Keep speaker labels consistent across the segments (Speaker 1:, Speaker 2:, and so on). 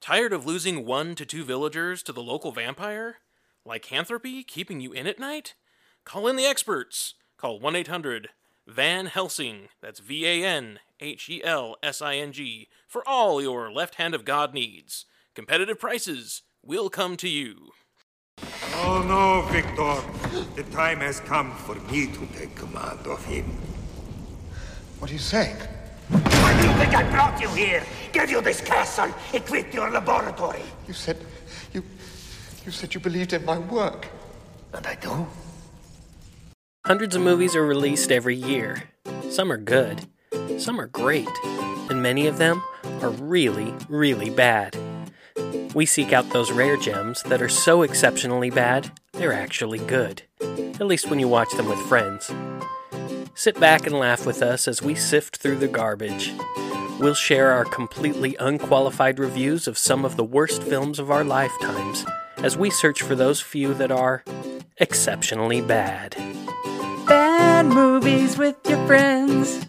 Speaker 1: Tired of losing one to two villagers to the local vampire? Lycanthropy keeping you in at night? Call in the experts. Call 1 800 Van Helsing. That's V A N H E L S I N G for all your left hand of God needs. Competitive prices will come to you.
Speaker 2: Oh no, Victor. The time has come for me to take command of him.
Speaker 3: What are you saying?
Speaker 4: Why do you think I brought you here? Gave you this castle, equipped your laboratory.
Speaker 3: You said you you said you believed in my work.
Speaker 4: And I do?
Speaker 5: Hundreds of movies are released every year. Some are good, some are great, and many of them are really, really bad. We seek out those rare gems that are so exceptionally bad, they're actually good. At least when you watch them with friends. Sit back and laugh with us as we sift through the garbage. We'll share our completely unqualified reviews of some of the worst films of our lifetimes as we search for those few that are exceptionally bad.
Speaker 6: Bad movies with your friends.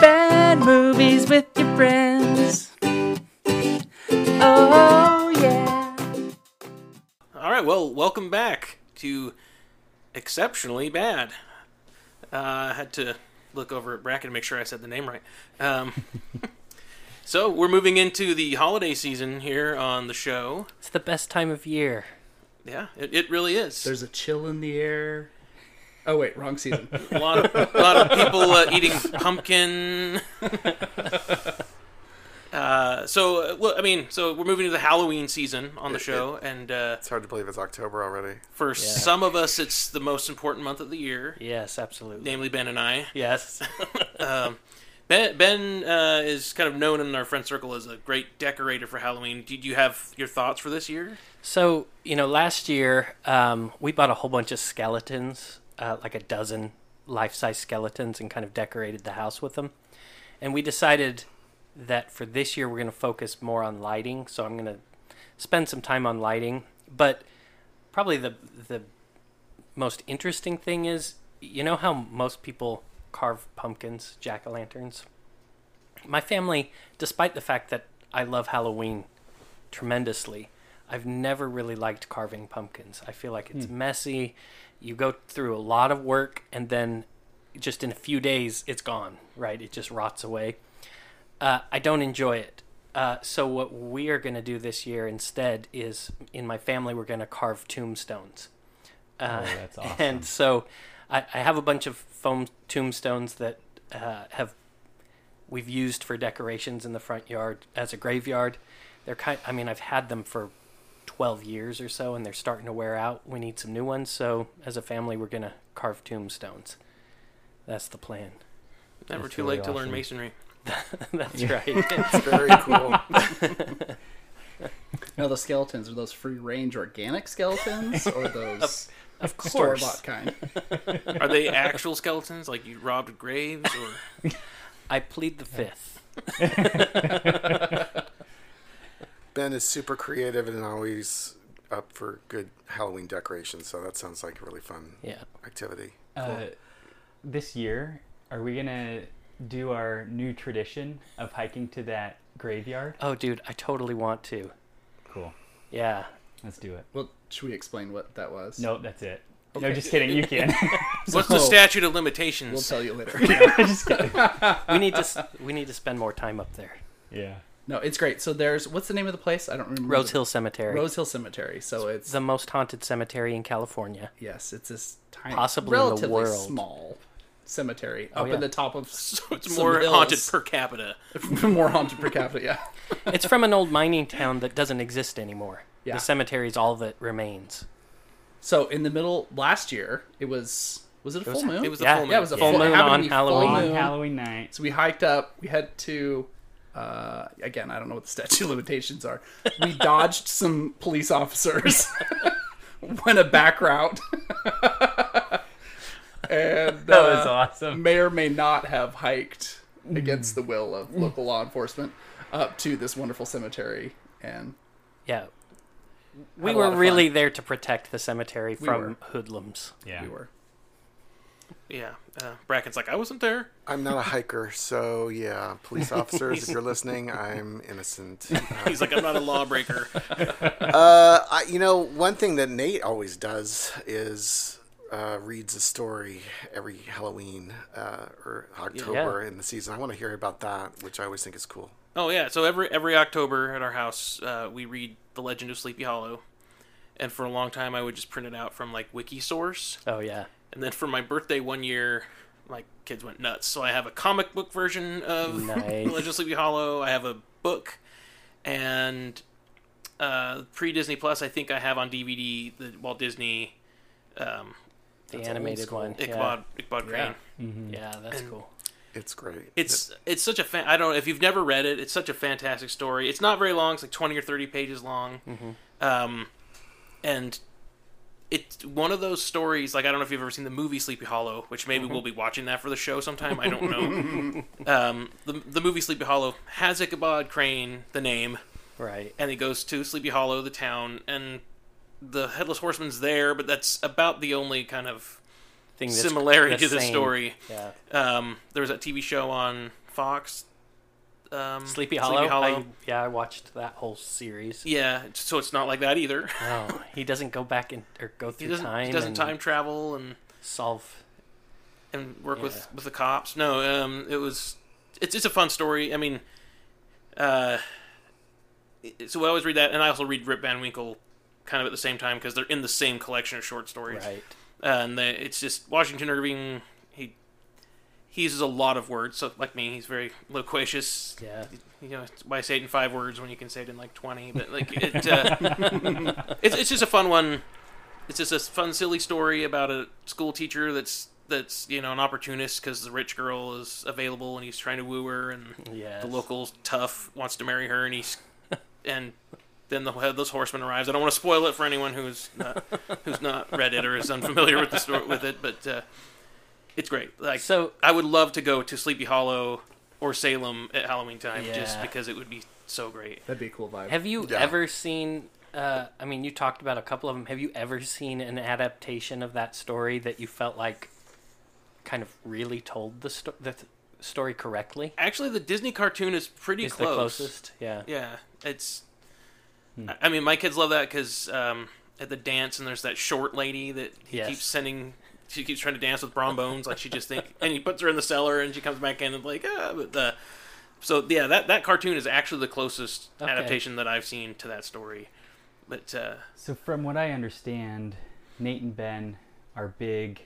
Speaker 6: Bad movies with your friends. Oh, yeah.
Speaker 1: All right, well, welcome back to Exceptionally Bad. Uh, I had to look over at Bracken to make sure I said the name right. Um, so, we're moving into the holiday season here on the show.
Speaker 5: It's the best time of year.
Speaker 1: Yeah, it, it really is.
Speaker 7: There's a chill in the air. Oh wait, wrong season.
Speaker 1: a lot of, a lot of people uh, eating pumpkin. uh, so, uh, well, I mean, so we're moving to the Halloween season on the show, and uh,
Speaker 8: It's hard to believe it's October already.
Speaker 1: for some of us, it's the most important month of the year,
Speaker 5: Yes, absolutely.
Speaker 1: namely Ben and I.
Speaker 5: Yes.
Speaker 1: Ben, ben uh, is kind of known in our friend circle as a great decorator for Halloween. Do you have your thoughts for this year?
Speaker 5: So you know, last year um, we bought a whole bunch of skeletons, uh, like a dozen life-size skeletons, and kind of decorated the house with them. And we decided that for this year we're going to focus more on lighting. So I'm going to spend some time on lighting. But probably the the most interesting thing is, you know how most people carve pumpkins, jack o' lanterns. My family, despite the fact that I love Halloween tremendously. I've never really liked carving pumpkins. I feel like it's
Speaker 9: Hmm.
Speaker 5: messy. You go through a lot of work and then just in a few days it's gone, right? It just rots away. Uh, I don't enjoy it. Uh, so what we are going to do this year instead is in my family we're going to carve tombstones. Uh,
Speaker 9: Oh, that's awesome.
Speaker 5: And so I, I have a bunch of foam tombstones that uh, have we've used for decorations in the front yard as a graveyard. They're kind. I mean, I've had them for twelve years or so, and they're starting to wear out. We need some new ones. So, as a family, we're gonna carve tombstones. That's the plan.
Speaker 1: Never
Speaker 9: That's
Speaker 1: too
Speaker 9: really
Speaker 1: late to learn
Speaker 9: awesome.
Speaker 1: masonry.
Speaker 5: That's right.
Speaker 8: It's very cool.
Speaker 7: Now the skeletons are those free range organic skeletons or those
Speaker 5: of
Speaker 7: store
Speaker 5: course,
Speaker 7: bought kind?
Speaker 1: Are they actual skeletons, like you robbed graves, or
Speaker 5: I plead the fifth.
Speaker 8: Ben is super creative and always up for good Halloween decorations, so that sounds like a really fun
Speaker 5: Yeah.
Speaker 8: activity.
Speaker 9: Uh, this year, are we gonna do our new tradition of hiking to that graveyard?
Speaker 5: Oh, dude, I totally want to.
Speaker 9: Cool.
Speaker 5: Yeah.
Speaker 9: Let's do it.
Speaker 7: Well, should we explain what that was?
Speaker 9: Nope, that's it. No, just kidding. You can.
Speaker 1: what's the
Speaker 7: Oh.
Speaker 1: statute of
Speaker 7: We'll
Speaker 1: limitations?
Speaker 7: tell you later.
Speaker 9: just kidding.
Speaker 5: We need to. s- we need to spend more time up there.
Speaker 9: Yeah.
Speaker 7: No, it's great. So there's what's the name of the place? I don't remember.
Speaker 5: Rose
Speaker 7: the-
Speaker 5: Hill Cemetery,
Speaker 7: Rose Hill Cemetery. So it's
Speaker 5: the most haunted cemetery in California.
Speaker 7: yes, it's this tiny,
Speaker 5: Possibly in the
Speaker 7: relatively
Speaker 5: world.
Speaker 7: small cemetery up
Speaker 5: yeah.
Speaker 7: in the top of so
Speaker 1: It's more haunted per capita.
Speaker 7: more haunted per capita. Yeah.
Speaker 5: It's from an old mining town that doesn't exist anymore.
Speaker 7: Yeah.
Speaker 5: The cemetery is all that remains.
Speaker 7: So in the middle last year, it was was it a full moon?
Speaker 1: It was a
Speaker 5: Yeah,
Speaker 1: full moon.
Speaker 7: yeah, it was a
Speaker 5: Full
Speaker 7: full
Speaker 5: moon
Speaker 7: happened to
Speaker 5: on
Speaker 7: be
Speaker 5: Halloween.
Speaker 7: Full
Speaker 9: On
Speaker 7: moon.
Speaker 9: Halloween night.
Speaker 7: So we hiked up. We had to, uh, again, I don't know what the statute of limitations are. We dodged some police officers, went a back route, and
Speaker 9: That was
Speaker 7: uh,
Speaker 9: awesome.
Speaker 7: may or may not have hiked against the will of local law enforcement up to this wonderful cemetery. And
Speaker 5: Yeah. We
Speaker 7: Had a lot
Speaker 5: were
Speaker 7: of
Speaker 5: really there to protect the cemetery from
Speaker 7: were.
Speaker 5: hoodlums.
Speaker 9: Yeah.
Speaker 7: we were.
Speaker 1: Yeah. Uh, Bracken's like, I wasn't there.
Speaker 8: I'm not a hiker, so yeah, police officers, if you're listening, I'm innocent. Uh,
Speaker 1: He's like, I'm not a lawbreaker.
Speaker 8: I, you know, one thing that Nate always does is uh, reads a story every Halloween uh, or October in the season. I want to hear about that, which I always think is cool.
Speaker 1: Oh yeah, so every every October at our house, uh, we read The Legend of Sleepy Hollow, and for a long time I would just print it out from like WikiSource,
Speaker 5: Oh yeah.
Speaker 1: and then for my birthday one year, my kids went nuts. So I have a comic book version of
Speaker 5: Nice.
Speaker 1: The Legend of Sleepy Hollow. I have a book, and uh, pre Disney Plus, I think I have on DVD the Walt Disney um,
Speaker 5: The animated one.
Speaker 1: Ichabod Mm. Ichabod Crane.
Speaker 5: Yeah. yeah, that's cool.
Speaker 8: It's great.
Speaker 1: It's it's such a fan. I don't know if you've never read it. It's such a fantastic story. It's not very long. It's like twenty or thirty pages long,
Speaker 5: Mm-hmm.
Speaker 1: um, and it's one of those stories. Like I don't know if you've ever seen the movie Sleepy Hollow, which
Speaker 5: Mm-hmm.
Speaker 1: maybe we'll be watching that for the show sometime. I don't know. um, the the movie Sleepy Hollow has Ichabod Crane, the name,
Speaker 5: Right.
Speaker 1: and he goes to Sleepy Hollow, the town, and the headless horseman's there. But that's about the only kind of
Speaker 5: Thing that's
Speaker 1: similarity to the
Speaker 5: same.
Speaker 1: story.
Speaker 5: Yeah.
Speaker 1: Um, there was that TV show on Fox, um,
Speaker 5: Sleepy Hollow. I, yeah, I watched that whole series.
Speaker 1: Yeah, so it's not like that either.
Speaker 5: Oh, he doesn't go back and or go
Speaker 1: he
Speaker 5: through
Speaker 1: doesn't.
Speaker 5: time.
Speaker 1: he doesn't
Speaker 5: and
Speaker 1: time travel and
Speaker 5: solve.
Speaker 1: and work with
Speaker 5: Yeah.
Speaker 1: with the cops. No, um, it was. It's it's a fun story. I mean, uh, it- so I always read that, and I also read Rip Van Winkle, kind of at the same time because they're in the same collection of short stories. Uh,
Speaker 5: Right.
Speaker 1: and the, it's just Washington Irving. He he uses a lot of words, so like me, he's very loquacious.
Speaker 5: Yeah.
Speaker 1: You know, it's why say it in five words when you can say it in like twenty? But like it, uh, it's it's just a fun one. It's just a fun, silly story about a school teacher that's that's you know an opportunist because the rich girl is available and he's trying to woo her, and
Speaker 5: Yes.
Speaker 1: the local tough wants to marry her, and he's and then the headless horseman arrives. I don't want to spoil it for anyone who's not, who's not read it or is unfamiliar with the story with it, but uh, it's great. Like
Speaker 5: So-
Speaker 1: I would love to go to Sleepy Hollow or Salem at Halloween time just
Speaker 5: Yeah.
Speaker 1: because it would be so great.
Speaker 7: That'd be a cool vibe.
Speaker 5: Have you ever seen? Uh, I mean, you talked about a couple of them. Have you ever seen an adaptation of that story that you felt like kind of really told the, sto- the th- story correctly?
Speaker 1: Actually, the Disney cartoon is pretty
Speaker 5: Is
Speaker 1: close.
Speaker 5: the closest? Hmm. Yeah.
Speaker 1: Yeah, it's. I- I mean, my kids love that because um, at the dance and there's that short lady that he
Speaker 5: Yes.
Speaker 1: keeps sending. She keeps trying to dance with Brom Bones, like she just think, and he puts her in the cellar, and she comes back in and like, ah, but the. So yeah, that that cartoon is actually the closest
Speaker 5: Okay.
Speaker 1: adaptation that I've seen to that story, but uh,
Speaker 9: So, from what I understand, Nate and Ben are big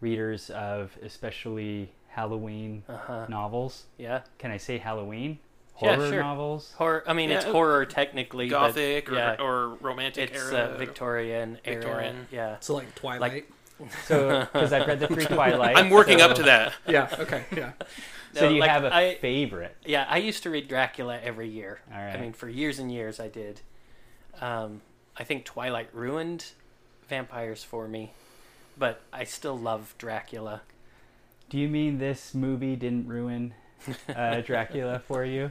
Speaker 9: readers of especially Halloween novels.
Speaker 5: Yeah.
Speaker 9: Can I say Halloween?
Speaker 5: Uh-huh. Yeah,
Speaker 9: Horror
Speaker 5: sure.
Speaker 9: novels?
Speaker 5: Horror. I mean, it's
Speaker 1: Yeah.
Speaker 5: horror technically. but
Speaker 1: gothic or,
Speaker 5: yeah,
Speaker 1: or romantic
Speaker 5: it's
Speaker 1: era.
Speaker 5: uh, Victorian era.
Speaker 1: Victorian.
Speaker 5: Yeah.
Speaker 7: so like Twilight.
Speaker 9: So, because I've read the three Twilight.
Speaker 1: I'm working
Speaker 9: so,
Speaker 1: up to that.
Speaker 7: yeah. Okay. Yeah.
Speaker 9: So,
Speaker 5: No,
Speaker 9: do you
Speaker 5: like,
Speaker 9: have a
Speaker 5: I-
Speaker 9: favorite?
Speaker 5: Yeah, I used to read Dracula every year.
Speaker 9: All right.
Speaker 5: I mean, for years and years, I did. Um, I think Twilight ruined vampires for me, but I still love Dracula.
Speaker 9: Do you mean this movie didn't ruin uh, Dracula for you?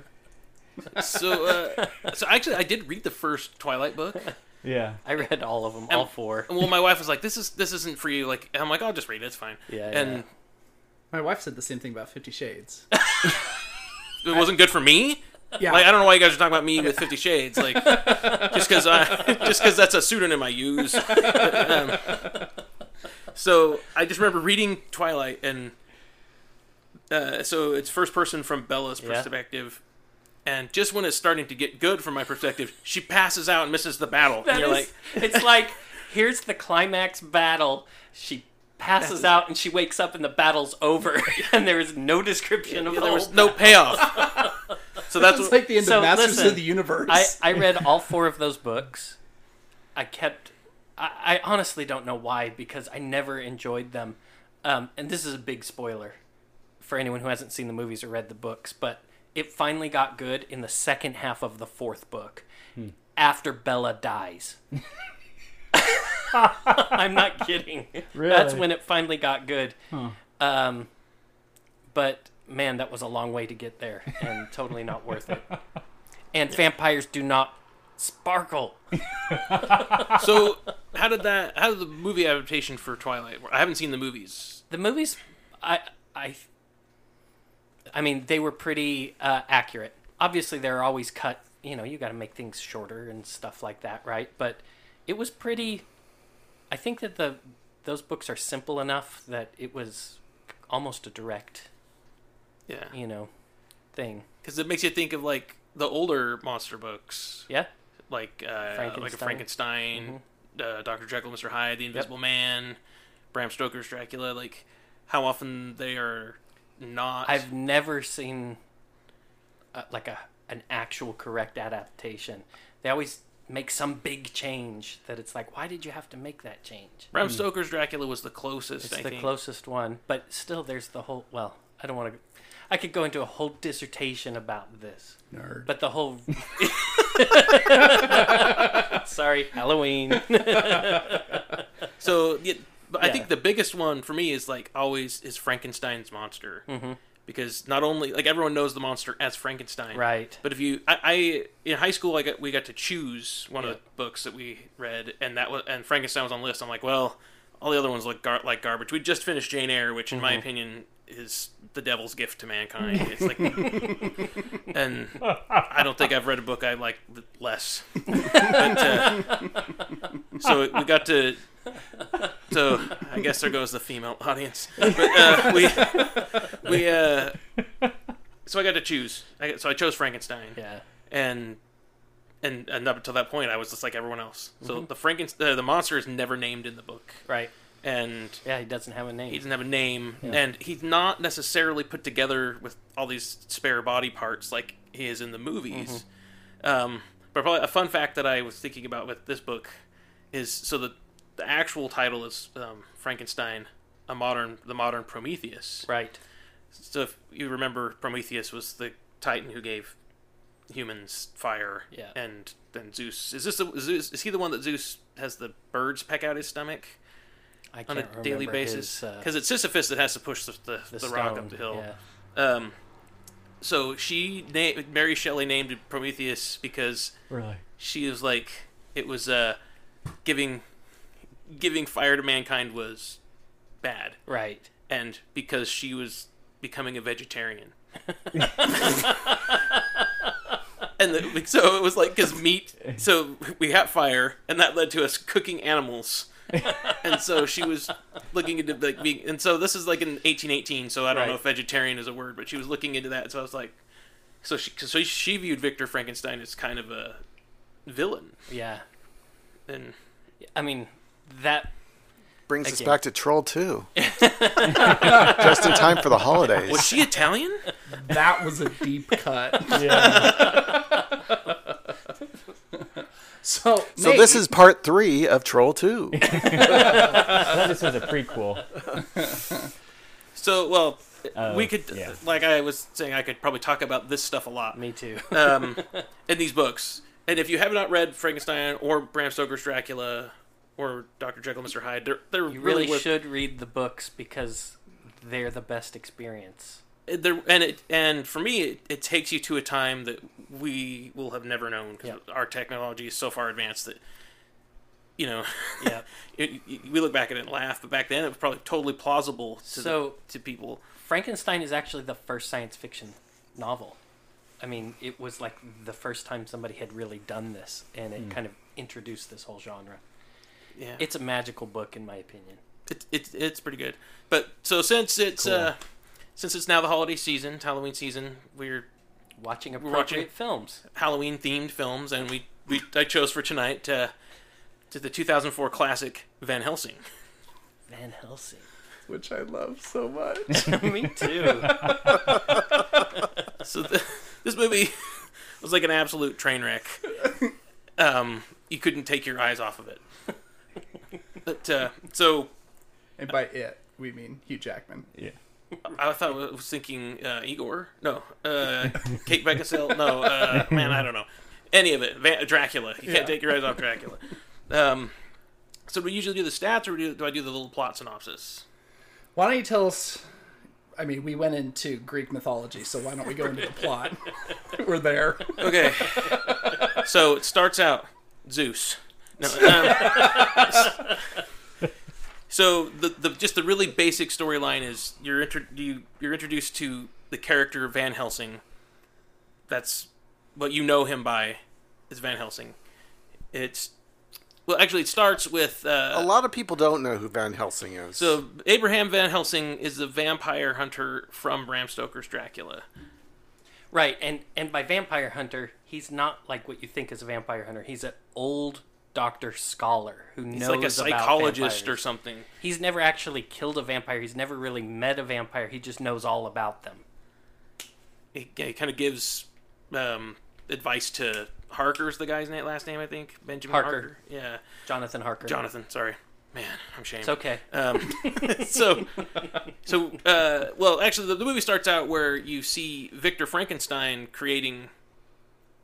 Speaker 1: So uh, so actually, I did read the first Twilight book.
Speaker 9: Yeah.
Speaker 5: I read all of them, all four.
Speaker 1: Well, my wife was like, "This is this isn't for you." Like, and I'm like, "I'll just read it. It's fine."
Speaker 5: Yeah, yeah.
Speaker 1: and
Speaker 7: My wife said the same thing about Fifty Shades.
Speaker 1: it wasn't good for me.
Speaker 7: Yeah.
Speaker 1: Like I don't know why you guys are talking about me with Fifty Shades. Like just because I just because that's a pseudonym I use. But, um, so I just remember reading Twilight, and uh, so it's first person from Bella's perspective. And just when it's starting to get good from my perspective, she passes out and misses the battle. and you're like,
Speaker 5: like, it's like, here's the climax battle. She passes out and she wakes up and the battle's over, and there is no description of
Speaker 1: yeah,
Speaker 5: the
Speaker 1: there was
Speaker 5: whole
Speaker 1: no payoff. Oh, so that's
Speaker 7: It's
Speaker 1: what,
Speaker 7: like the end
Speaker 5: So,
Speaker 7: of Masters
Speaker 5: listen,
Speaker 7: of the Universe.
Speaker 5: I, I read all four of those books. I kept. I, I honestly don't know why because I never enjoyed them. Um, and this is a big spoiler for anyone who hasn't seen the movies or read the books, but it finally got good in the second half of the fourth book after Bella dies. I'm not kidding. That's
Speaker 9: Really?
Speaker 5: when it finally got good. Um, but man, that was a long way to get there and totally not worth it. And vampires do not sparkle.
Speaker 1: so how did that how did the movie adaptation for twilight i haven't seen the movies
Speaker 5: the movies, I, I, I mean, they were pretty uh, accurate. Obviously, they're always cut. You know, you got to make things shorter and stuff like that, right? But it was pretty. I think that the those books are simple enough that it was almost a direct,
Speaker 1: Yeah.
Speaker 5: you know, thing.
Speaker 1: Because it makes you think of like the older monster books,
Speaker 5: Yeah,
Speaker 1: like uh, like a
Speaker 5: Frankenstein.
Speaker 1: Frankenstein, uh, Doctor Jekyll, Mister Hyde, The Invisible Man, Bram Stoker's Dracula. Like how often they are not.
Speaker 5: I've never seen uh, like a an actual correct adaptation. They always make some big change that it's like, why did you have to make that change?
Speaker 1: Bram Stoker's Dracula was Hmm. the closest.
Speaker 5: It's
Speaker 1: I
Speaker 5: the
Speaker 1: think.
Speaker 5: closest one, but still, there's the whole. Well, I don't want to. I could go into a whole dissertation about this,
Speaker 7: Nerd.
Speaker 5: but the whole. Sorry, Halloween.
Speaker 1: So yeah, but I think the biggest one for me is like always is Frankenstein's monster because not only like everyone knows the monster as Frankenstein,
Speaker 5: Right.
Speaker 1: But if you, I, I in high school, I got we got to choose one of the books that we read, and that was and Frankenstein was on the list. I'm like, well, all the other ones look gar- like garbage. We just finished Jane Eyre, which in my opinion is the devil's gift to mankind. It's like, and I don't think I've read a book I like less. but, uh, so we got to so I guess there goes the female audience. But, uh, we we uh, so I got to choose. I got, so I chose Frankenstein.
Speaker 5: yeah,
Speaker 1: And and and up until that point, I was just like everyone else. So the Frankenstein, the, the monster is never named in the book,
Speaker 5: right.
Speaker 1: and
Speaker 5: Yeah, he doesn't have a
Speaker 1: he
Speaker 5: name.
Speaker 1: doesn't have a name, and he's not necessarily put together with all these spare body parts like he is in the movies.
Speaker 5: Mm-hmm.
Speaker 1: Um, but probably a fun fact that I was thinking about with this book is so the the actual title is um, Frankenstein, a modern the modern Prometheus.
Speaker 5: Right.
Speaker 1: So if you remember, Prometheus was the titan who gave humans fire,
Speaker 5: Yeah.
Speaker 1: and then Zeus is this the, Zeus is he the one that Zeus has the birds peck out his stomach?
Speaker 5: I
Speaker 1: on
Speaker 5: can't
Speaker 1: a daily
Speaker 5: remember
Speaker 1: basis
Speaker 5: his, uh,
Speaker 1: because it's Sisyphus that has to push the the, the, rock up
Speaker 5: stone,
Speaker 1: the hill.
Speaker 5: yeah.
Speaker 1: Um, so she na- Mary Shelley named Prometheus because
Speaker 9: Really?
Speaker 1: she was like it was uh giving giving fire to mankind was bad,
Speaker 5: Right.
Speaker 1: and because she was becoming a vegetarian. And the, so it was like because meat. So we had fire, and that led to us cooking animals. and so she was looking into like being. And so this is like in 1818. So I don't know
Speaker 5: Right.
Speaker 1: if vegetarian is a word, but she was looking into that. So I was like, so she so she viewed Victor Frankenstein as kind of a villain,
Speaker 5: Yeah.
Speaker 1: and
Speaker 5: I mean that.
Speaker 8: Brings us
Speaker 5: Again.
Speaker 8: back to Troll 2. Just in time for the holidays.
Speaker 1: was she Italian?
Speaker 7: That was a deep cut. so,
Speaker 8: so
Speaker 7: Nate,
Speaker 8: this is part three of Troll 2.
Speaker 9: I thought this was a prequel.
Speaker 1: So well, we could
Speaker 9: yeah.
Speaker 1: like I was saying, I could probably talk about this stuff a lot.
Speaker 5: Me too.
Speaker 1: um, in these books. And if you have not read Frankenstein or Bram Stoker's Dracula or Dr. Jekyll and Mr. Hyde, they're, they're
Speaker 5: you
Speaker 1: really,
Speaker 5: really
Speaker 1: worth,
Speaker 5: should read the books because they're the best experience.
Speaker 1: They're, and it and for me, it, it takes you to a time that we will have never known because our technology is so far advanced that you know
Speaker 5: Yeah.
Speaker 1: it, it- we look back at it and laugh, but back then it was probably totally plausible to the-
Speaker 5: So-
Speaker 1: to people.
Speaker 5: Frankenstein is actually the first science fiction novel. I mean, it was like the first time somebody had really done this, and
Speaker 1: Hmm.
Speaker 5: it kind of introduced this whole genre.
Speaker 1: Yeah,
Speaker 5: It's a magical book, in my opinion.
Speaker 1: it, it, it's pretty good. But so since it's uh, since it's now the holiday season, it's Halloween season, we're
Speaker 5: Watching appropriate
Speaker 1: watching-
Speaker 5: films.
Speaker 1: Halloween themed films, and we, we I chose for tonight uh, to the 2004 classic Van Helsing.
Speaker 5: Van Helsing.
Speaker 7: which I love so much.
Speaker 5: Me too.
Speaker 1: So th this movie was like an absolute train wreck. Um, you couldn't take your eyes off of it. But uh, so
Speaker 7: and by it, we mean Hugh Jackman.
Speaker 9: Yeah.
Speaker 1: I thought I was thinking uh, Igor, no, uh, Kate Beckinsale, no, uh, man, I don't know any of it. Van- Dracula, you can't
Speaker 7: Yeah.
Speaker 1: take your eyes off Dracula. Um, so do we usually do the stats, or do, do I do the little plot synopsis?
Speaker 7: Why don't you tell us? I mean, we went into Greek mythology, so why don't we go into the plot? We're there.
Speaker 1: Okay. so it starts out Zeus. No. Um, So the, the just the really basic storyline is you're intro- you, you're introduced to the character Van Helsing. That's what you know him by is Van Helsing. It's well, actually, it starts with uh,
Speaker 8: A lot of people don't know who Van Helsing is.
Speaker 1: so Abraham Van Helsing is the vampire hunter from Bram Stoker's Dracula.
Speaker 5: Right, and and by vampire hunter, he's not like what you think is a vampire hunter. He's an old doctor scholar who
Speaker 1: He's
Speaker 5: knows
Speaker 1: like a psychologist or something.
Speaker 5: He's never actually killed a vampire. He's never really met a vampire. He just knows all about them.
Speaker 1: He, kind of gives um, advice to Harker's the guy's name, last name, I think Benjamin Harker.
Speaker 5: Harker.
Speaker 1: Yeah,
Speaker 5: Jonathan Harker.
Speaker 1: Jonathan. Sorry, man, I'm ashamed.
Speaker 5: It's okay.
Speaker 1: Um, so, so uh, well, actually, the, the movie starts out where you see Victor Frankenstein creating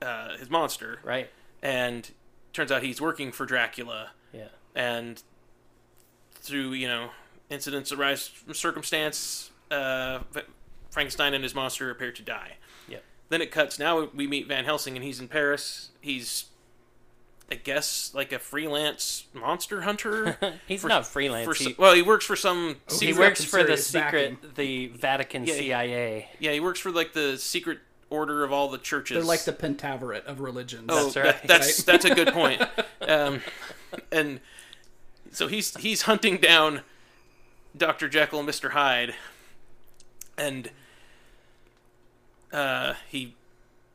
Speaker 1: uh, his monster,
Speaker 5: right.
Speaker 1: and turns out he's working for Dracula,
Speaker 5: Yeah.
Speaker 1: and through you know incidents arise from circumstance, uh, Va- Frankenstein and his monster appear to die.
Speaker 5: Yep.
Speaker 1: Then it cuts. Now we meet Van Helsing, and he's in Paris. He's, I guess, like a freelance monster hunter.
Speaker 5: He's
Speaker 1: For-
Speaker 5: not freelance.
Speaker 1: for
Speaker 5: he,
Speaker 1: s well, he works for some.
Speaker 5: he
Speaker 1: secret-
Speaker 7: he's got
Speaker 5: works
Speaker 7: some
Speaker 5: for the
Speaker 7: serious
Speaker 5: secret, the Vatican
Speaker 1: Yeah, he-
Speaker 5: CIA.
Speaker 1: Yeah, he works for like the secret order of all the churches.
Speaker 7: They're like the pentaveret of religions.
Speaker 1: Oh,
Speaker 5: That's
Speaker 1: that-
Speaker 5: right.
Speaker 1: that's that's a good point. Um, and so he's he's hunting down Doctor Jekyll and Mister Hyde, and uh, he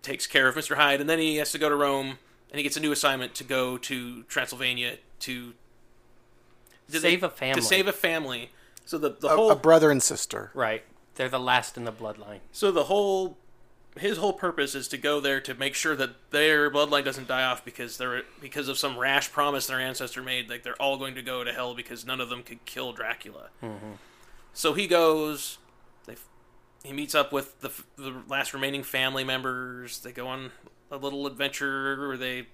Speaker 1: takes care of Mister Hyde, and then he has to go to Rome, and he gets a new assignment to go to Transylvania to did
Speaker 5: Save a family.
Speaker 1: to save a family. So the the
Speaker 8: a,
Speaker 1: whole
Speaker 8: a brother and sister.
Speaker 5: Right. They're the last in the bloodline.
Speaker 1: So the whole his whole purpose is to go there to make sure that their bloodline doesn't die off because they're because of some rash promise their ancestor made like they're all going to go to hell because none of them could kill Dracula. So he goes they he meets up with the f- the last remaining family members. They go on a little adventure where they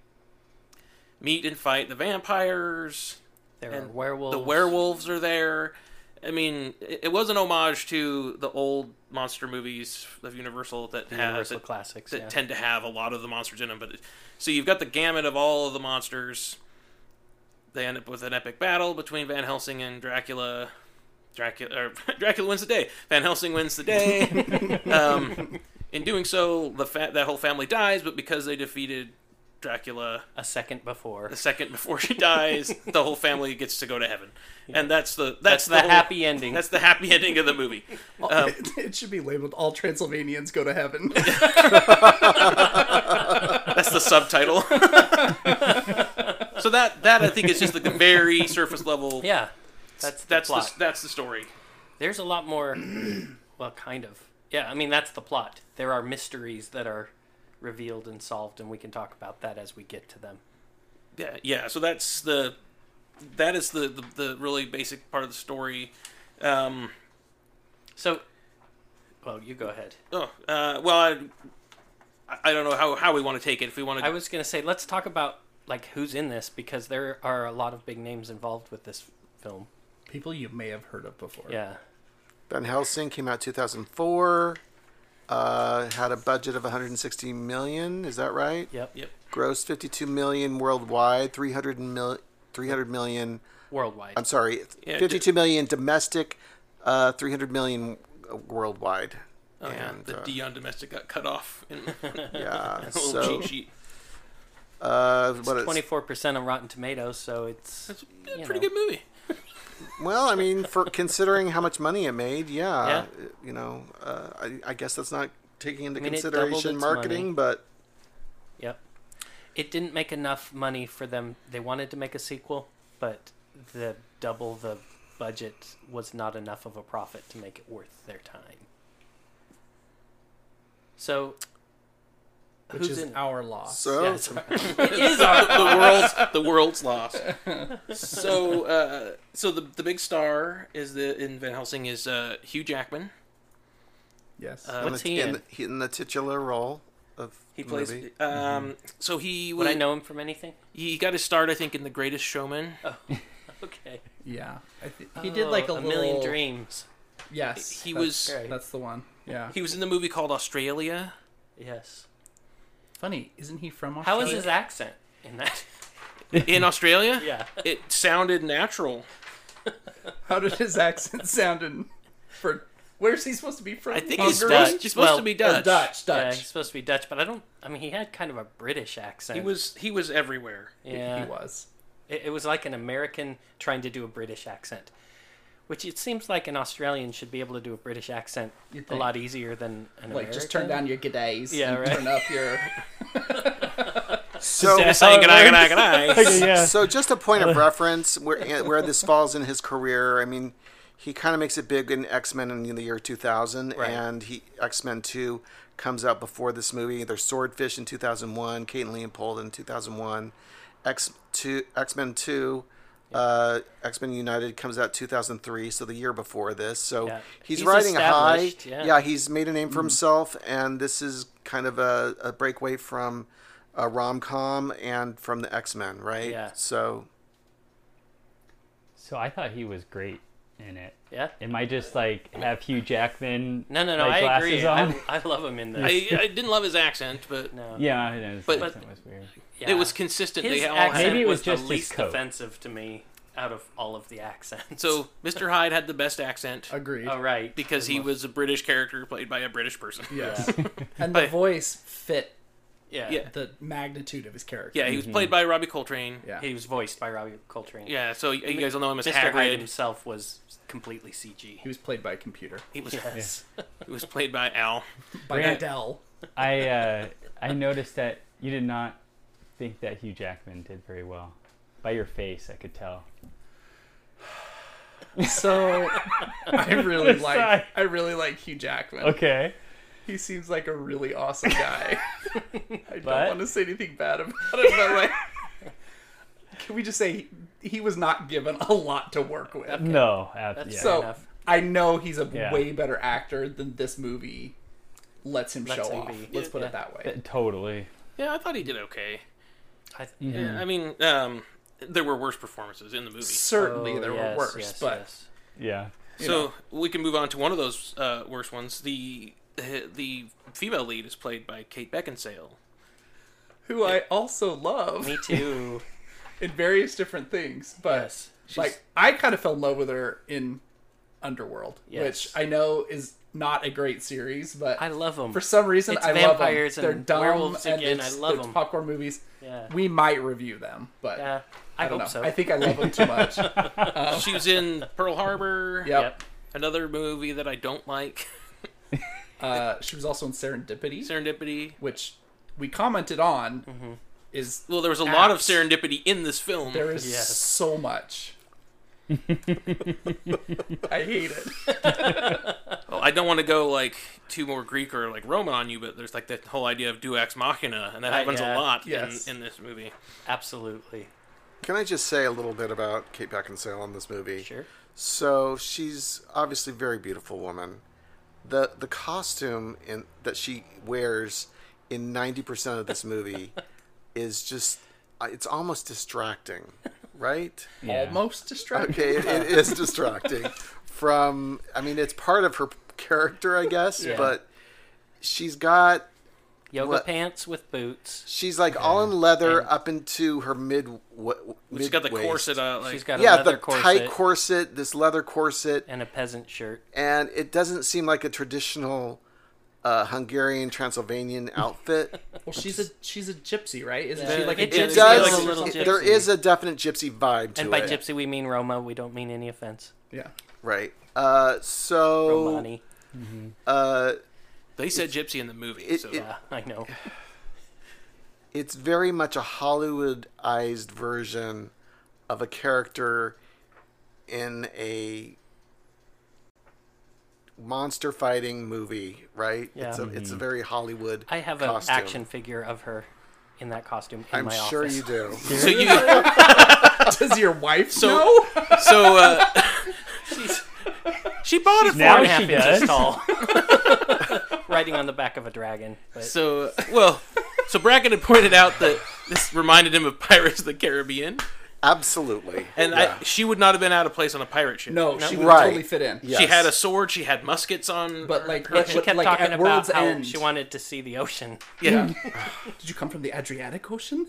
Speaker 1: meet and fight the vampires
Speaker 5: They're
Speaker 1: And
Speaker 5: werewolves.
Speaker 1: the werewolves are there. I mean, it, it was an homage to the old monster movies of Universal that have
Speaker 5: Universal
Speaker 1: that,
Speaker 5: classics.
Speaker 1: that
Speaker 5: yeah.
Speaker 1: tend to have a lot of the monsters in them. But it, so you've got the gamut of all of the monsters. They end up with an epic battle between Van Helsing and Dracula. Dracula, or Dracula wins the day. Van Helsing wins the day. um, in doing so, the fa- that whole family dies. But because they defeated Dracula,
Speaker 5: a second before.
Speaker 1: the second before she dies, the whole family gets to go to heaven, and that's the that's,
Speaker 5: That's the
Speaker 1: whole-
Speaker 5: happy ending.
Speaker 1: That's the happy ending of the movie. Um,
Speaker 7: it should be labeled "All Transylvanians Go to Heaven."
Speaker 1: that's the subtitle. so that that I think is just like a very surface level.
Speaker 5: yeah. That's the
Speaker 1: that's the,
Speaker 5: plot.
Speaker 1: that's the story.
Speaker 5: There's a lot more. well, kind of. Yeah, I mean that's the plot. There are mysteries that are revealed and solved, and we can talk about that as we get to them.
Speaker 1: Yeah, yeah. So that's the that is the the, the really basic part of the story. Um,
Speaker 5: So, well, you go ahead.
Speaker 1: oh, uh, well, I, I don't know how, how we want to take it. If we want
Speaker 5: I
Speaker 1: to,
Speaker 5: was gonna say let's talk about like who's in this because there are a lot of big names involved with this film.
Speaker 7: People you may have heard of before.
Speaker 5: Yeah,
Speaker 8: Van Helsing came out 2004. Uh, had a budget of 160 million. Is that right?
Speaker 5: yep,
Speaker 1: yep.
Speaker 8: Gross 52 million worldwide. 300 mil. 300 million.
Speaker 5: worldwide.
Speaker 8: I'm sorry.
Speaker 1: Yeah, d-
Speaker 8: 52 million domestic. Uh, 300 million worldwide.
Speaker 1: Oh, yeah,
Speaker 8: And,
Speaker 1: the
Speaker 8: uh,
Speaker 1: D on domestic got cut off in
Speaker 8: yeah.
Speaker 1: a little
Speaker 8: So
Speaker 1: cheat sheet.
Speaker 8: uh, what is-
Speaker 5: Twenty four percent on Rotten Tomatoes, so it's
Speaker 1: It's a
Speaker 5: you
Speaker 1: pretty
Speaker 5: know.
Speaker 1: good movie.
Speaker 8: Well, I mean, for considering how much money it made, yeah,
Speaker 5: Yeah.
Speaker 8: it- you know, uh, I, I guess that's not taking into
Speaker 5: mean, it doubled
Speaker 8: consideration
Speaker 5: its
Speaker 8: marketing,
Speaker 5: money.
Speaker 8: but
Speaker 5: Yep. It didn't make enough money for them. They wanted to make a sequel, but the double the budget was not enough of a profit to make it worth their time. So
Speaker 7: which
Speaker 5: who's
Speaker 7: is
Speaker 5: in
Speaker 7: our loss.
Speaker 8: so
Speaker 5: Yeah, it's- it is our
Speaker 1: the world's the world's lost. So uh, so the the big star is the in Van Helsing is uh, Hugh Jackman.
Speaker 7: yes.
Speaker 8: in,
Speaker 5: what's
Speaker 8: the,
Speaker 5: he in?
Speaker 8: the, he- in the titular role of
Speaker 1: He
Speaker 8: the
Speaker 1: plays.
Speaker 8: movie.
Speaker 1: Um, so he
Speaker 5: Would I
Speaker 1: was-
Speaker 5: know him from anything?
Speaker 1: He got his start, I think, in The Greatest Showman.
Speaker 5: Oh. Okay.
Speaker 7: yeah. I thi- he did like a,
Speaker 5: Oh, million
Speaker 7: little-
Speaker 5: dreams.
Speaker 7: Yes.
Speaker 1: He
Speaker 7: that's-
Speaker 1: was
Speaker 5: great.
Speaker 7: That's the one. Yeah.
Speaker 1: he was in the movie called Australia.
Speaker 5: Yes.
Speaker 7: Funny, isn't he from Australia?
Speaker 5: How is his accent in that?
Speaker 1: In Australia,
Speaker 5: Yeah.
Speaker 1: it sounded natural.
Speaker 7: How did his accent sound in for where's he supposed to be from?
Speaker 10: I think
Speaker 7: Hungary?
Speaker 10: he's
Speaker 5: Dutch.
Speaker 10: Dutch. He's supposed
Speaker 5: Well, uh,
Speaker 10: to be
Speaker 7: Or
Speaker 10: Dutch.
Speaker 7: Dutch.
Speaker 5: Yeah,
Speaker 7: Dutch.
Speaker 5: he's supposed to be Dutch, but I don't. I mean, he had kind of a British accent.
Speaker 1: He was he was everywhere.
Speaker 5: Yeah,
Speaker 7: He was.
Speaker 5: It, it was like an American trying to do a British accent, which it seems like an Australian should be able to do a British accent
Speaker 7: You
Speaker 5: a
Speaker 7: think?
Speaker 5: lot easier than an
Speaker 7: Like, just turn down your g'days.
Speaker 5: Yeah,
Speaker 7: and
Speaker 5: right.
Speaker 7: Turn up your.
Speaker 8: So,
Speaker 1: Saying "G'day, g'day, g'day."
Speaker 9: yeah.
Speaker 8: so just a point
Speaker 5: Uh.
Speaker 8: of reference where eh, where this falls in his career. I mean, he kind of makes it big in X Men in the year 2000, and he X Men 2 comes out before this movie. There's Swordfish in 2001, Kate and Leopold in 2001, X two X Men 2. Uh, X Men United comes out 2003, so the year before this. So
Speaker 5: Yeah.
Speaker 8: he's,
Speaker 5: He's
Speaker 8: riding a high.
Speaker 5: established, yeah.
Speaker 8: Uh, he's made a
Speaker 5: Hmm.
Speaker 8: name for himself, and this is kind of a, a breakaway from a rom com and from the X Men, right?
Speaker 5: Yeah.
Speaker 8: So
Speaker 9: So I thought he was great in it.
Speaker 5: Yeah.
Speaker 9: Am I just like have Hugh Jackman?
Speaker 5: No, no, no.
Speaker 9: like,
Speaker 5: I
Speaker 9: glasses
Speaker 5: agree.
Speaker 9: On?
Speaker 5: I, I love him in this.
Speaker 1: I, I didn't love his accent, but
Speaker 5: no.
Speaker 9: yeah, I know. His
Speaker 1: But-
Speaker 9: accent was weird.
Speaker 5: Yeah.
Speaker 1: it was consistent.
Speaker 5: His
Speaker 1: they all
Speaker 5: accent
Speaker 1: had
Speaker 9: Maybe it was
Speaker 5: was,
Speaker 9: just
Speaker 5: the
Speaker 9: his
Speaker 5: least
Speaker 9: coat.
Speaker 5: offensive to me out of all of the accents.
Speaker 1: so Mr. Hyde had the best accent
Speaker 7: Agreed.
Speaker 5: all right,
Speaker 1: because he was a British character played by a British person.
Speaker 7: Yes. and the
Speaker 1: But-
Speaker 7: voice fit
Speaker 5: yeah.
Speaker 1: Yeah.
Speaker 7: the magnitude of his character.
Speaker 1: Yeah, he was played by Robbie Coltrane. Yeah,
Speaker 7: Yeah.
Speaker 5: He was voiced by Robbie Coltrane.
Speaker 1: so you guys will know him as
Speaker 5: Mr.
Speaker 1: Hagrid.
Speaker 5: Hyde himself was completely CG.
Speaker 7: He was played by a computer.
Speaker 1: He was
Speaker 5: Yes.
Speaker 1: he was played by Al.
Speaker 7: By
Speaker 9: Grant-
Speaker 7: Adele.
Speaker 9: I uh, I noticed that you did not think that Hugh Jackman did very well. By your face, I could tell.
Speaker 7: So I really like
Speaker 9: Sigh.
Speaker 7: I really like Hugh Jackman.
Speaker 9: Okay.
Speaker 7: He seems like a really awesome guy. I don't
Speaker 9: But-
Speaker 7: want to say anything bad about him, but like can we just say he, he was not given a lot to work with.
Speaker 9: No. ab- yeah.
Speaker 7: so
Speaker 5: enough.
Speaker 7: I know he's a
Speaker 9: Yeah.
Speaker 7: way better actor than this movie lets him show
Speaker 5: him
Speaker 7: off.
Speaker 5: be.
Speaker 7: Let's put
Speaker 5: Yeah.
Speaker 7: it that way.
Speaker 9: Th- totally.
Speaker 1: Yeah, I thought he did okay.
Speaker 5: I th-
Speaker 1: Yeah, I mean, um, there were worse performances in the movie,
Speaker 7: Certainly there
Speaker 5: oh, yes,
Speaker 7: were worse,
Speaker 5: yes,
Speaker 7: but
Speaker 5: yes.
Speaker 9: Yeah.
Speaker 1: so we can move on to one of those uh, worse ones. The the female lead is played by Kate Beckinsale.
Speaker 7: who I also love
Speaker 5: me too.
Speaker 7: in various different things. But
Speaker 5: Yes, she's-
Speaker 7: like I kind of fell in love with her in Underworld,
Speaker 5: Yes.
Speaker 7: which I know is not a great series, but
Speaker 5: I love him.
Speaker 7: for some reason
Speaker 5: It's
Speaker 7: I
Speaker 5: vampires
Speaker 7: love them.
Speaker 5: and
Speaker 7: They're dumb
Speaker 5: werewolves
Speaker 7: and
Speaker 5: again,
Speaker 7: it's-
Speaker 5: I love
Speaker 7: they're
Speaker 5: them.
Speaker 7: popcorn movies.
Speaker 5: Yeah.
Speaker 7: We might review them, but
Speaker 5: yeah, I,
Speaker 7: I, don't
Speaker 5: hope
Speaker 7: know.
Speaker 5: so.
Speaker 7: I think I love them too much. yep.
Speaker 1: She was in Pearl Harbor. Another movie that I don't like,
Speaker 7: Uh, she was also in Serendipity,
Speaker 1: Serendipity.
Speaker 7: which we commented on.
Speaker 5: mm-hmm.
Speaker 7: Is
Speaker 1: Well, there was a lot of
Speaker 7: Apt.
Speaker 1: serendipity in this film.
Speaker 7: there is
Speaker 5: Yes.
Speaker 7: so much. I hate it.
Speaker 1: Well, I don't want to go like too more Greek or like Roman on you, but there's like that whole idea of Duax Machina, and that
Speaker 5: I-
Speaker 1: happens
Speaker 5: yeah,
Speaker 1: a lot
Speaker 7: yes.
Speaker 1: in, in this movie.
Speaker 5: Absolutely.
Speaker 8: Can I just say a little bit about Kate Beckinsale in this movie?
Speaker 5: Sure.
Speaker 8: So she's obviously a very beautiful woman. The the costume in that she wears in 90% of this movie is just uh, it's almost distracting, right?
Speaker 9: Yeah.
Speaker 7: Almost distracting.
Speaker 8: Okay, it, it is distracting from I mean it's part of her character, I guess, but she's got
Speaker 5: Yoga
Speaker 8: What-
Speaker 5: pants with boots.
Speaker 8: she's like all in leather up into her mid
Speaker 1: She's got the corset on. Like,
Speaker 5: She's got a
Speaker 8: yeah,
Speaker 5: leather
Speaker 8: the
Speaker 5: corset
Speaker 8: tight corset, this leather corset,
Speaker 5: and a peasant shirt.
Speaker 8: and it doesn't seem like a traditional uh, Hungarian Transylvanian outfit.
Speaker 7: Well, she's a she's a gypsy, right? Isn't
Speaker 5: Yeah.
Speaker 7: she like a
Speaker 5: It
Speaker 7: gypsy?
Speaker 8: it
Speaker 5: It's
Speaker 8: does.
Speaker 5: like a little
Speaker 8: it-
Speaker 5: gypsy.
Speaker 8: there is a definite gypsy vibe to
Speaker 5: And by
Speaker 8: it,
Speaker 5: gypsy, we mean Roma. We don't mean any offense.
Speaker 7: Yeah.
Speaker 8: right? Uh, so
Speaker 5: Romani.
Speaker 8: uh,
Speaker 1: they said gypsy in the movie,
Speaker 8: it-
Speaker 1: so
Speaker 8: it-
Speaker 5: Yeah, I know.
Speaker 8: it's very much a Hollywoodized version of a character in a monster fighting movie, right?
Speaker 5: Yeah.
Speaker 8: It's a
Speaker 1: Mm-hmm.
Speaker 8: it's a very Hollywood.
Speaker 5: I have an
Speaker 8: costume.
Speaker 5: action figure of her in that costume in
Speaker 8: I'm
Speaker 5: my
Speaker 8: sure
Speaker 5: office.
Speaker 8: you do.
Speaker 1: so you
Speaker 7: Does your wife
Speaker 1: So-
Speaker 7: know?
Speaker 1: so uh, she bought it for
Speaker 9: now
Speaker 5: Four and a half
Speaker 9: she
Speaker 5: inches
Speaker 9: does.
Speaker 5: tall. Riding on the back of a dragon. But
Speaker 1: So uh, well, so Bracken had pointed out that this reminded him of Pirates of the Caribbean,
Speaker 8: Absolutely.
Speaker 1: and
Speaker 8: yeah.
Speaker 1: I, she would not have been out of place on a pirate ship.
Speaker 7: No, she would
Speaker 8: Right.
Speaker 7: totally fit in.
Speaker 8: Yes.
Speaker 1: she had a sword. She had muskets on.
Speaker 7: But like,
Speaker 5: but she
Speaker 7: what-
Speaker 5: kept
Speaker 7: like
Speaker 5: talking
Speaker 7: at
Speaker 5: about
Speaker 7: World's
Speaker 5: how
Speaker 7: End,
Speaker 5: she wanted to see the ocean.
Speaker 1: yeah,
Speaker 7: Did you come from the Adriatic Ocean?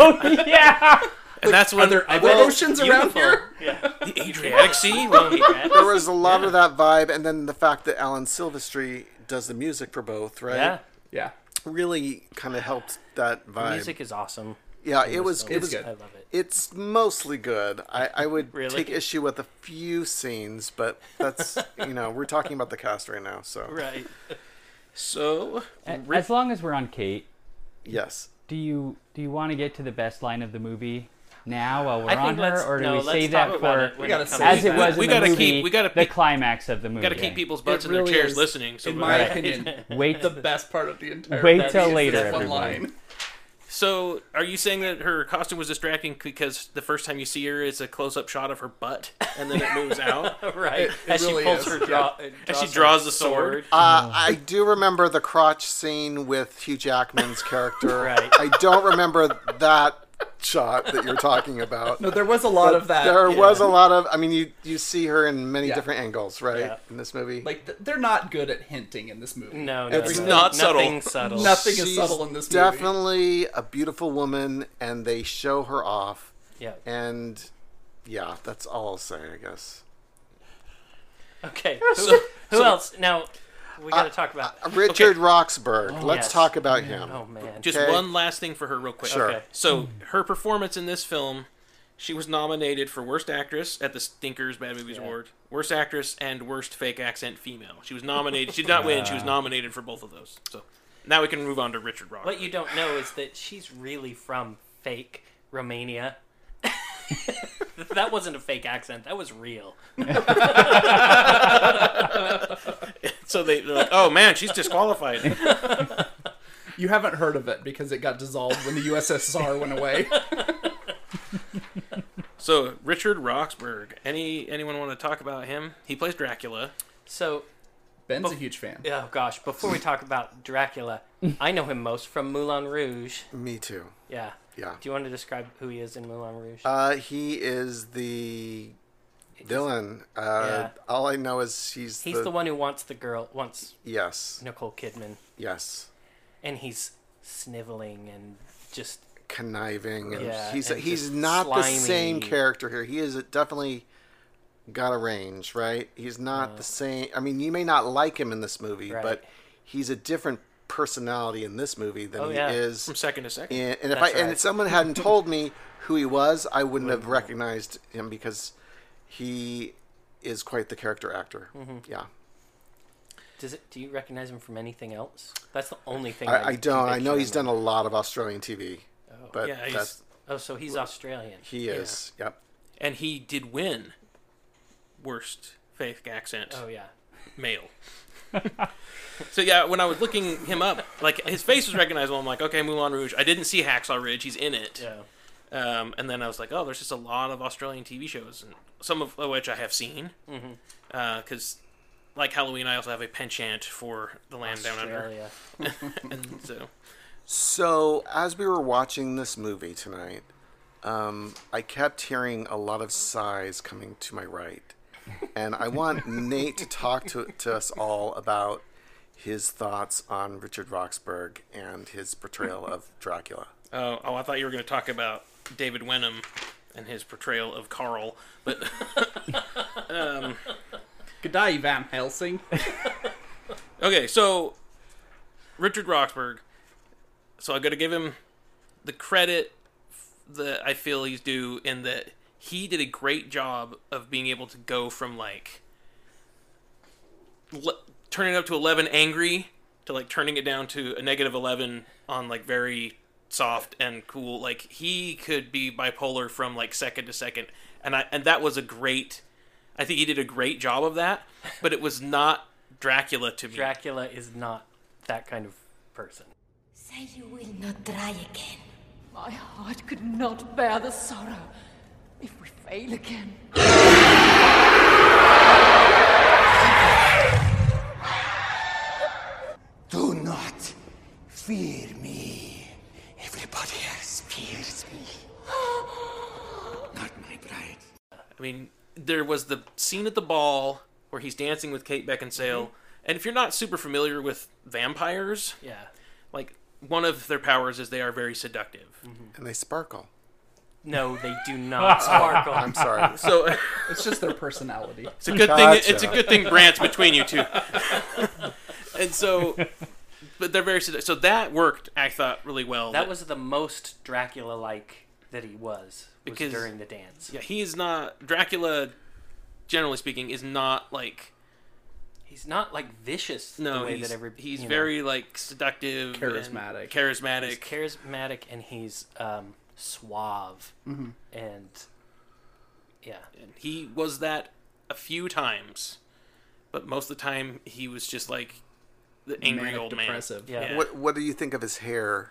Speaker 9: Oh yeah.
Speaker 1: And that's when
Speaker 7: Are there other
Speaker 1: well,
Speaker 7: oceans around
Speaker 5: Beautiful.
Speaker 7: here?
Speaker 5: Yeah.
Speaker 1: the Adriatic Sea. Well,
Speaker 8: There was a lot of that vibe, and then the fact that Alan Silvestri does the music for both, right?
Speaker 5: yeah.
Speaker 7: Yeah.
Speaker 8: really kind of helped that vibe.
Speaker 5: Music is awesome.
Speaker 8: yeah, it was.
Speaker 5: It's
Speaker 8: It was.
Speaker 5: I love it.
Speaker 8: It's mostly good. I, I would
Speaker 5: Really?
Speaker 8: take issue with a few scenes, but that's you know we're talking about the cast right now, so
Speaker 5: Right.
Speaker 1: so
Speaker 9: A- As long as we're on Kate,
Speaker 8: yes.
Speaker 9: do you do you want to get to the best line of the movie now while we're
Speaker 5: I think
Speaker 9: on her,
Speaker 5: let's-
Speaker 9: or do
Speaker 5: no,
Speaker 9: we
Speaker 5: let's
Speaker 9: save
Speaker 5: talk
Speaker 9: that
Speaker 5: about
Speaker 9: for
Speaker 5: it when
Speaker 7: We gotta
Speaker 5: comes
Speaker 7: save
Speaker 9: as
Speaker 7: that.
Speaker 9: it was
Speaker 1: We
Speaker 9: in the
Speaker 1: gotta keep-
Speaker 9: movie,
Speaker 1: we gotta
Speaker 9: the
Speaker 1: pe-
Speaker 9: climax of the movie?
Speaker 1: got to keep people's butts
Speaker 7: It
Speaker 1: in their
Speaker 7: really
Speaker 1: chairs
Speaker 7: is,
Speaker 1: listening. So
Speaker 7: in
Speaker 1: we're
Speaker 7: my
Speaker 1: like-
Speaker 7: opinion,
Speaker 9: Wait,
Speaker 7: the best part of the entire
Speaker 9: Wait
Speaker 7: movie
Speaker 9: till
Speaker 7: is
Speaker 9: later,
Speaker 7: this one
Speaker 9: everyone.
Speaker 7: line.
Speaker 1: So, are you saying that her costume was distracting because the first time you see her, it's a close-up shot of her butt, and then it moves out
Speaker 5: right.
Speaker 7: It- it
Speaker 5: as
Speaker 7: really
Speaker 5: she pulls
Speaker 7: is,
Speaker 5: her
Speaker 7: yeah.
Speaker 5: draw,
Speaker 1: as she draws the sword.
Speaker 7: Oh.
Speaker 8: Uh, I do remember the crotch scene with Hugh Jackman's character.
Speaker 5: Right.
Speaker 8: I don't remember that shot that you're talking about.
Speaker 7: No, there was a lot of that.
Speaker 8: there
Speaker 7: yeah.
Speaker 8: was a lot of. I mean, you you see her in many
Speaker 7: Yeah.
Speaker 8: different angles, right?
Speaker 5: Yeah.
Speaker 8: In this movie,
Speaker 7: like th- they're not good at hinting in this movie.
Speaker 5: No, no,
Speaker 8: It's
Speaker 5: no.
Speaker 1: not subtle.
Speaker 5: Nothing subtle.
Speaker 7: nothing is subtle in this movie.
Speaker 8: definitely a beautiful woman, and they show her off.
Speaker 5: Yeah.
Speaker 8: And yeah, that's all I'll say, I guess.
Speaker 5: Okay. Who, who else? Now we
Speaker 7: uh,
Speaker 5: got to talk about.
Speaker 8: Richard Roxburgh. Let's
Speaker 5: Oh, yes.
Speaker 8: talk about him.
Speaker 5: Oh man.
Speaker 1: Just
Speaker 8: Okay.
Speaker 1: one last thing for her, real quick.
Speaker 8: Sure.
Speaker 5: Okay.
Speaker 1: So,
Speaker 9: Hmm.
Speaker 1: her performance in this film, she was nominated for Worst Actress at the Stinkers Bad Movies Award, Worst Actress, and Worst Fake Accent Female. She was nominated. She did not win. She
Speaker 9: Ah.
Speaker 1: was nominated for both of those. So, now we can move on to Richard Rock.
Speaker 5: What you don't know is that she's really from fake Romania. that wasn't a fake accent. That was real.
Speaker 1: So they, they're like, oh man, she's disqualified.
Speaker 7: You haven't heard of it because it got dissolved when the USSR went away.
Speaker 1: so Richard Roxburgh. Any anyone want to talk about him? He plays Dracula.
Speaker 5: So
Speaker 7: Ben's a huge fan.
Speaker 5: Oh gosh! Before we talk about Dracula, I know him most from Moulin Rouge.
Speaker 8: Me too.
Speaker 5: Yeah.
Speaker 8: Yeah.
Speaker 5: Do you want to describe who he is in Moulin Rouge?
Speaker 8: Uh, he is the villain. Uh,
Speaker 5: Yeah.
Speaker 8: All I know is he's
Speaker 5: he's the, one who wants the girl, wants
Speaker 8: Yes.
Speaker 5: Nicole Kidman,
Speaker 8: Yes.
Speaker 5: and he's sniveling and just
Speaker 8: Conniving. And
Speaker 5: Yeah,
Speaker 8: he's
Speaker 5: and
Speaker 8: he's
Speaker 5: just
Speaker 8: not the same
Speaker 5: slimy.
Speaker 8: character here. He is definitely got a range, right? He's not the same. I mean, you may not like him in this movie,
Speaker 5: Right.
Speaker 8: but he's a different personality in this movie than
Speaker 5: Oh,
Speaker 8: he
Speaker 5: yeah.
Speaker 8: is
Speaker 1: From second to second.
Speaker 8: And, and if I
Speaker 5: That's
Speaker 8: and
Speaker 5: right.
Speaker 8: if someone hadn't told me who he was, I wouldn't have recognized him because he is quite the character actor. Yeah,
Speaker 5: does it. Do you recognize him from anything else? That's the only thing.
Speaker 8: I, I don't. I know he's done
Speaker 5: remember.
Speaker 8: a lot of Australian TV, but
Speaker 1: Yeah, he's-
Speaker 8: that's,
Speaker 5: Oh, so he's Australian.
Speaker 8: he is. Yep.
Speaker 1: and he did win worst fake accent
Speaker 5: Oh yeah.
Speaker 1: male. so yeah, when I was looking him up, like his face was recognizable. I'm like, okay, Moulin Rouge. I didn't see Hacksaw Ridge. He's in it.
Speaker 5: Yeah.
Speaker 1: Um, and then I was like, oh, there's just a lot of Australian TV shows, and some of which I have seen. Because, like Halloween, I also have a penchant for the land down under.
Speaker 5: Australia.
Speaker 1: And so,
Speaker 8: So as we were watching this movie tonight, um, I kept hearing a lot of sighs coming to my right, and I want Nate to talk to, to us all about his thoughts on Richard Roxburgh and his portrayal of Dracula.
Speaker 1: oh, oh, I thought you were going to talk about David Wenham and his portrayal of Carl, but
Speaker 7: G'day, Van Helsing.
Speaker 1: Okay, so Richard Roxburgh. So I got to give him the credit that I feel he's due in that he did a great job of being able to go from like le- turning it up to 11 angry to like turning it down to a negative 11 on like very soft and cool like he could be bipolar from like second to second and I and that was a great I think he did a great job of that but it was not Dracula to me
Speaker 5: Dracula is not that kind of person.
Speaker 10: Say you will not try again.
Speaker 11: My heart could not bear the sorrow if we fail again.
Speaker 4: Do not fear me. Everybody else fears me. Not my bride.
Speaker 1: I mean, there was the scene at the ball where he's dancing with Kate Beckinsale.
Speaker 5: Mm-hmm.
Speaker 1: And if you're not super familiar with vampires,
Speaker 5: Yeah. Mm-hmm.
Speaker 1: like one of their powers is they are very seductive.
Speaker 8: And they sparkle.
Speaker 5: No, they do not sparkle.
Speaker 1: I'm sorry. So-
Speaker 7: it's just their personality.
Speaker 1: It's a good thing. It's a good thing Brant's between you two. and so, but they're very so that worked. I thought really well.
Speaker 5: That was the most Dracula-like that he was, was
Speaker 1: Because-
Speaker 5: during the dance.
Speaker 1: Yeah, he is not Dracula. Generally speaking, is not like
Speaker 5: He's not like vicious
Speaker 1: no.
Speaker 5: the way
Speaker 1: he's
Speaker 5: that every
Speaker 1: he's
Speaker 5: you know.
Speaker 1: very like seductive, and
Speaker 5: Charismatic. He's
Speaker 1: charismatic.
Speaker 5: charismatic, and he's um, suave,
Speaker 8: Mm-hmm.
Speaker 1: Mhm.
Speaker 5: and yeah,
Speaker 1: And he was that a few times, but most of the time he was just like the angry
Speaker 8: Manic
Speaker 1: old
Speaker 8: depressive.
Speaker 1: man.
Speaker 8: What What do you think of his hair?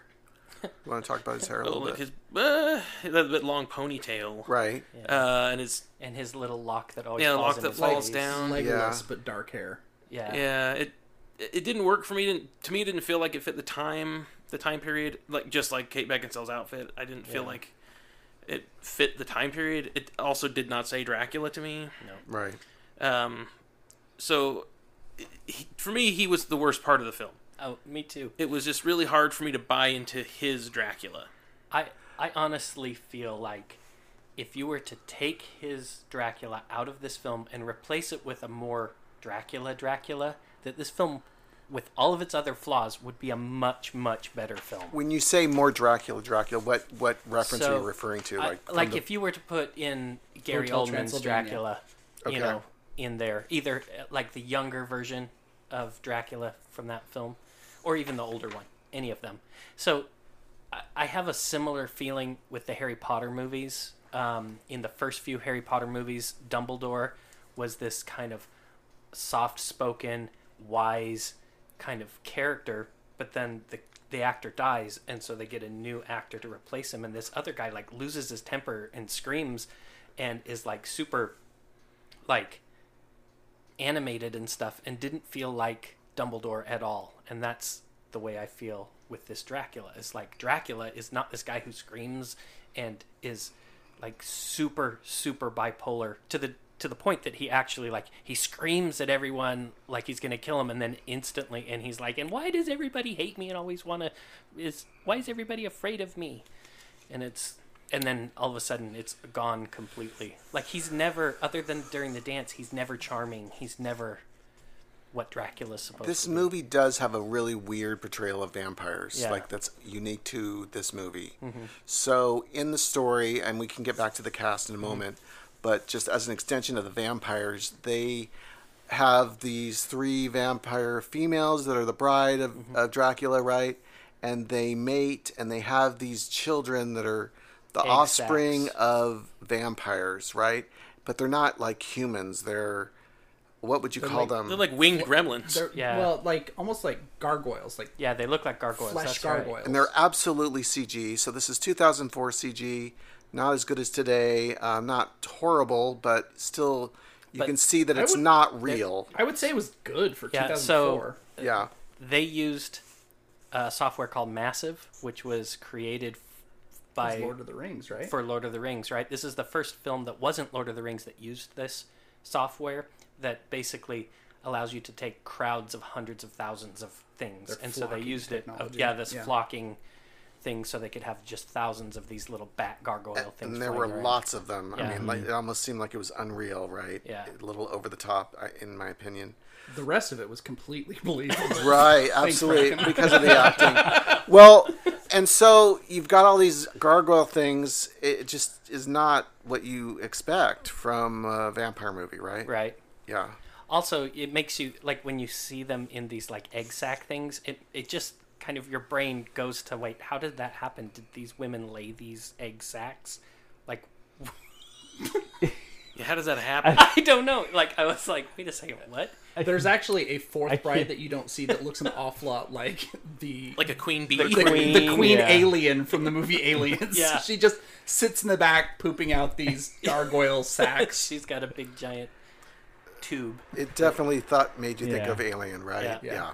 Speaker 8: You want to talk about his hair a
Speaker 1: Oh,
Speaker 8: little
Speaker 1: like
Speaker 8: bit?
Speaker 1: his uh, a little bit long ponytail,
Speaker 8: Right.
Speaker 1: Uh, and his
Speaker 5: and his little lock that always
Speaker 1: yeah,
Speaker 5: falls
Speaker 1: lock
Speaker 5: in
Speaker 1: that
Speaker 5: his
Speaker 1: falls
Speaker 5: face.
Speaker 1: down,
Speaker 7: Legolas, but dark hair.
Speaker 5: Yeah.
Speaker 1: yeah. It it didn't work for me. It Didn't, to me, it didn't feel like it fit the time, the time period. Like just like Kate Beckinsale's outfit, I didn't feel
Speaker 5: Yeah.
Speaker 1: like it fit the time period. It also did not say Dracula to me.
Speaker 5: No.
Speaker 8: Right.
Speaker 1: Um, so he, for me, he was the worst part of the film.
Speaker 5: Oh, me too.
Speaker 1: It was just really hard for me to buy into his Dracula.
Speaker 5: I I honestly feel like if you were to take his Dracula out of this film and replace it with a more Dracula Dracula, that this film with all of its other flaws would be a much much better film.
Speaker 8: When you say more Dracula, Dracula, what what reference are
Speaker 5: So,
Speaker 8: you referring to?
Speaker 5: I-
Speaker 8: from the-
Speaker 5: if you were to put in Gary
Speaker 8: Hotel
Speaker 5: Oldman's
Speaker 8: Transylvania.
Speaker 5: Dracula,
Speaker 8: Okay.
Speaker 5: you know, in there, either uh, like the younger version of Dracula from that film, or even the older one, any of them. So, I, I have a similar feeling with the Harry Potter movies. Um, in the first few Harry Potter movies, Dumbledore was this kind of soft-spoken, wise kind of character, but then the the actor dies, and so they get a new actor to replace him, and this other guy like loses his temper and screams, and is like super, like, animated and stuff, and didn't feel like Dumbledore at all, and that's the way I feel with this Dracula. It's like Dracula is not this guy who screams and is like super super bipolar to the to the point that he actually like he screams at everyone like he's gonna kill him and then instantly and he's like and why does everybody hate me and always wanna is why is everybody afraid of me and it's and then all of a sudden it's gone completely like he's never other than during the dance he's never charming he's never what Dracula's supposed
Speaker 8: this
Speaker 5: to be.
Speaker 8: movie does have a really weird portrayal of vampires
Speaker 5: Yeah.
Speaker 8: like that's unique to this movie
Speaker 5: Mhm.
Speaker 8: so in the story and we can get back to the cast in a moment but just as an extension of the vampires they have these three vampire females that are the bride of, of dracula right and they mate and they have these children that are the
Speaker 12: Egg
Speaker 8: offspring of vampires right but they're not like humans they're what would you
Speaker 7: They're
Speaker 8: call
Speaker 7: like-
Speaker 8: them
Speaker 1: They're like winged gremlins.
Speaker 7: They're, Well, like almost like gargoyles. Like
Speaker 5: yeah, they look like gargoyles.
Speaker 7: Flesh gargoyles.
Speaker 8: And they're absolutely CG. So this is 2004 CG, not as good as today, um, not horrible, but still you
Speaker 5: But
Speaker 8: can see that
Speaker 5: I
Speaker 8: it's
Speaker 5: would-
Speaker 8: not real.
Speaker 7: I would say it was good for
Speaker 5: yeah,
Speaker 7: 2004.
Speaker 5: so
Speaker 8: yeah,
Speaker 5: they used uh, software called Massive, which was created f- by
Speaker 7: It's Lord of the Rings, right?
Speaker 5: For Lord of the Rings, right? This is the first film that wasn't Lord of the Rings that used this software that basically allows you to take crowds of hundreds of thousands of things,
Speaker 7: Their
Speaker 5: and so they
Speaker 7: flocking
Speaker 5: used it. of-
Speaker 7: technology.
Speaker 5: yeah, this
Speaker 7: Yeah.
Speaker 5: flocking thing, so they could have just thousands of these little bat gargoyle things.
Speaker 8: and there were
Speaker 5: flying around.
Speaker 8: lots of them.
Speaker 5: Yeah. Mm-hmm.
Speaker 8: I mean, like, it almost seemed like it was unreal, right?
Speaker 5: Yeah.
Speaker 8: A little over the top, I- in my opinion.
Speaker 7: The rest of it was completely believable.
Speaker 8: Right,
Speaker 7: Thanks,
Speaker 8: absolutely,
Speaker 7: Bracken.
Speaker 8: because of the acting. Well, and so you've got all these gargoyle things. It just is not what you expect from a vampire movie, right?
Speaker 5: Right.
Speaker 8: Yeah.
Speaker 5: also it makes you like when you see them in these like egg sac things it, it just kind of your brain goes to wait how did that happen did these women lay these egg sacs like
Speaker 1: yeah, how does that happen
Speaker 5: i don't know like i was like wait a second what
Speaker 7: There's actually a fourth
Speaker 5: I
Speaker 7: bride
Speaker 5: can't-
Speaker 7: that you don't see that looks an awful lot like the
Speaker 1: like a queen bee.
Speaker 7: the, the queen,
Speaker 1: yeah.
Speaker 7: alien from the movie Aliens.
Speaker 5: Yeah.
Speaker 7: she just sits in the back pooping out these gargoyle sacks.
Speaker 5: She's got a big giant tube.
Speaker 8: It definitely thought made you think
Speaker 7: Yeah.
Speaker 8: of Alien, right?
Speaker 1: Yeah.
Speaker 8: Yeah.
Speaker 1: Yeah.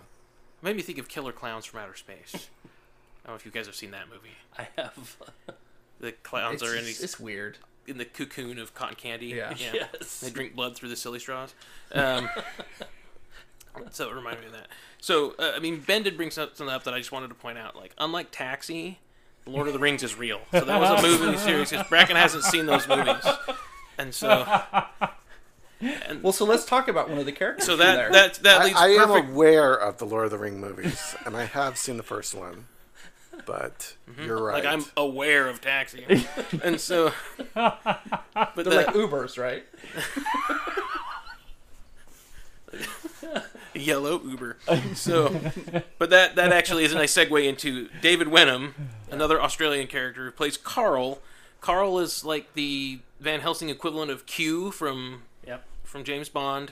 Speaker 1: Made me think of Killer Clowns from Outer Space. I don't know if you guys have seen that movie.
Speaker 5: I have.
Speaker 1: The clowns
Speaker 7: It's
Speaker 1: are in
Speaker 7: just-
Speaker 1: these.
Speaker 7: it's weird.
Speaker 1: In the cocoon of cotton candy.
Speaker 7: Yeah.
Speaker 5: Yes.
Speaker 1: They drink blood through the silly straws. Um, so it reminded me of that. So uh, I mean, Ben did bring some- something up that I just wanted to point out. Like, unlike Taxi, Lord of the Rings is real. So that was a movie series because Bracken hasn't seen those movies, and so
Speaker 7: well, so let's talk about one of the characters.
Speaker 1: So
Speaker 7: from
Speaker 1: that-
Speaker 7: there.
Speaker 1: that- that
Speaker 8: I,
Speaker 1: leads
Speaker 8: I am
Speaker 1: perfect-
Speaker 8: aware of the Lord of the Ring movies, and I have seen the first one, but you're right.
Speaker 1: Mm-hmm. like I'm aware of taxi, and so but
Speaker 7: They're
Speaker 1: that-
Speaker 7: like Ubers, right?
Speaker 1: yellow Uber. So, but that that actually is a nice segue into David Wenham, another Australian character who plays Carl. Carl is like the Van Helsing equivalent of Q from
Speaker 5: Yep.
Speaker 1: from James Bond,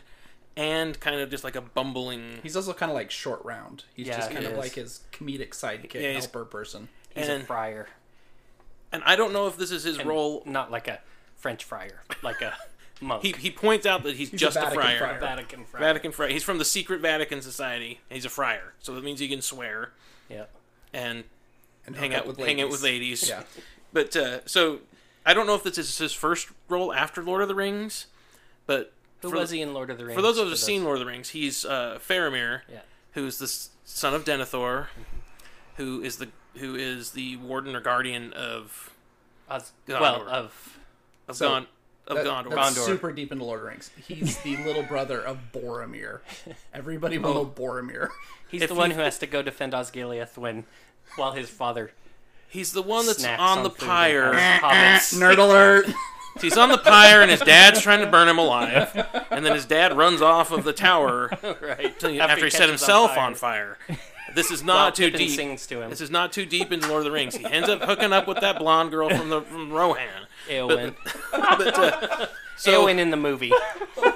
Speaker 1: and kind of just like a bumbling.
Speaker 7: He's also kind of like short round. He's
Speaker 1: Yeah,
Speaker 7: just
Speaker 1: he
Speaker 7: kind of
Speaker 1: is.
Speaker 7: like his comedic sidekick
Speaker 1: Yeah, he's-
Speaker 7: helper person.
Speaker 1: He's a And-
Speaker 5: friar.
Speaker 1: And I don't know if this is his role.
Speaker 5: Not like a French friar, like a monk.
Speaker 1: He, he points out that he's,
Speaker 5: He's a
Speaker 1: just a,
Speaker 5: Vatican
Speaker 1: friar.
Speaker 5: friar. Vatican friar.
Speaker 1: Vatican friar. He's from the secret Vatican Society. and he's a friar, so that means he can swear.
Speaker 5: Yeah.
Speaker 1: And,
Speaker 7: And
Speaker 1: hang
Speaker 7: hook
Speaker 1: out
Speaker 7: up with
Speaker 1: hang out
Speaker 7: ladies.
Speaker 1: with ladies.
Speaker 7: Yeah.
Speaker 1: But uh, so I don't know if this is his first role after Lord of the Rings, but
Speaker 5: Who
Speaker 1: for-
Speaker 5: was he in Lord of the Rings?
Speaker 1: For those of us
Speaker 5: For
Speaker 1: who've
Speaker 5: those-
Speaker 1: seen Lord of the Rings, he's uh, Faramir,
Speaker 5: Yeah.
Speaker 1: who's the s- son of Denethor,
Speaker 7: Mm-hmm.
Speaker 1: who is the who is the warden or guardian of
Speaker 5: Oz-
Speaker 1: Gondor.
Speaker 5: well, of-
Speaker 1: of,
Speaker 5: So,
Speaker 1: Gon- of
Speaker 7: That-
Speaker 1: Gondor.
Speaker 7: that's super deep into Lord of the Rings. He's the little brother of Boromir. Everybody will
Speaker 1: Oh.
Speaker 7: know Boromir.
Speaker 5: He's the one who has to go defend Osgiliath when, while his father.
Speaker 1: He's the one that's
Speaker 5: snacks
Speaker 1: on the
Speaker 5: food and
Speaker 1: pyre.
Speaker 5: hobbits.
Speaker 7: alert!
Speaker 1: He's on the pyre, and his dad's trying to burn him alive. And then his dad runs off of the tower
Speaker 5: Right.
Speaker 1: till- after,
Speaker 5: After he
Speaker 1: he set
Speaker 5: catches
Speaker 1: himself
Speaker 5: on
Speaker 1: on fire. This is not too
Speaker 5: Pippin
Speaker 1: deep.
Speaker 5: sings to him.
Speaker 1: This is not too deep in Lord of the Rings. He ends up hooking up with that blonde girl from the from Rohan.
Speaker 5: Eowyn.
Speaker 1: But, uh, so
Speaker 5: Eowyn in the movie.
Speaker 1: so,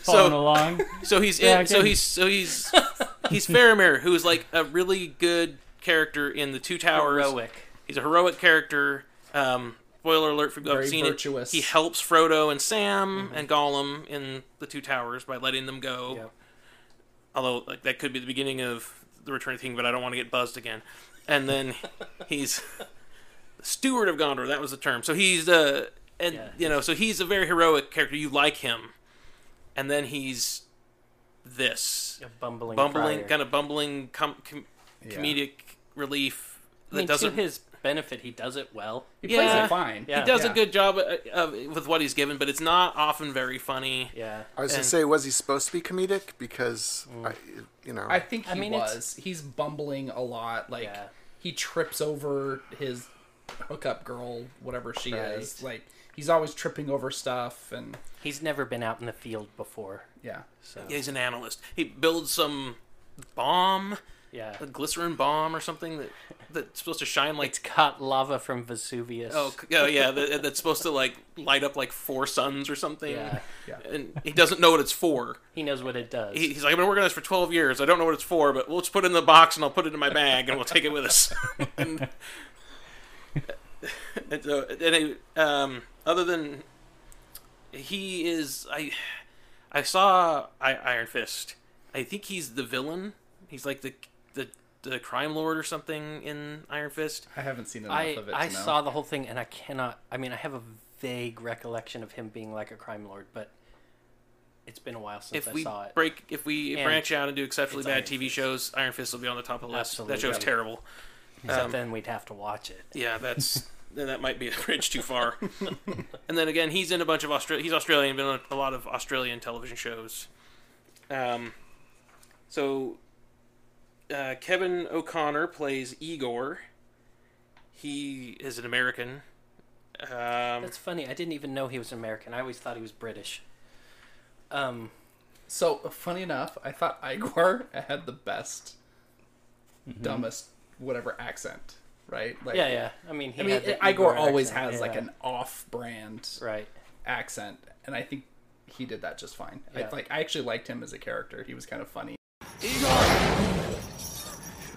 Speaker 9: Following along.
Speaker 1: So he's
Speaker 9: Yeah, I
Speaker 1: in, so
Speaker 9: can-
Speaker 1: he's so he's he's Faramir, who is like a really good character in the Two Towers.
Speaker 5: Heroic.
Speaker 1: He's a heroic character. Um, spoiler alert for
Speaker 7: Very
Speaker 1: I've seen
Speaker 7: virtuous. Mm-hmm.
Speaker 1: it. He helps Frodo and Sam and Gollum in the Two Towers by letting them go.
Speaker 5: Yep.
Speaker 1: Although like, that could be the beginning of the Return of the King, but I don't want to get buzzed again. And then he's steward of Gondor. That was the term. So he's uh, and
Speaker 5: Yeah.
Speaker 1: you know, so he's a very heroic character. You like him, and then he's this
Speaker 5: A bumbling.
Speaker 1: bumbling,
Speaker 5: friar.
Speaker 1: kind of bumbling com- com-
Speaker 7: Yeah.
Speaker 1: comedic relief
Speaker 5: I
Speaker 1: that
Speaker 5: mean, to
Speaker 1: doesn't.
Speaker 5: his benefit, he does it well.
Speaker 7: He plays
Speaker 1: Yeah.
Speaker 7: it fine.
Speaker 5: Yeah.
Speaker 1: He does
Speaker 7: Yeah.
Speaker 1: a good job uh, of, with what he's given, but it's not often very funny.
Speaker 5: Yeah.
Speaker 8: I was
Speaker 1: and- Mm.
Speaker 8: gonna say, was he supposed to be comedic? Because I, you know,
Speaker 7: I think he
Speaker 5: I mean, it's-
Speaker 7: was. He's bumbling a lot. Like
Speaker 5: Yeah.
Speaker 7: he trips over his hookup girl, whatever she is.
Speaker 5: Right.
Speaker 7: Like he's always tripping over stuff, and
Speaker 5: He's never been out in the field before.
Speaker 7: yeah,
Speaker 5: So
Speaker 1: Yeah, he's an analyst. He builds some bomb,
Speaker 5: yeah.
Speaker 1: a glycerin bomb or something that that's supposed to shine like
Speaker 5: It's caught lava from Vesuvius.
Speaker 1: Oh, c- oh yeah, that, that's supposed to like light up like four suns or something.
Speaker 5: Yeah.
Speaker 7: Yeah.
Speaker 1: And he doesn't know what it's for.
Speaker 5: he knows what it does.
Speaker 1: He, he's like, I've been working on this for twelve years. I don't know what it's for, but we'll just put it in the box and I'll put it in my bag and we'll take it with us. and, and so, and I- um, other than he is, I I saw I, Iron Fist. I think he's the villain. He's like the the the crime lord or something in Iron Fist.
Speaker 7: I haven't seen enough
Speaker 5: I
Speaker 7: of it. to
Speaker 5: I
Speaker 7: know.
Speaker 5: saw the whole thing and I cannot. I mean, I have a vague recollection of him being like a crime lord, but it's been a while since
Speaker 1: if
Speaker 5: I
Speaker 1: we
Speaker 5: saw it.
Speaker 1: break if we
Speaker 5: And
Speaker 1: branch out and do exceptionally
Speaker 5: it's
Speaker 1: bad
Speaker 5: Iron
Speaker 1: TV shows, Iron Fist will be on the top of the list.
Speaker 5: Absolutely.
Speaker 1: That show's
Speaker 5: Yeah.
Speaker 1: terrible.
Speaker 5: Except then we'd have to watch it.
Speaker 1: Yeah, that's then that might be a bridge too far. and then again, he's in a bunch of Australia. He's Australian, been on a lot of Australian television shows. Um, so uh, Kevin O'Connor plays Igor. He is an American. Um,
Speaker 5: That's funny. I didn't even know he was American. I always thought he was British. Um,
Speaker 7: So funny enough, I thought Igor had the best, dumbest, whatever accent, right?
Speaker 5: Mm-hmm.
Speaker 7: Like,
Speaker 5: yeah, yeah. I mean, he
Speaker 7: I mean,
Speaker 5: had the
Speaker 7: Igor always
Speaker 5: accent,
Speaker 7: has like
Speaker 5: yeah.
Speaker 7: an off-brand
Speaker 5: right.
Speaker 7: accent, and I think he did that just fine.
Speaker 5: Yeah.
Speaker 7: I, like I actually liked him as a character; he was kind of funny.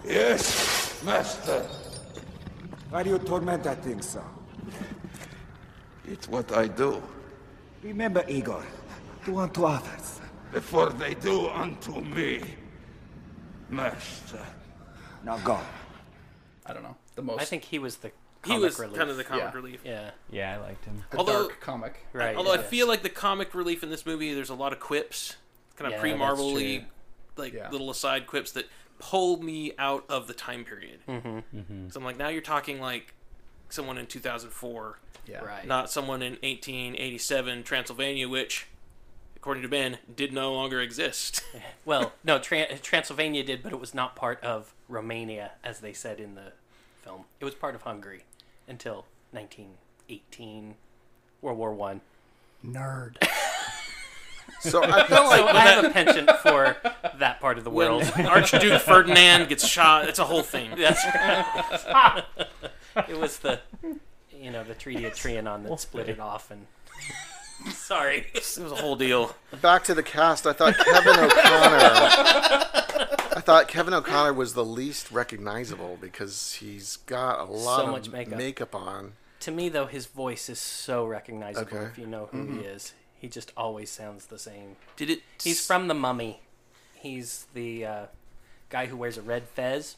Speaker 2: Yes, master.
Speaker 12: Why do you torment that thing so?
Speaker 2: It's what I do
Speaker 12: Remember, Igor, do unto others.
Speaker 2: before they do unto me, master.
Speaker 12: Now go.
Speaker 7: I don't know the most.
Speaker 5: I think he was the
Speaker 1: he
Speaker 5: comic
Speaker 1: was
Speaker 5: relief.
Speaker 1: kind of the comic
Speaker 7: Yeah.
Speaker 1: relief.
Speaker 5: yeah.
Speaker 9: Yeah, I liked him.
Speaker 7: the
Speaker 1: Although-
Speaker 7: dark comic,
Speaker 5: Right.
Speaker 1: Although I
Speaker 5: yeah.
Speaker 1: feel like the comic relief in this movie, there's a lot of quips, kind of
Speaker 5: Yeah,
Speaker 1: pre
Speaker 5: that's
Speaker 1: Marvel
Speaker 5: true.
Speaker 1: like
Speaker 7: Yeah.
Speaker 1: little aside quips that pull me out of the time period.
Speaker 5: Mm-hmm.
Speaker 1: So I'm like, now you're talking like someone in 2004,
Speaker 5: Yeah. Right.
Speaker 1: Not someone in 1887 Transylvania, which, according to Ben, did no longer exist.
Speaker 5: Well, no, Tran- Transylvania did, but it was not part of Romania, as they said in the film. It was part of Hungary until 1918, World War One.
Speaker 7: Nerd.
Speaker 8: So
Speaker 5: I feel like I have a penchant for that part of the
Speaker 1: When
Speaker 5: world.
Speaker 1: Archduke Ferdinand gets shot, it's a whole thing.
Speaker 5: That's right. it was the, you know, the Treaty of Trianon that split it off, and sorry, it
Speaker 1: was a whole deal.
Speaker 8: Back to the cast. I thought Kevin O'Connor. I thought Kevin O'Connor was the least recognizable because he's got a lot
Speaker 5: So
Speaker 8: of
Speaker 5: much makeup.
Speaker 8: on.
Speaker 5: To me, though, his voice is so recognizable
Speaker 8: Okay.
Speaker 5: if you know who
Speaker 8: Mhm.
Speaker 5: he is. He just always sounds the same.
Speaker 1: Did it?
Speaker 5: He's from The Mummy. He's the uh, guy who wears a red fez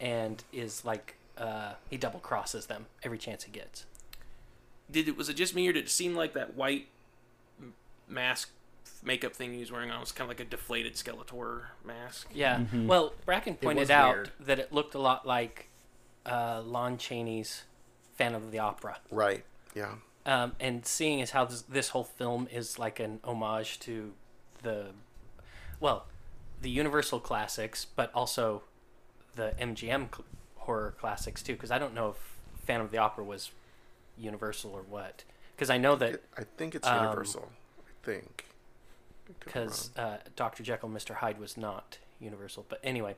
Speaker 5: and is like uh, he double crosses them every chance he gets.
Speaker 1: Did it? Was it just me, or did it seem like that white m- mask makeup thing he was wearing on was kind of like a deflated Skeletor mask?
Speaker 5: Yeah. Well, Bracken
Speaker 1: It
Speaker 5: pointed
Speaker 1: was
Speaker 5: out
Speaker 1: weird.
Speaker 5: that it looked a lot like uh, Lon Chaney's Phantom of the Opera.
Speaker 8: Right. Yeah.
Speaker 5: Um, and seeing as how this, this whole film is like an homage to the, well, the Universal classics, but also the MGM cl- horror classics too, because I don't know if Phantom of the Opera was Universal or what. Because I know that
Speaker 8: I think it's
Speaker 5: um,
Speaker 8: Universal. I think.
Speaker 5: because uh, Dr. Jekyll, Mr. Hyde was not universal. But anyway,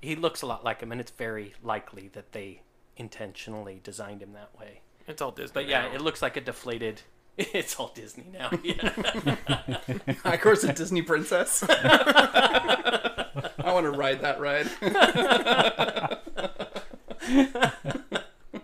Speaker 5: he looks a lot like him, and it's very likely that they intentionally designed him that way.
Speaker 1: It's all Disney
Speaker 5: But yeah,
Speaker 1: now.
Speaker 5: it looks like a deflated. It's all Disney now. Yeah.
Speaker 7: of course, a Disney princess. I want to ride that ride.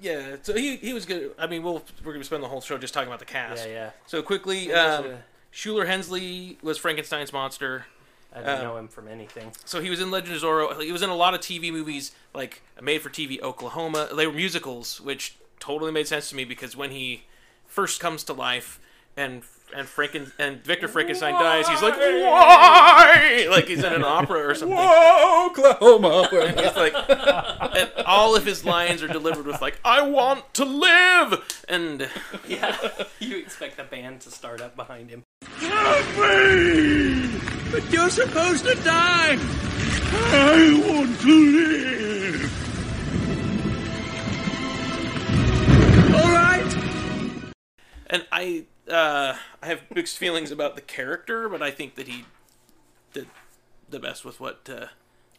Speaker 1: Yeah, so he he was good. I mean, we'll we're gonna spend the whole show just talking about the cast.
Speaker 5: Yeah, yeah.
Speaker 1: So quickly,
Speaker 5: What was,
Speaker 1: um,
Speaker 5: uh,
Speaker 1: Schuler Hensley was Frankenstein's monster.
Speaker 5: I didn't
Speaker 1: Um,
Speaker 5: know him from anything.
Speaker 1: So he was in Legend of Zorro. He was in a lot of TV movies, like made for TV Oklahoma. They were musicals, which totally made sense to me because when he first comes to life and and Franken and Victor Frankenstein dies, he's like, why? Like he's in an opera or something.
Speaker 7: Whoa, Oklahoma.
Speaker 1: It's like and all of his lines are delivered with like, I want to live, and
Speaker 5: yeah, you expect the band to start up behind him.
Speaker 13: But you're supposed to die! I want to live! Alright!
Speaker 1: and I uh, I have mixed feelings about the character, but I think that he did the best with what uh,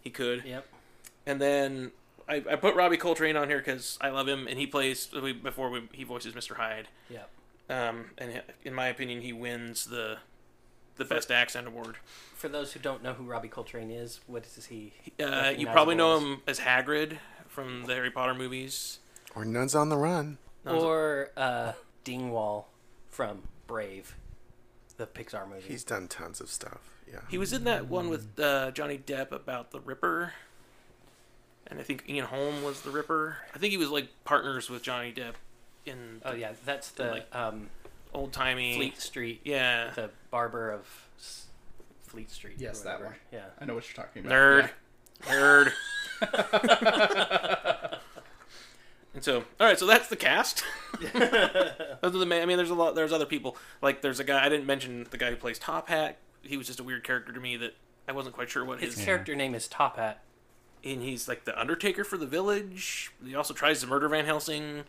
Speaker 1: he could.
Speaker 5: Yep.
Speaker 1: And then I, I put Robbie Coltrane on here because I love him, and he plays we, before we, he voices Mr. Hyde.
Speaker 5: Yep.
Speaker 1: Um, and in my opinion, he wins the the best accent award.
Speaker 5: For those who don't know who Robbie Coltrane is, what is he?
Speaker 1: Uh, you probably know
Speaker 5: recognizable
Speaker 1: him as Hagrid from the Harry Potter movies.
Speaker 8: Or Nuns on the Run.
Speaker 5: as? or uh, Dingwall from Brave, the Pixar movie.
Speaker 8: He's done tons of stuff. Yeah.
Speaker 1: He was in that one with uh, Johnny Depp about the Ripper, and I think Ian Holm was the Ripper. I think he was like partners with Johnny Depp in.
Speaker 5: Oh yeah, that's the um,
Speaker 1: old timey
Speaker 5: Fleet Street.
Speaker 1: Yeah,
Speaker 5: the barber of S- Fleet Street. or
Speaker 7: Yes, that
Speaker 5: whatever.
Speaker 7: one.
Speaker 5: Yeah,
Speaker 7: I know what you're talking about.
Speaker 1: Nerd. Nerd.
Speaker 7: Yeah.
Speaker 1: And so, all right, so that's the cast. Those are the ma I mean, there's a lot. There's other people. Like, there's a guy I didn't mention. The guy who plays Top Hat. He was just a weird character to me that I wasn't quite sure what
Speaker 5: his
Speaker 1: his,
Speaker 5: character name is Top Hat.
Speaker 1: And he's like the Undertaker for the village. He also tries to murder Van Helsing.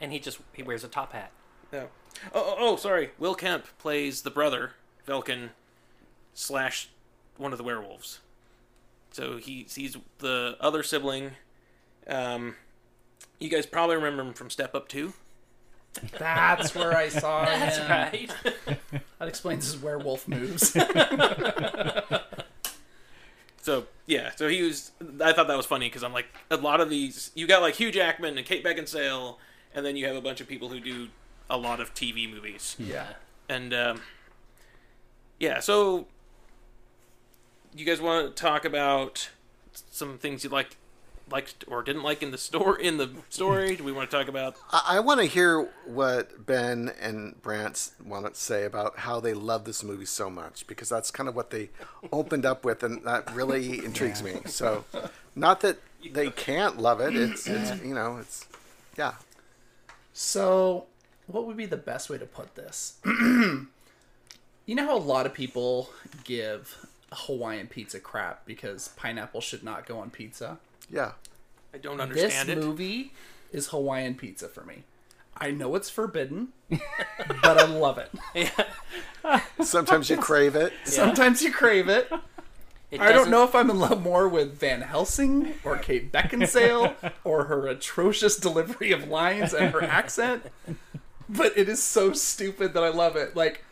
Speaker 5: And he just he wears a top hat.
Speaker 1: Yeah. Oh, oh, oh sorry. Will Kemp plays the brother Velkin slash one of the werewolves. So he sees the other sibling. Um, you guys probably remember him from Step Up Two.
Speaker 7: That's where I saw
Speaker 5: That's
Speaker 7: him.
Speaker 5: right.
Speaker 7: That explains his werewolf moves.
Speaker 1: So yeah, so he was. I thought that was funny because I'm like a lot of these. You got like Hugh Jackman and Kate Beckinsale, and then you have a bunch of people who do a lot of TV movies.
Speaker 7: Yeah.
Speaker 1: and um, yeah. So you guys want to talk about some things you liked liked or didn't like in the store in the story? Do we want to talk about?
Speaker 8: I, I want to hear what Ben and Brant want to say about how they love this movie so much because that's kind of what they opened up with, and that really intrigues me. So, not that they can't love it. It's it's you know it's yeah.
Speaker 7: So, what would be the best way to put this? you know how a lot of people give Hawaiian pizza crap because pineapple should not go on pizza?
Speaker 8: Yeah.
Speaker 1: I don't understand
Speaker 7: this
Speaker 1: it.
Speaker 7: movie is Hawaiian pizza for me. I know it's forbidden, but I love it.
Speaker 8: Sometimes you crave it.
Speaker 7: Sometimes you crave it.
Speaker 8: It
Speaker 7: I don't
Speaker 8: doesn't-
Speaker 7: know if I'm in love more with Van Helsing or Kate Beckinsale or her atrocious delivery of lines and her accent, but it is so stupid that I love it. Like,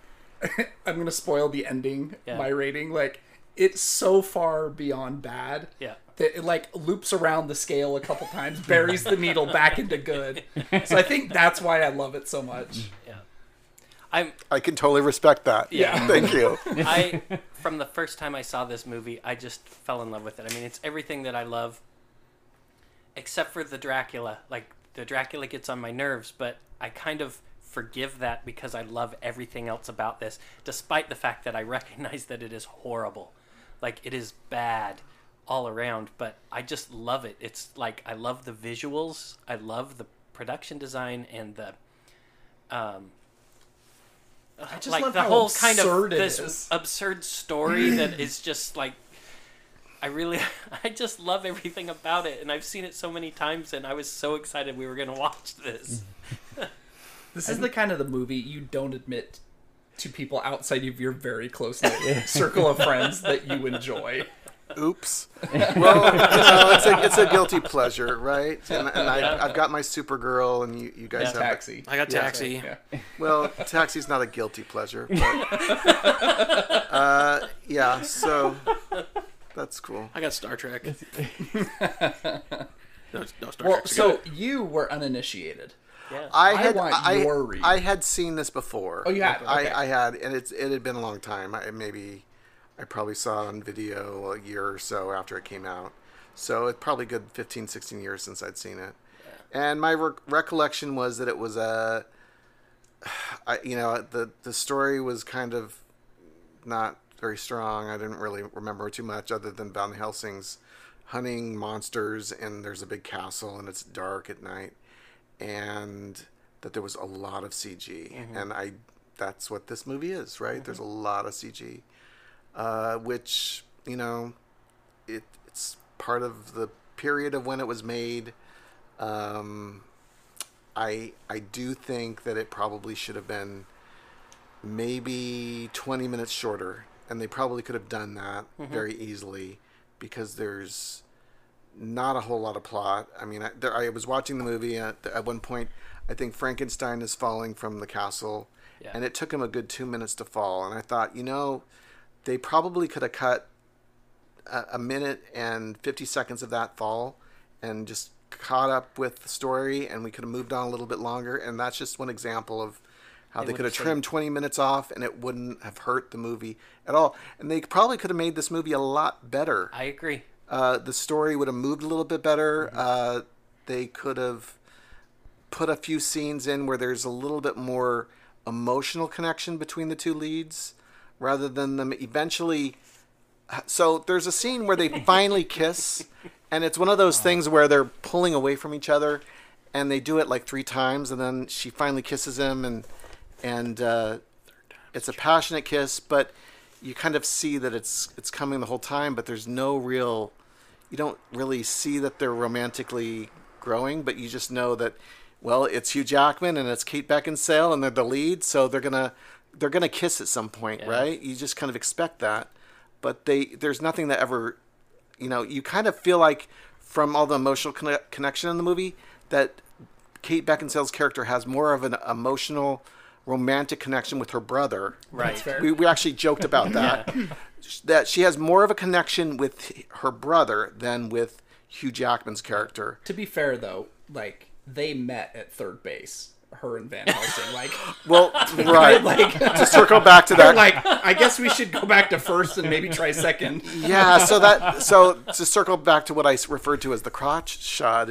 Speaker 7: I'm going to spoil the ending,
Speaker 5: Yeah.
Speaker 7: my rating. Like, it's so far beyond bad
Speaker 5: Yeah.
Speaker 7: that it, like, loops around the scale a couple times, buries the needle back into good. So I think that's why I love it so much.
Speaker 5: I'm
Speaker 8: I can totally respect that. Thank you.
Speaker 5: I from the first time I saw this movie, I just fell in love with it. I mean, it's everything that I love, except for the Dracula. Like the Dracula gets on my nerves, but I kind of forgive that because I love everything else about this, despite the fact that I recognize that it is horrible. Like it is bad all around, but I just love it. It's like I love the visuals, I love the production design and the um
Speaker 7: I just
Speaker 5: like
Speaker 7: love
Speaker 5: the
Speaker 7: how
Speaker 5: whole kind of
Speaker 7: absurd it
Speaker 5: this
Speaker 7: is.
Speaker 5: absurd story that is just like I really I just love everything about it and I've seen it so many times and I was so excited we were going to watch this.
Speaker 7: This is the kind of the movie you don't admit to people outside of your very close knit circle of friends that you enjoy.
Speaker 8: Oops. Well, you know, it's a, it's a guilty pleasure, right? And, and I,
Speaker 7: Yeah.
Speaker 8: I've got my Supergirl, and you, you guys
Speaker 7: Yeah.
Speaker 8: have
Speaker 7: Taxi. I got Taxi. Yeah.
Speaker 8: Well, taxi's not a guilty pleasure. But, uh, yeah, so that's cool.
Speaker 1: I got Star Trek. no, no Star
Speaker 7: Well,
Speaker 1: Trek.
Speaker 7: so you were uninitiated.
Speaker 8: I had
Speaker 7: want
Speaker 8: I,
Speaker 7: your read.
Speaker 8: I had seen this before.
Speaker 7: Oh, you had? Okay.
Speaker 8: I, I had, and it's it had been a long time. I, maybe I probably saw it on video a year or so after it came out. So it's probably good 15, 16 years since I'd seen it. And my re- recollection was that it was a, I, you know, the the story was kind of not very strong. I didn't really remember too much other than Van Helsing's hunting monsters and there's a big castle and it's dark at night and that there was a lot of CG
Speaker 2: Mhm.
Speaker 8: and I that's what this movie is, right? There's a lot of CG uh, which, you know, it it's part of the period of when it was made. Um, I I do think that it probably should have been maybe 20 minutes shorter and they probably could have done that
Speaker 2: Mhm.
Speaker 8: very easily because there's not a whole lot of plot i mean i, there, I was watching the movie at, at one point i think frankenstein is falling from the castle
Speaker 5: Yeah.
Speaker 8: and it took him a good two minutes to fall and i thought you know they probably could have cut a, a minute and 50 seconds of that fall and just caught up with the story and we could have moved on a little bit longer and that's just one example of how
Speaker 2: They
Speaker 8: they
Speaker 2: would
Speaker 8: could have
Speaker 2: have saved-
Speaker 8: trimmed 20 minutes off and it wouldn't have hurt the movie at all and they probably could have made this movie a lot better
Speaker 5: I agree.
Speaker 8: uh, the story would have moved a little bit better uh, they could have put a few scenes in where there's a little bit more emotional connection between the two leads rather than them eventually so there's a scene where they finally kiss and it's one of those things where they're pulling away from each other and they do it like three times and then she finally kisses him and and uh, it's a passionate kiss but you kind of see that it's it's coming the whole time but there's no real you don't really see that they're romantically growing but you just know that well it's Hugh Jackman and it's Kate Beckinsale and they're the lead so they're going to they're going to kiss at some point right you just kind of expect that but they there's nothing that ever you know you kind of feel like from all the emotional conne- connection in the movie that Kate Beckinsale's character has more of an emotional romantic connection with her brother
Speaker 5: Right. That's fair.
Speaker 8: we, we actually joked about that that she has more of a connection with her brother than with Hugh Jackman's character
Speaker 7: To be fair, though, like they met at third base her and Van Helsing. Like,
Speaker 8: well, right.
Speaker 7: like,
Speaker 8: To circle back to that.
Speaker 7: Like, I guess we should go back to first and maybe try second.
Speaker 8: yeah so that so to circle back to what i s- referred to as the crotch shot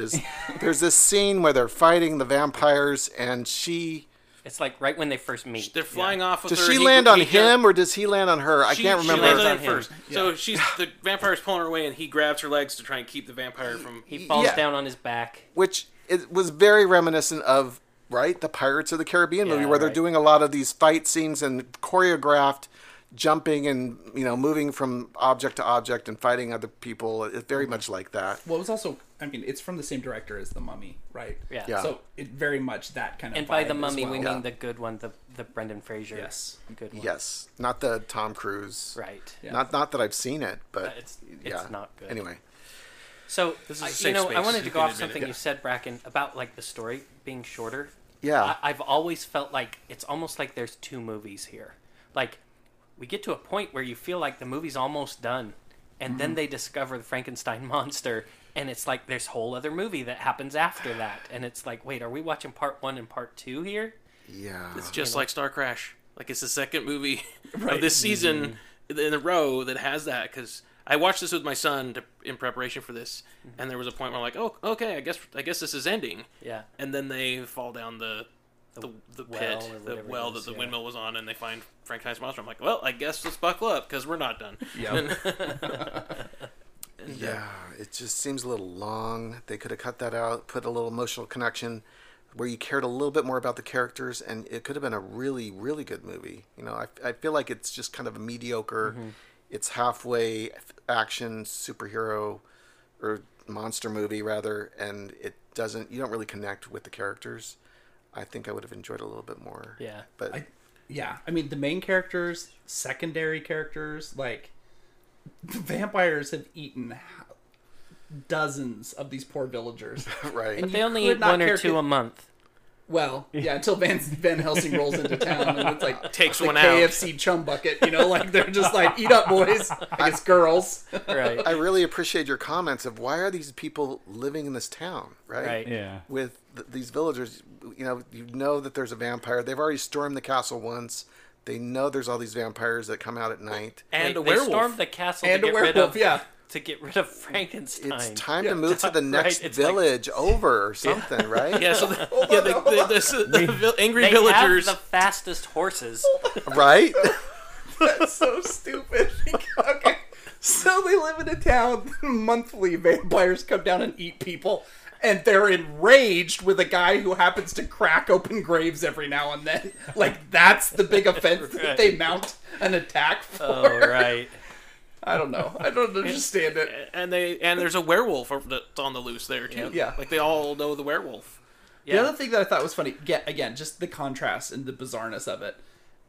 Speaker 8: is there's this scene where they're fighting the vampires and she
Speaker 5: It's like right when they first meet.
Speaker 1: They're flying off. With
Speaker 8: does
Speaker 1: her,
Speaker 8: she
Speaker 1: and he-
Speaker 8: land on
Speaker 1: he grabs-
Speaker 8: him or does he land on her i
Speaker 1: She-
Speaker 8: can't remember
Speaker 1: She lands on him first. So she's the vampire's pulling her away, and he grabs her legs to try and keep the vampire from.
Speaker 5: He
Speaker 8: falls Yeah. down
Speaker 5: on his back.
Speaker 8: which it was very reminiscent of right the pirates of the caribbean movie where they're doing a lot of these fight scenes and choreographed jumping and you know moving from object to object and fighting other people it's very much like that
Speaker 7: Well, it was also, I mean, it's from the same director as The Mummy, right?
Speaker 5: Yeah. Yeah.
Speaker 7: So it very much that kind of.
Speaker 5: And by
Speaker 7: vibe
Speaker 5: the
Speaker 7: as
Speaker 5: mummy, we
Speaker 7: well.
Speaker 5: mean the good one, the the Brendan Fraser. Yes, good one.
Speaker 8: Yes, not the Tom Cruise.
Speaker 5: Right. Yeah.
Speaker 8: Not not that I've seen it, but
Speaker 5: Uh, it's- it's
Speaker 8: yeah.
Speaker 5: not good.
Speaker 8: Anyway,
Speaker 5: So
Speaker 1: This is
Speaker 5: I-
Speaker 1: a
Speaker 5: you
Speaker 1: safe
Speaker 5: know, I
Speaker 1: space.
Speaker 5: wanted to
Speaker 1: You can
Speaker 5: go off
Speaker 1: admit it.
Speaker 5: something you said, Bracken, about like the story being shorter.
Speaker 8: Yeah.
Speaker 5: I, I've always felt like it's almost like there's two movies here. Like we get to a point where you feel like the movie's almost done, and then
Speaker 1: Mm-hmm.
Speaker 6: Mhm.
Speaker 5: they discover the Frankenstein monster, and it's like there's whole other movie that happens after that, and it's like, wait, are we watching part one and part two here?
Speaker 8: Yeah.
Speaker 1: It's just
Speaker 5: You know?
Speaker 1: like Star Crash. Like it's the second movie
Speaker 5: Right. Mm-hmm.
Speaker 1: of this season in a row that has that. Because I watched this with my son to, in preparation for this,
Speaker 5: Mm-hmm.
Speaker 1: and there was a point where I'm like, oh, okay, I guess I guess this is ending.
Speaker 5: Yeah.
Speaker 1: And then they fall down the the, the
Speaker 5: well
Speaker 1: pit,
Speaker 5: or
Speaker 1: the
Speaker 5: whatever it
Speaker 1: well
Speaker 5: is,
Speaker 1: that the
Speaker 5: yeah.
Speaker 1: windmill was on, and they find Frankenstein's monster. I'm like, well, I guess let's buckle up because we're not done.
Speaker 8: Yep.
Speaker 1: And- and, uh,
Speaker 8: yeah, it just seems a little long. They could have cut that out, put a little emotional connection where you cared a little bit more about the characters, and it could have been a really really good movie. You know, I I feel like it's just kind of mediocre.
Speaker 5: Mhm.
Speaker 8: It's halfway action superhero or monster movie rather, and it doesn't. You don't really connect with the characters. I think I would have enjoyed a little bit more.
Speaker 5: Yeah.
Speaker 8: but
Speaker 7: I, yeah, I mean the main characters, secondary characters, like the vampires have eaten ho- dozens of these poor villagers,
Speaker 8: right?
Speaker 5: But they only eat one or two a month.
Speaker 7: Well, yeah, until Van Van Helsing rolls into town and it's like
Speaker 1: Takes
Speaker 7: the
Speaker 1: one out.
Speaker 7: KFC chum bucket, you know, like they're just like eat up, boys. I guess girls.
Speaker 8: I really appreciate your comments of why are these people living in this town, right?
Speaker 7: Right. Yeah.
Speaker 8: With th- these villagers, you know, you know that there's a vampire. They've already stormed the castle once. They know there's all these vampires that come out at night.
Speaker 5: they, they stormed the castle
Speaker 7: And
Speaker 5: to
Speaker 7: a
Speaker 5: get rid
Speaker 7: werewolf,
Speaker 5: of
Speaker 7: yeah.
Speaker 5: to get rid of Frankenstein.
Speaker 8: It's time to move to the next
Speaker 5: It's like-
Speaker 8: village over or something, right?
Speaker 1: yeah, so the, yeah, the, the, this- the, vil- angry
Speaker 5: they
Speaker 1: villagers.
Speaker 5: have the fastest horses.
Speaker 8: right?
Speaker 7: That's so stupid. okay. So they live in a town. Monthly vampires come down and eat people, and they're enraged with a guy who happens to crack open graves every now and then. Like that's the big offense that
Speaker 5: Right.
Speaker 7: they mount an attack for.
Speaker 5: Oh right.
Speaker 7: I don't know. I don't understand it.
Speaker 1: And they and there's a werewolf that's on the loose there too.
Speaker 7: Yeah.
Speaker 1: like they all know the werewolf.
Speaker 7: The other thing that I thought was funny, get again, just the contrast and the bizarreness of it.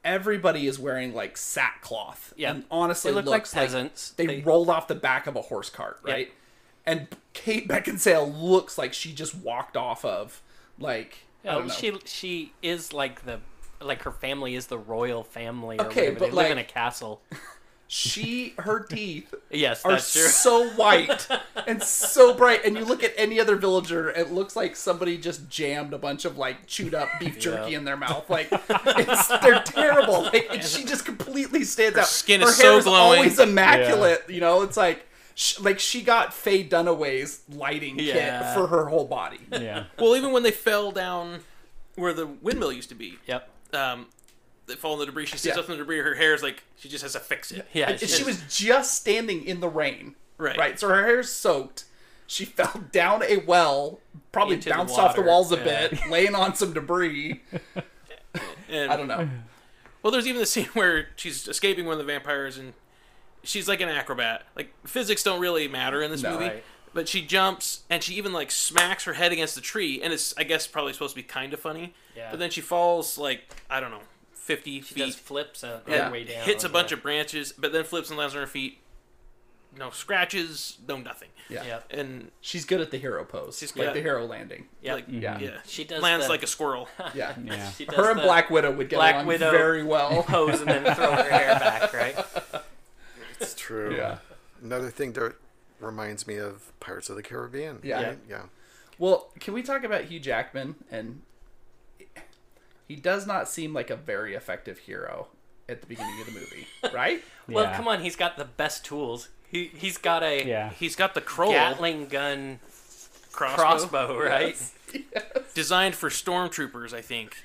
Speaker 7: Everybody is wearing like sackcloth.
Speaker 5: Yeah.
Speaker 7: And honestly,
Speaker 5: They look like
Speaker 7: looks
Speaker 5: peasants.
Speaker 7: they, rolled off the back of a horse cart,
Speaker 5: Yeah.
Speaker 7: right? And Kate Beckinsale looks like she just walked off of like I
Speaker 5: Oh,
Speaker 7: don't know.
Speaker 5: she she is like the like her family is the royal family. Or
Speaker 7: Okay,
Speaker 5: whatever.
Speaker 7: but
Speaker 5: they live in a
Speaker 7: like-
Speaker 5: castle.
Speaker 7: she her teeth
Speaker 5: Yes,
Speaker 7: are
Speaker 5: that's true.
Speaker 7: so white and so bright and you look at any other villager it looks like somebody just jammed a bunch of like chewed up beef jerky
Speaker 1: Yeah.
Speaker 7: in their mouth like it's, they're terrible like and she just completely stands
Speaker 1: Her
Speaker 7: out
Speaker 1: skin
Speaker 7: her
Speaker 1: is
Speaker 7: hair
Speaker 1: so
Speaker 7: is
Speaker 1: glowing.
Speaker 7: always immaculate you know it's like sh like she got Faye Dunaway's lighting
Speaker 1: Yeah.
Speaker 7: kit for her whole body
Speaker 9: Yeah.
Speaker 1: Well, even when they fell down where the windmill used to be.
Speaker 5: Yep.
Speaker 1: Um, they fall in the debris. She sits
Speaker 7: Yeah.
Speaker 1: up in the debris. Her hair is like she just has to fix it.
Speaker 7: and, and she was just standing in the rain.
Speaker 1: Right.
Speaker 7: Right. So her hair's soaked. She fell down a well, probably
Speaker 1: Into the
Speaker 7: bounced off the
Speaker 1: water,
Speaker 7: walls a
Speaker 1: yeah.
Speaker 7: bit, laying on some debris.
Speaker 1: And-
Speaker 7: I don't know.
Speaker 1: Well, there's even the scene where she's escaping one of the vampires and she's like an acrobat. Like physics don't really matter in this
Speaker 5: No.
Speaker 1: movie.
Speaker 5: Right.
Speaker 1: But she jumps and she even like smacks her head against the tree and it's I guess probably supposed to be kind of funny.
Speaker 5: Yeah.
Speaker 1: But then she falls like I don't know, 50 feet.
Speaker 5: does flips uh,
Speaker 1: Yeah.
Speaker 5: yeah. way down.
Speaker 1: hits a bunch of branches, but then flips and lands on her feet. No scratches, no nothing.
Speaker 7: Yeah.
Speaker 5: Yeah.
Speaker 1: And
Speaker 7: She's good at the hero pose.
Speaker 1: She's
Speaker 7: like
Speaker 1: good.
Speaker 7: the hero landing.
Speaker 5: Yeah.
Speaker 1: like,
Speaker 5: Mhm.
Speaker 1: yeah.
Speaker 5: She does
Speaker 1: lands
Speaker 5: the-
Speaker 1: like a squirrel.
Speaker 7: Yeah.
Speaker 9: Yeah.
Speaker 5: She does
Speaker 7: Her and
Speaker 5: the
Speaker 7: Black Widow would get
Speaker 5: Black
Speaker 7: along
Speaker 5: Widow
Speaker 7: very well.
Speaker 5: Pose and then throw her hair back, right?
Speaker 8: It's true.
Speaker 7: Yeah.
Speaker 8: Another thing that reminds me of Pirates of the Caribbean.
Speaker 7: Yeah.
Speaker 8: right? Yeah.
Speaker 7: Well, can we talk about Hugh Jackman and he does not seem like a very effective hero at the beginning of the movie, right?
Speaker 5: Well, come on, he's got the best tools. He he's got a
Speaker 7: Yeah.
Speaker 1: He's got the Kroll
Speaker 5: Gatling gun
Speaker 1: crossbow,
Speaker 5: crossbow, right?
Speaker 1: Designed for stormtroopers, I think.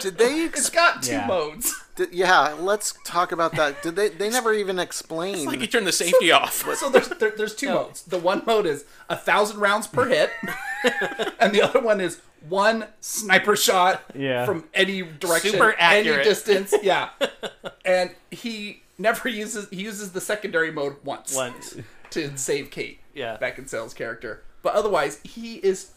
Speaker 8: Did they? Ex- it's
Speaker 7: got
Speaker 1: two Yeah. modes.
Speaker 8: yeah, let's talk about that. Did they? They never even explain. It's
Speaker 1: like you turn the safety off.
Speaker 7: So there's there, there's two modes. The one mode is a thousand rounds per hit, and the other one is one sniper shot
Speaker 9: Yeah.
Speaker 7: from any direction,
Speaker 5: Super
Speaker 7: any
Speaker 5: accurate.
Speaker 7: distance. Yeah, and he never uses he uses the secondary mode once.
Speaker 5: Once.
Speaker 7: to save Kate.
Speaker 5: Yeah.
Speaker 7: Beckinsale's character, but otherwise he is.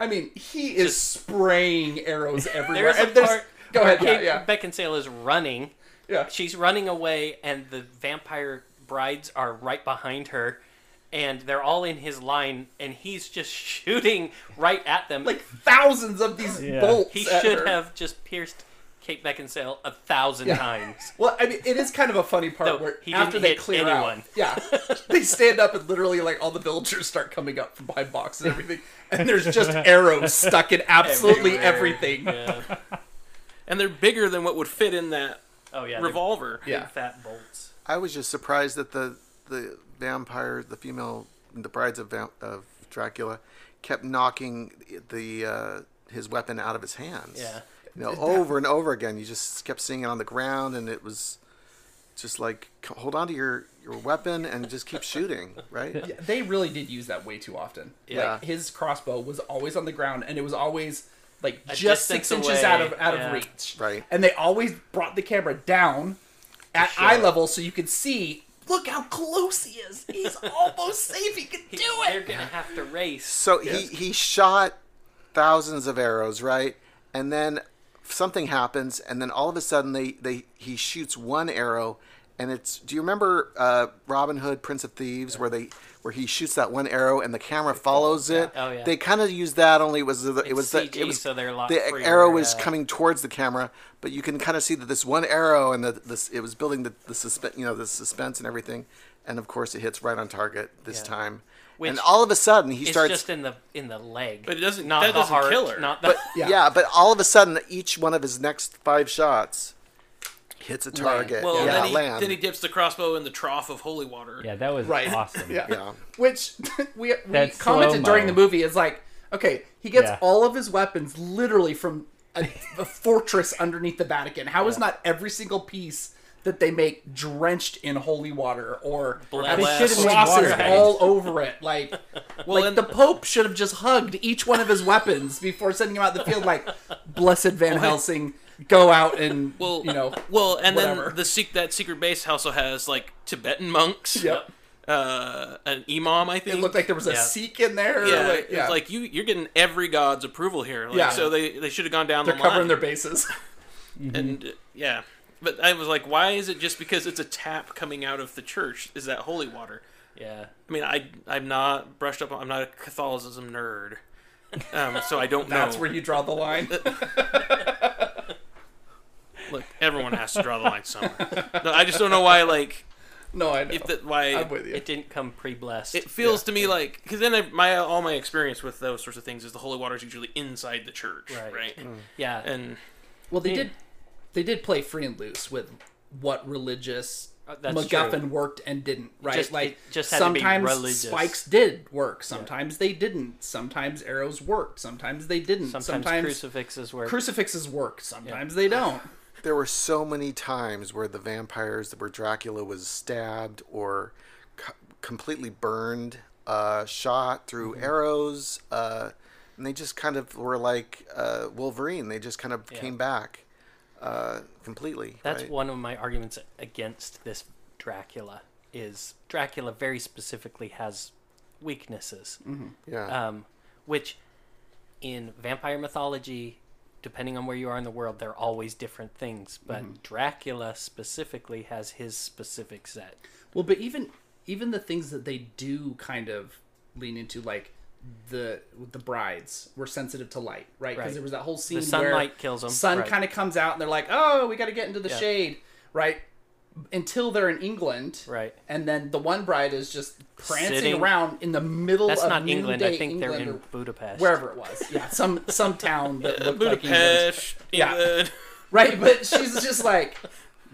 Speaker 7: I mean, he is spraying arrows everywhere.
Speaker 5: There's a
Speaker 7: and there's-
Speaker 5: part
Speaker 7: go ahead.
Speaker 5: where
Speaker 7: Yeah, yeah.
Speaker 5: Kate Beckinsale is running.
Speaker 7: Yeah.
Speaker 5: She's running away, and the vampire brides are right behind her, and they're all in his line, and he's just shooting right at them. Like
Speaker 7: thousands of these Yeah. bolts
Speaker 5: He
Speaker 7: at
Speaker 5: should
Speaker 7: her.
Speaker 5: have just pierced Kate Beckinsale a thousand
Speaker 7: Yeah.
Speaker 5: times.
Speaker 7: Well, I mean, it is kind of a funny part
Speaker 5: Though
Speaker 7: where
Speaker 5: he
Speaker 7: after
Speaker 5: didn't
Speaker 7: they
Speaker 5: hit
Speaker 7: clear
Speaker 5: anyone.
Speaker 7: out, yeah, they stand up and literally like all the villagers start coming up from behind boxes and everything, and there's just arrows stuck in absolutely
Speaker 1: Everywhere.
Speaker 7: everything.
Speaker 1: Yeah. and they're bigger than what would fit in that
Speaker 5: oh, yeah,
Speaker 8: they're
Speaker 1: revolver.
Speaker 8: big Yeah.
Speaker 5: fat bolts.
Speaker 8: I was just surprised that the the vampire, the female, the brides of vamp, of Dracula, kept knocking the uh, his weapon out of his hands.
Speaker 5: Yeah.
Speaker 8: you know, over and over again. You just kept seeing it on the ground, and it was just like c- hold on to your your weapon and just keep shooting. Right?
Speaker 7: Yeah, they really did use that way too often.
Speaker 8: Yeah.
Speaker 7: Like his crossbow was always on the ground, and it was always like
Speaker 5: A
Speaker 7: just six
Speaker 5: distance
Speaker 7: inches
Speaker 5: away,
Speaker 7: out of out
Speaker 5: yeah.
Speaker 7: of reach.
Speaker 8: Right.
Speaker 7: And they always brought the camera down at
Speaker 5: show
Speaker 7: eye
Speaker 5: it.
Speaker 7: level so you could see. Look how close he is. He's almost safe. He can do it.
Speaker 5: They're gonna have to race.
Speaker 8: So he he shot thousands of arrows, right? And then something happens, and then all of a sudden they they he shoots one arrow, and it's do you remember uh, Robin Hood, Prince of Thieves, where they where he shoots that one arrow and the camera follows it.
Speaker 5: Oh, yeah.
Speaker 8: They kind of used that only it was the, it was the,
Speaker 5: CG,
Speaker 8: it was
Speaker 5: so they're a lot
Speaker 8: the
Speaker 5: freer,
Speaker 8: arrow is
Speaker 5: uh,
Speaker 8: coming towards the camera, but you can kind of see that this one arrow and the this it was building the the suspense you know the suspense and everything, and of course it hits right on target this
Speaker 5: Yeah.
Speaker 8: time.
Speaker 5: Which
Speaker 8: and all of a sudden he
Speaker 5: it's
Speaker 8: starts
Speaker 5: just in the in the leg,
Speaker 1: But it doesn't-
Speaker 5: Not
Speaker 1: that
Speaker 5: the
Speaker 1: doesn't
Speaker 5: heart,
Speaker 1: kill her.
Speaker 5: Not the
Speaker 8: but yeah. but all of a sudden, each one of his next five shots hits a target.
Speaker 1: Well,
Speaker 8: yeah,
Speaker 1: then, he,
Speaker 8: land.
Speaker 1: then he dips the crossbow in the trough of holy water.
Speaker 9: Yeah, that was
Speaker 7: Right.
Speaker 9: awesome.
Speaker 7: Yeah.
Speaker 8: Yeah.
Speaker 7: Which we, we
Speaker 9: That
Speaker 7: commented
Speaker 9: slow-mo.
Speaker 7: during the movie is like, okay, he gets
Speaker 9: Yeah.
Speaker 7: all of his weapons literally from a, a fortress underneath the Vatican. How is not every single piece that they make drenched in holy water or have
Speaker 9: They should have made
Speaker 7: crosses
Speaker 9: water
Speaker 7: all over it? Like, like the Pope should have just hugged each one of his weapons before sending him out the field. Like, blessed Van Helsing, go out and
Speaker 1: Well,
Speaker 7: you know,
Speaker 1: well, and
Speaker 7: whatever.
Speaker 1: then the sec- that secret base also has like Tibetan monks.
Speaker 7: Yep.
Speaker 1: Uh, an imam, I think.
Speaker 7: it looked like there was a
Speaker 1: Yeah.
Speaker 7: Sikh in there.
Speaker 1: Yeah,
Speaker 7: like, yeah.
Speaker 1: it's like you you're getting every god's approval here. Like,
Speaker 7: Yeah.
Speaker 1: so they they should have gone down.
Speaker 7: they're
Speaker 1: the
Speaker 7: covering
Speaker 1: line.
Speaker 7: their bases.
Speaker 1: And uh, yeah, but I was like, why is it just because it's a tap coming out of the church? Is that holy water?
Speaker 5: Yeah.
Speaker 1: I mean, I I'm not brushed up. on I'm not a Catholicism nerd, um, so I don't know.
Speaker 7: That's where you draw the line.
Speaker 1: Look, everyone has to draw the line somewhere. No, I just don't know why. Like,
Speaker 7: no, I know.
Speaker 1: If that why
Speaker 7: I'm with you.
Speaker 5: It didn't come pre-blessed.
Speaker 1: it feels to me like because then I, my all my experience with those sorts of things is the holy water is usually inside the church, right?
Speaker 5: Right.
Speaker 7: Mm.
Speaker 5: Yeah.
Speaker 1: and
Speaker 7: Well, they
Speaker 5: Yeah.
Speaker 7: did. They did play free and loose with what religious
Speaker 5: Uh, that's
Speaker 7: MacGuffin
Speaker 5: true.
Speaker 7: worked and didn't. Right?
Speaker 5: just-
Speaker 7: like
Speaker 5: it just had to be
Speaker 7: sometimes
Speaker 5: religious.
Speaker 7: spikes did work. Sometimes they didn't. Sometimes arrows worked. Sometimes they didn't.
Speaker 5: Sometimes
Speaker 7: Sometimes,
Speaker 5: crucifixes work.
Speaker 7: Crucifixes work. Sometimes they don't.
Speaker 8: there were so many times where the vampires, where Dracula was stabbed or co- completely burned, uh, shot through arrows, uh, and they just kind of were like uh, Wolverine. They just kind of came back uh, completely.
Speaker 5: That's
Speaker 8: right?
Speaker 5: one of my arguments against this Dracula is Dracula very specifically has weaknesses.
Speaker 7: Mm-hmm.
Speaker 8: Mhm. Yeah.
Speaker 5: Um, which in vampire mythology, depending on where you are in the world, they're always different things. But
Speaker 7: Mhm.
Speaker 5: Dracula specifically has his specific set.
Speaker 7: Well, but even even the things that they do kind of lean into, like the with the brides were sensitive to light, right? Because
Speaker 5: Right.
Speaker 7: there was that whole
Speaker 5: The
Speaker 7: scene where
Speaker 5: sunlight kills 'em,
Speaker 7: Sun
Speaker 5: right.
Speaker 7: kind of comes out, and they're like, "Oh, we got to get into the
Speaker 5: Yeah.
Speaker 7: shade," right? until they're in England,
Speaker 5: right?
Speaker 7: And then the one bride is just prancing
Speaker 5: Sitting-
Speaker 7: around in the middle.
Speaker 5: That's
Speaker 7: of
Speaker 5: not England. I
Speaker 7: noonday
Speaker 5: think they're
Speaker 7: England
Speaker 5: in
Speaker 7: or
Speaker 5: Budapest.
Speaker 7: wherever it was. Yeah, some some town that looked
Speaker 1: Budapest,
Speaker 7: like England. Yeah, right. But she's just like,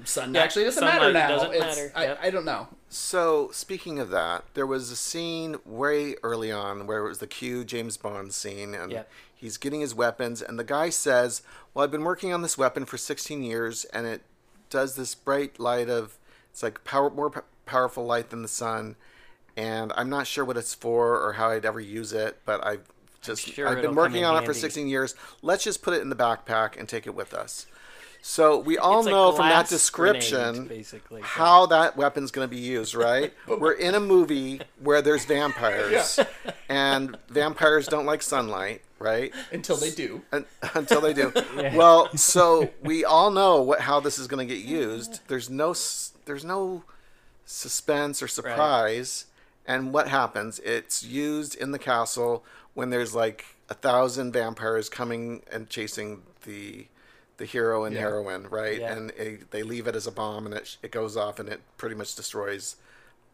Speaker 7: sun
Speaker 8: Yeah,
Speaker 7: actually doesn't
Speaker 8: sunlight
Speaker 7: matter now.
Speaker 8: doesn't
Speaker 7: It's-
Speaker 8: matter.
Speaker 7: I, I don't know.
Speaker 8: So speaking of that, there was a scene way early on where it was the Q James Bond scene, and
Speaker 5: Yep.
Speaker 8: he's getting his weapons, and the guy says, "Well, I've been working on this weapon for 16 years, and it does this bright light of it's like power more p- powerful light than the sun, and I'm not sure what it's for or how I'd ever use it, but I've just
Speaker 5: sure
Speaker 8: I've
Speaker 5: it'll
Speaker 8: been
Speaker 5: come
Speaker 8: working
Speaker 5: in
Speaker 8: on it for
Speaker 5: handy."
Speaker 8: 16 years. Let's just put it in the backpack and take it with us." So we all
Speaker 5: It's a
Speaker 8: know from that
Speaker 5: glass
Speaker 8: description
Speaker 5: grenade, basically.
Speaker 8: how that weapon's going to be used, right? We're in a movie where there's vampires, and vampires don't like sunlight, right?
Speaker 7: Until they do.
Speaker 8: Un- until they do.
Speaker 7: Yeah.
Speaker 8: Well, so we all know what how this is going to get used. There's no s- there's no suspense or surprise, and what happens? It's used in the castle when there's like a thousand vampires coming and chasing the the hero and
Speaker 5: Yeah.
Speaker 8: heroine, right?
Speaker 5: Yeah.
Speaker 8: And it, they leave it as a bomb, and it sh- it goes off, and it pretty much destroys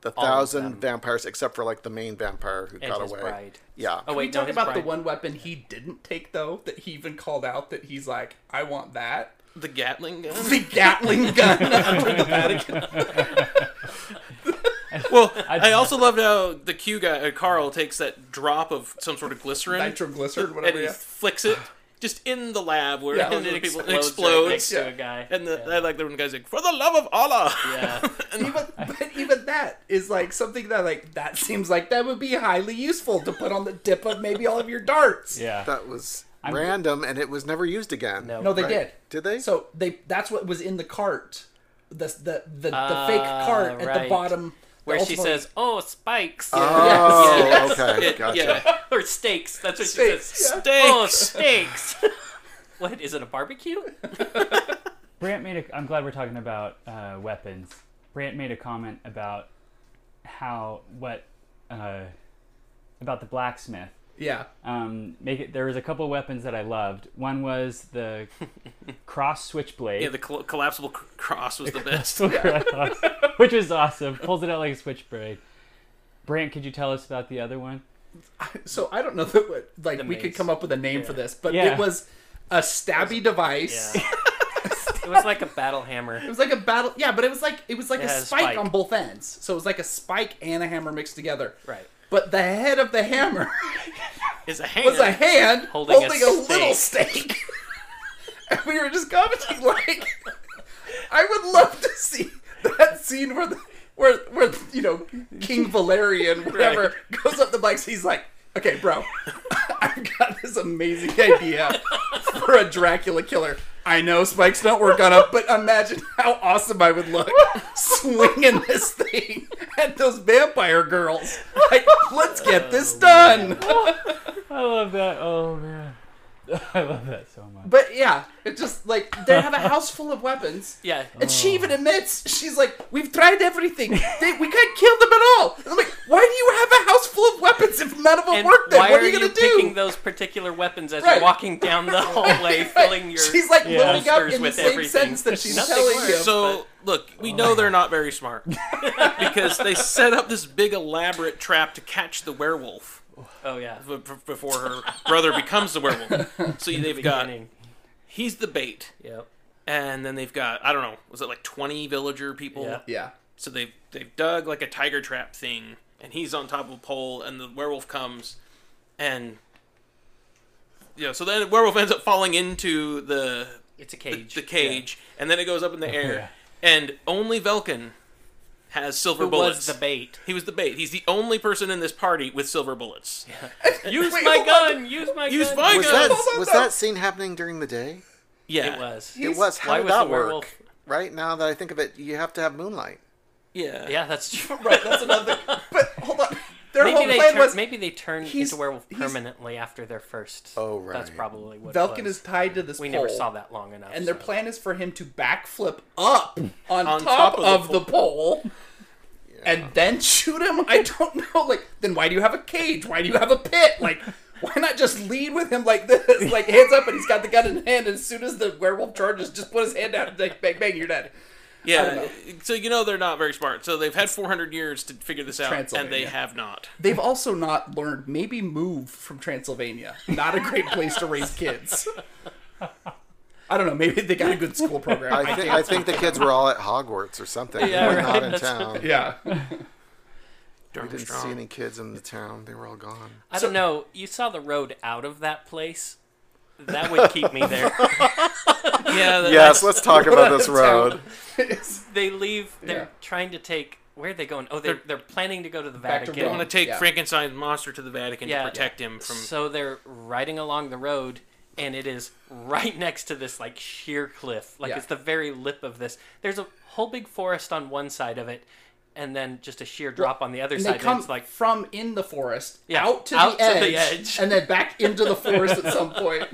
Speaker 8: the
Speaker 5: All of
Speaker 8: thousand
Speaker 5: them.
Speaker 8: vampires, except for like the main vampire who
Speaker 5: And
Speaker 8: got
Speaker 5: his
Speaker 8: away.
Speaker 5: bride.
Speaker 8: Yeah.
Speaker 7: Can we talk about the one weapon he didn't take though that he even called out that he's like, I want that.
Speaker 1: The Gatling gun.
Speaker 7: The Gatling gun under the Vatican.
Speaker 1: well, I also loved how the Q guy uh, Carl takes that drop of some sort of glycerin,
Speaker 7: Nitroglycerin,
Speaker 1: and
Speaker 7: whatever,
Speaker 1: he
Speaker 7: yeah.
Speaker 1: flicks it just in the lab where
Speaker 7: Yeah.
Speaker 1: and then
Speaker 7: It
Speaker 1: people it
Speaker 7: explodes
Speaker 1: explodes
Speaker 7: right next to a
Speaker 5: guy.
Speaker 1: And the, I like the one guy's like, "For the love of Allah!"
Speaker 5: Yeah,
Speaker 7: But even that is like something that like that seems like that would be highly useful to put on the dip of maybe all of your darts.
Speaker 8: That was random, and it was never used again.
Speaker 7: No, they did.
Speaker 8: Did they?
Speaker 7: So they that's what was in the cart. The the the, the
Speaker 5: Ah,
Speaker 7: fake cart at the
Speaker 5: right.
Speaker 7: bottom
Speaker 5: Where
Speaker 7: the
Speaker 5: she
Speaker 7: ultimate-
Speaker 5: says, "Oh, spikes."
Speaker 8: Oh, Yes. okay, It- gotcha. yeah.
Speaker 5: or steaks. That's what she says.
Speaker 1: Steaks, yeah.
Speaker 5: Oh, steaks. what is it? A barbecue?
Speaker 9: Brant made a. I'm glad we're talking about uh, weapons. Brant made a comment about how what uh, about the blacksmith.
Speaker 7: Yeah.
Speaker 9: Um, make it. There was a couple weapons that I loved. One was the cross switchblade.
Speaker 1: Yeah, the col- collapsible cr- cross was the best.
Speaker 9: That's what I thought, which was awesome. Pulls it out like a switchblade. Brant, could you tell us about the other one?
Speaker 7: So I don't know that what, like
Speaker 9: The
Speaker 7: we could
Speaker 9: mace.
Speaker 7: come up with a name for this, but
Speaker 9: Yeah.
Speaker 7: it was a stabby device.
Speaker 5: it was like a battle hammer.
Speaker 7: It was like a battle. Yeah, but it was like it was like
Speaker 5: It
Speaker 7: a
Speaker 5: had a
Speaker 7: spike,
Speaker 5: spike.
Speaker 7: on both ends. So it was like a spike and a hammer mixed together.
Speaker 5: Right.
Speaker 7: But the head of the hammer
Speaker 1: is a hand.
Speaker 7: was a hand
Speaker 5: Holding
Speaker 7: holding,
Speaker 5: a
Speaker 7: a, little steak. and we were just commenting like, I would love to see that scene where the, where where you know King Valerian whatever goes up the bikes. He's like, okay, bro, I've got this amazing idea for a Dracula killer. I know spikes don't work on them, but imagine how awesome I would look swinging this thing at those vampire girls. Like, let's get this done.
Speaker 9: I love that. Oh man, I love that so much.
Speaker 7: But yeah, it just like they have a house full of weapons.
Speaker 5: Yeah. Oh.
Speaker 7: And she even admits she's like, "We've tried everything. They, we can't kill them at all." And I'm like, "Why do you have a house full of weapons if none of them
Speaker 5: And
Speaker 7: work? Then
Speaker 5: why
Speaker 7: what are you gonna do?"
Speaker 5: picking those particular weapons as
Speaker 7: Right.
Speaker 5: you're walking down the hallway, filling your
Speaker 7: She's like
Speaker 5: holsters
Speaker 7: loading up in the
Speaker 5: with
Speaker 7: same
Speaker 5: everything.
Speaker 7: sentence that she's
Speaker 5: Nothing
Speaker 7: telling
Speaker 5: works.
Speaker 7: you.
Speaker 1: So look, we know they're not very smart because they set up this big elaborate trap to catch the werewolf
Speaker 5: Oh yeah.
Speaker 1: b- b- before her brother becomes the werewolf. So they've got he's the bait,
Speaker 5: Yep.
Speaker 1: and then they've got I don't know, was it like twenty villager people?
Speaker 5: Yeah.
Speaker 7: Yeah.
Speaker 1: So they've they've dug like a tiger trap thing, and he's on top of a pole, and the werewolf comes, and yeah. So then the werewolf ends up falling into the
Speaker 5: It's a cage.
Speaker 1: the, cage, and then it goes up in the air, and only Velkin has silver
Speaker 5: Who
Speaker 1: bullets.
Speaker 5: was the bait?
Speaker 1: He was the bait. He's the only person in this party with silver bullets.
Speaker 5: Use
Speaker 7: Wait,
Speaker 5: my
Speaker 7: hold
Speaker 5: gun. Use my
Speaker 1: Use
Speaker 5: gun.
Speaker 1: my
Speaker 8: was
Speaker 1: gun.
Speaker 8: that was that scene happening during the day?
Speaker 1: Yeah,
Speaker 5: It was.
Speaker 8: It was. How
Speaker 5: Why
Speaker 8: did
Speaker 5: was
Speaker 8: that
Speaker 5: the
Speaker 8: work?
Speaker 5: werewolf-
Speaker 8: Right now that I think of it, you have to have moonlight.
Speaker 1: Yeah.
Speaker 5: Yeah, that's true.
Speaker 7: Right, that's another. But hold on, their
Speaker 5: Maybe
Speaker 7: whole
Speaker 5: they,
Speaker 7: plan
Speaker 5: turn,
Speaker 7: was
Speaker 5: maybe they turn
Speaker 7: He's-
Speaker 5: into werewolf
Speaker 7: he's-
Speaker 5: permanently after their first.
Speaker 8: Oh, right.
Speaker 5: That's probably what. it
Speaker 7: Velkin
Speaker 5: was.
Speaker 7: is tied to this.
Speaker 5: We never
Speaker 7: pole,
Speaker 5: saw that long enough.
Speaker 7: And their
Speaker 5: so.
Speaker 7: plan is for him to backflip up on,
Speaker 1: On
Speaker 7: top,
Speaker 1: top
Speaker 7: of,
Speaker 1: of the
Speaker 7: the pole. And then shoot him? I don't know. Like, then why do you have a cage? Why do you have a pit? Like, why not just lead with him like this? Like, hands up, and he's got the gun in hand. And as soon as the werewolf charges, just put his hand out and like, bang, bang, you're dead. I don't
Speaker 1: Yeah.
Speaker 7: know.
Speaker 1: So you know they're not very smart. So they've had 400 years to figure this out, and they
Speaker 7: Transylvania.
Speaker 1: have not.
Speaker 7: They've also not learned. Maybe move from Transylvania. Not a great place to raise kids. I don't know. Maybe they got a good school program.
Speaker 8: I, thi-
Speaker 7: can't
Speaker 8: I think the
Speaker 7: speak.
Speaker 8: kids were all at Hogwarts or something.
Speaker 7: Yeah,
Speaker 8: they were
Speaker 7: right,
Speaker 8: not in
Speaker 7: that's what
Speaker 8: town.
Speaker 7: they- Yeah.
Speaker 8: We didn't see
Speaker 5: Darkstrong.
Speaker 8: any kids in the town. They were all gone.
Speaker 5: I don't know. You saw the road out of that place. That would keep me there.
Speaker 8: Yeah, that- Yes, let's talk about this road.
Speaker 5: they leave. They're
Speaker 1: Yeah.
Speaker 5: trying to take. Where are they going? Oh, they're,
Speaker 1: They're-
Speaker 5: they're, planning to go to the
Speaker 1: Back to
Speaker 5: Vatican.
Speaker 1: Rome. They wanna take Yeah. Frankenstein's monster to the Vatican to protect him from-
Speaker 5: So they're riding along the road, and it is right next to this like sheer cliff. Like
Speaker 1: Yeah.
Speaker 5: it's the very lip of this. There's a whole big forest on one side of it, and then just a sheer drop on the other
Speaker 7: And
Speaker 5: side.
Speaker 7: they come
Speaker 5: and it's like
Speaker 7: from in the forest
Speaker 5: Yeah,
Speaker 7: out, to,
Speaker 5: out
Speaker 7: the
Speaker 5: to
Speaker 7: edge,
Speaker 5: the edge.
Speaker 7: and then back into the forest at some point.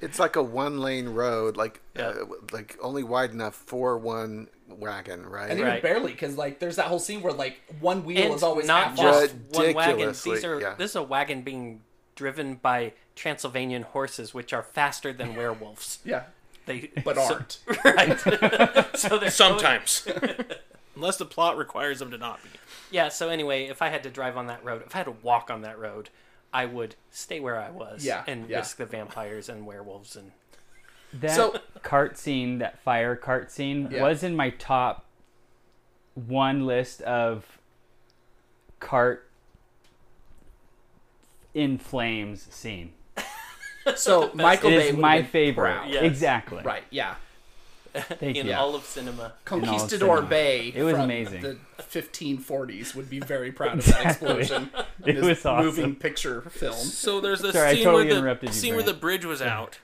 Speaker 8: It's like a one lane road, like uh, like only wide enough for one wagon, right?
Speaker 7: And even barely, because like there's that whole scene where like one wheel
Speaker 5: and
Speaker 7: is always
Speaker 5: not
Speaker 7: half off.
Speaker 5: just one wagon. These
Speaker 8: Ridiculously,
Speaker 5: are
Speaker 8: yeah.
Speaker 5: this is a wagon being driven by Transylvanian horses, which are faster than werewolves.
Speaker 7: Yeah.
Speaker 5: they
Speaker 7: But
Speaker 5: so-
Speaker 7: aren't.
Speaker 5: right. so they're
Speaker 1: Sometimes. Unless the plot requires them to not be.
Speaker 5: yeah. So anyway, if I had to drive on that road, if I had to walk on that road, I would stay where I was
Speaker 7: Yeah,
Speaker 5: and
Speaker 7: yeah.
Speaker 5: risk the vampires and werewolves and
Speaker 9: That
Speaker 5: So-
Speaker 9: cart scene, that fire cart scene,
Speaker 5: Yeah.
Speaker 9: was in my top one list of cart in flames scene.
Speaker 7: So Michael
Speaker 9: It
Speaker 7: Bay
Speaker 9: is
Speaker 7: would've
Speaker 9: my
Speaker 7: been
Speaker 9: favorite.
Speaker 7: proud.
Speaker 9: Yes. Exactly.
Speaker 7: Right. Yeah.
Speaker 9: Thank
Speaker 5: in
Speaker 9: you.
Speaker 5: all of cinema.
Speaker 9: In all
Speaker 7: Conquistador
Speaker 9: cinema.
Speaker 7: Bay.
Speaker 9: It was
Speaker 7: from
Speaker 9: amazing.
Speaker 7: The 1540s would be very proud of that
Speaker 9: Exactly.
Speaker 7: explosion.
Speaker 9: It
Speaker 7: in his
Speaker 9: was awesome.
Speaker 7: Moving picture film.
Speaker 1: So there's this
Speaker 9: Sorry, I
Speaker 1: scene,
Speaker 9: totally
Speaker 1: where, the,
Speaker 9: interrupted you,
Speaker 1: scene where the
Speaker 9: Grant.
Speaker 1: bridge was out.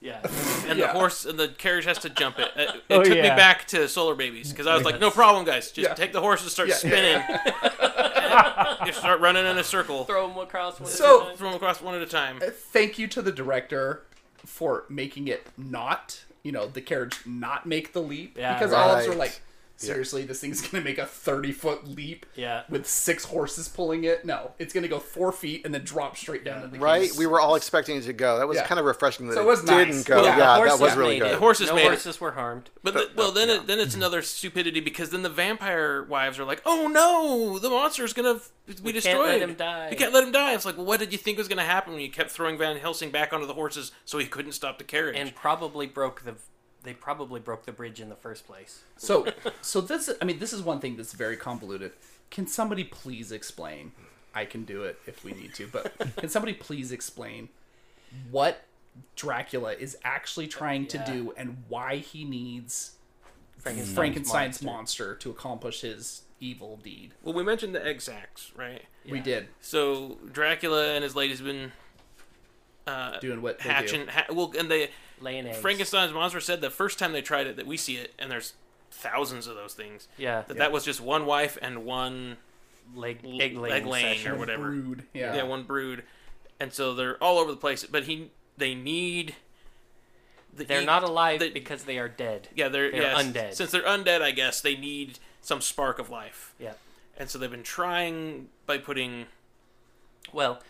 Speaker 5: Yeah.
Speaker 1: And
Speaker 7: Yeah.
Speaker 1: the horse and the carriage has to jump it. It, it
Speaker 9: Oh,
Speaker 1: took me
Speaker 9: yeah.
Speaker 1: back to Solar Babies because I was like, no
Speaker 5: Yes.
Speaker 1: problem, guys. Just
Speaker 5: Yeah.
Speaker 1: take the horse and start
Speaker 5: Yeah.
Speaker 1: spinning. and just start running in a circle.
Speaker 5: Throw them across. One
Speaker 7: So-
Speaker 1: throw them across one at a time.
Speaker 7: Thank you to the director for making it not, you know, the carriage not make the leap.
Speaker 5: Yeah,
Speaker 7: because all of us
Speaker 5: right.
Speaker 7: were like,
Speaker 5: Yeah.
Speaker 7: seriously, this thing's going to make a 30 foot leap
Speaker 5: Yeah.
Speaker 7: with six horses pulling it. No, it's going to go four feet and then drop straight down to the
Speaker 8: Right?
Speaker 7: keys.
Speaker 8: We were all expecting it to go. That was
Speaker 7: Yeah.
Speaker 8: kind of refreshing that
Speaker 7: So
Speaker 8: it,
Speaker 7: it was nice.
Speaker 8: didn't go.
Speaker 7: Well,
Speaker 8: Oh, Yeah,
Speaker 7: the
Speaker 8: that
Speaker 7: horses
Speaker 8: was really
Speaker 5: made it.
Speaker 8: good.
Speaker 1: The horses
Speaker 5: No
Speaker 1: made it.
Speaker 5: horses were harmed.
Speaker 1: But the, well, then it, then it's another stupidity because then the vampire wives are like, "Oh no, the monster's gonna f- be
Speaker 5: We can't
Speaker 1: destroyed.
Speaker 5: let him die."
Speaker 1: We can't let him die." It's like, well, what did you think was gonna happen when you kept throwing Van Helsing back onto the horses so he couldn't stop the carriage?
Speaker 5: and probably broke the they probably broke the bridge in the first place.
Speaker 7: So, so this, I mean, this is one thing that's very convoluted. Can somebody please explain? I can do it if we need to, but can somebody please explain what Dracula is actually trying
Speaker 5: Yeah.
Speaker 7: to do and why he needs
Speaker 5: Frankenstein's
Speaker 7: Frankenstein's, monster. to accomplish his evil deed?
Speaker 1: well, we mentioned the egg sacks, right?
Speaker 7: We did.
Speaker 1: So Dracula and his lady's been uh,
Speaker 7: Doing what they
Speaker 1: hatching. Ha- well, and they
Speaker 5: Laying eggs.
Speaker 1: Frankenstein's monster said the first time they tried it that we see it, and there's thousands of those things.
Speaker 5: Yeah.
Speaker 1: that that was just one wife and one
Speaker 5: leg
Speaker 1: egg
Speaker 5: laying
Speaker 1: laying,
Speaker 5: session.
Speaker 1: or whatever.
Speaker 7: Brood, yeah.
Speaker 1: one brood, and so they're all over the place. But he, they need. the-
Speaker 5: They're
Speaker 1: he-
Speaker 5: not alive because they are dead.
Speaker 1: Yeah, they're,
Speaker 5: They're
Speaker 1: yes.
Speaker 5: undead.
Speaker 1: Since they're undead, I guess they need some spark of life.
Speaker 5: Yeah.
Speaker 1: And so they've been trying by putting
Speaker 5: Well,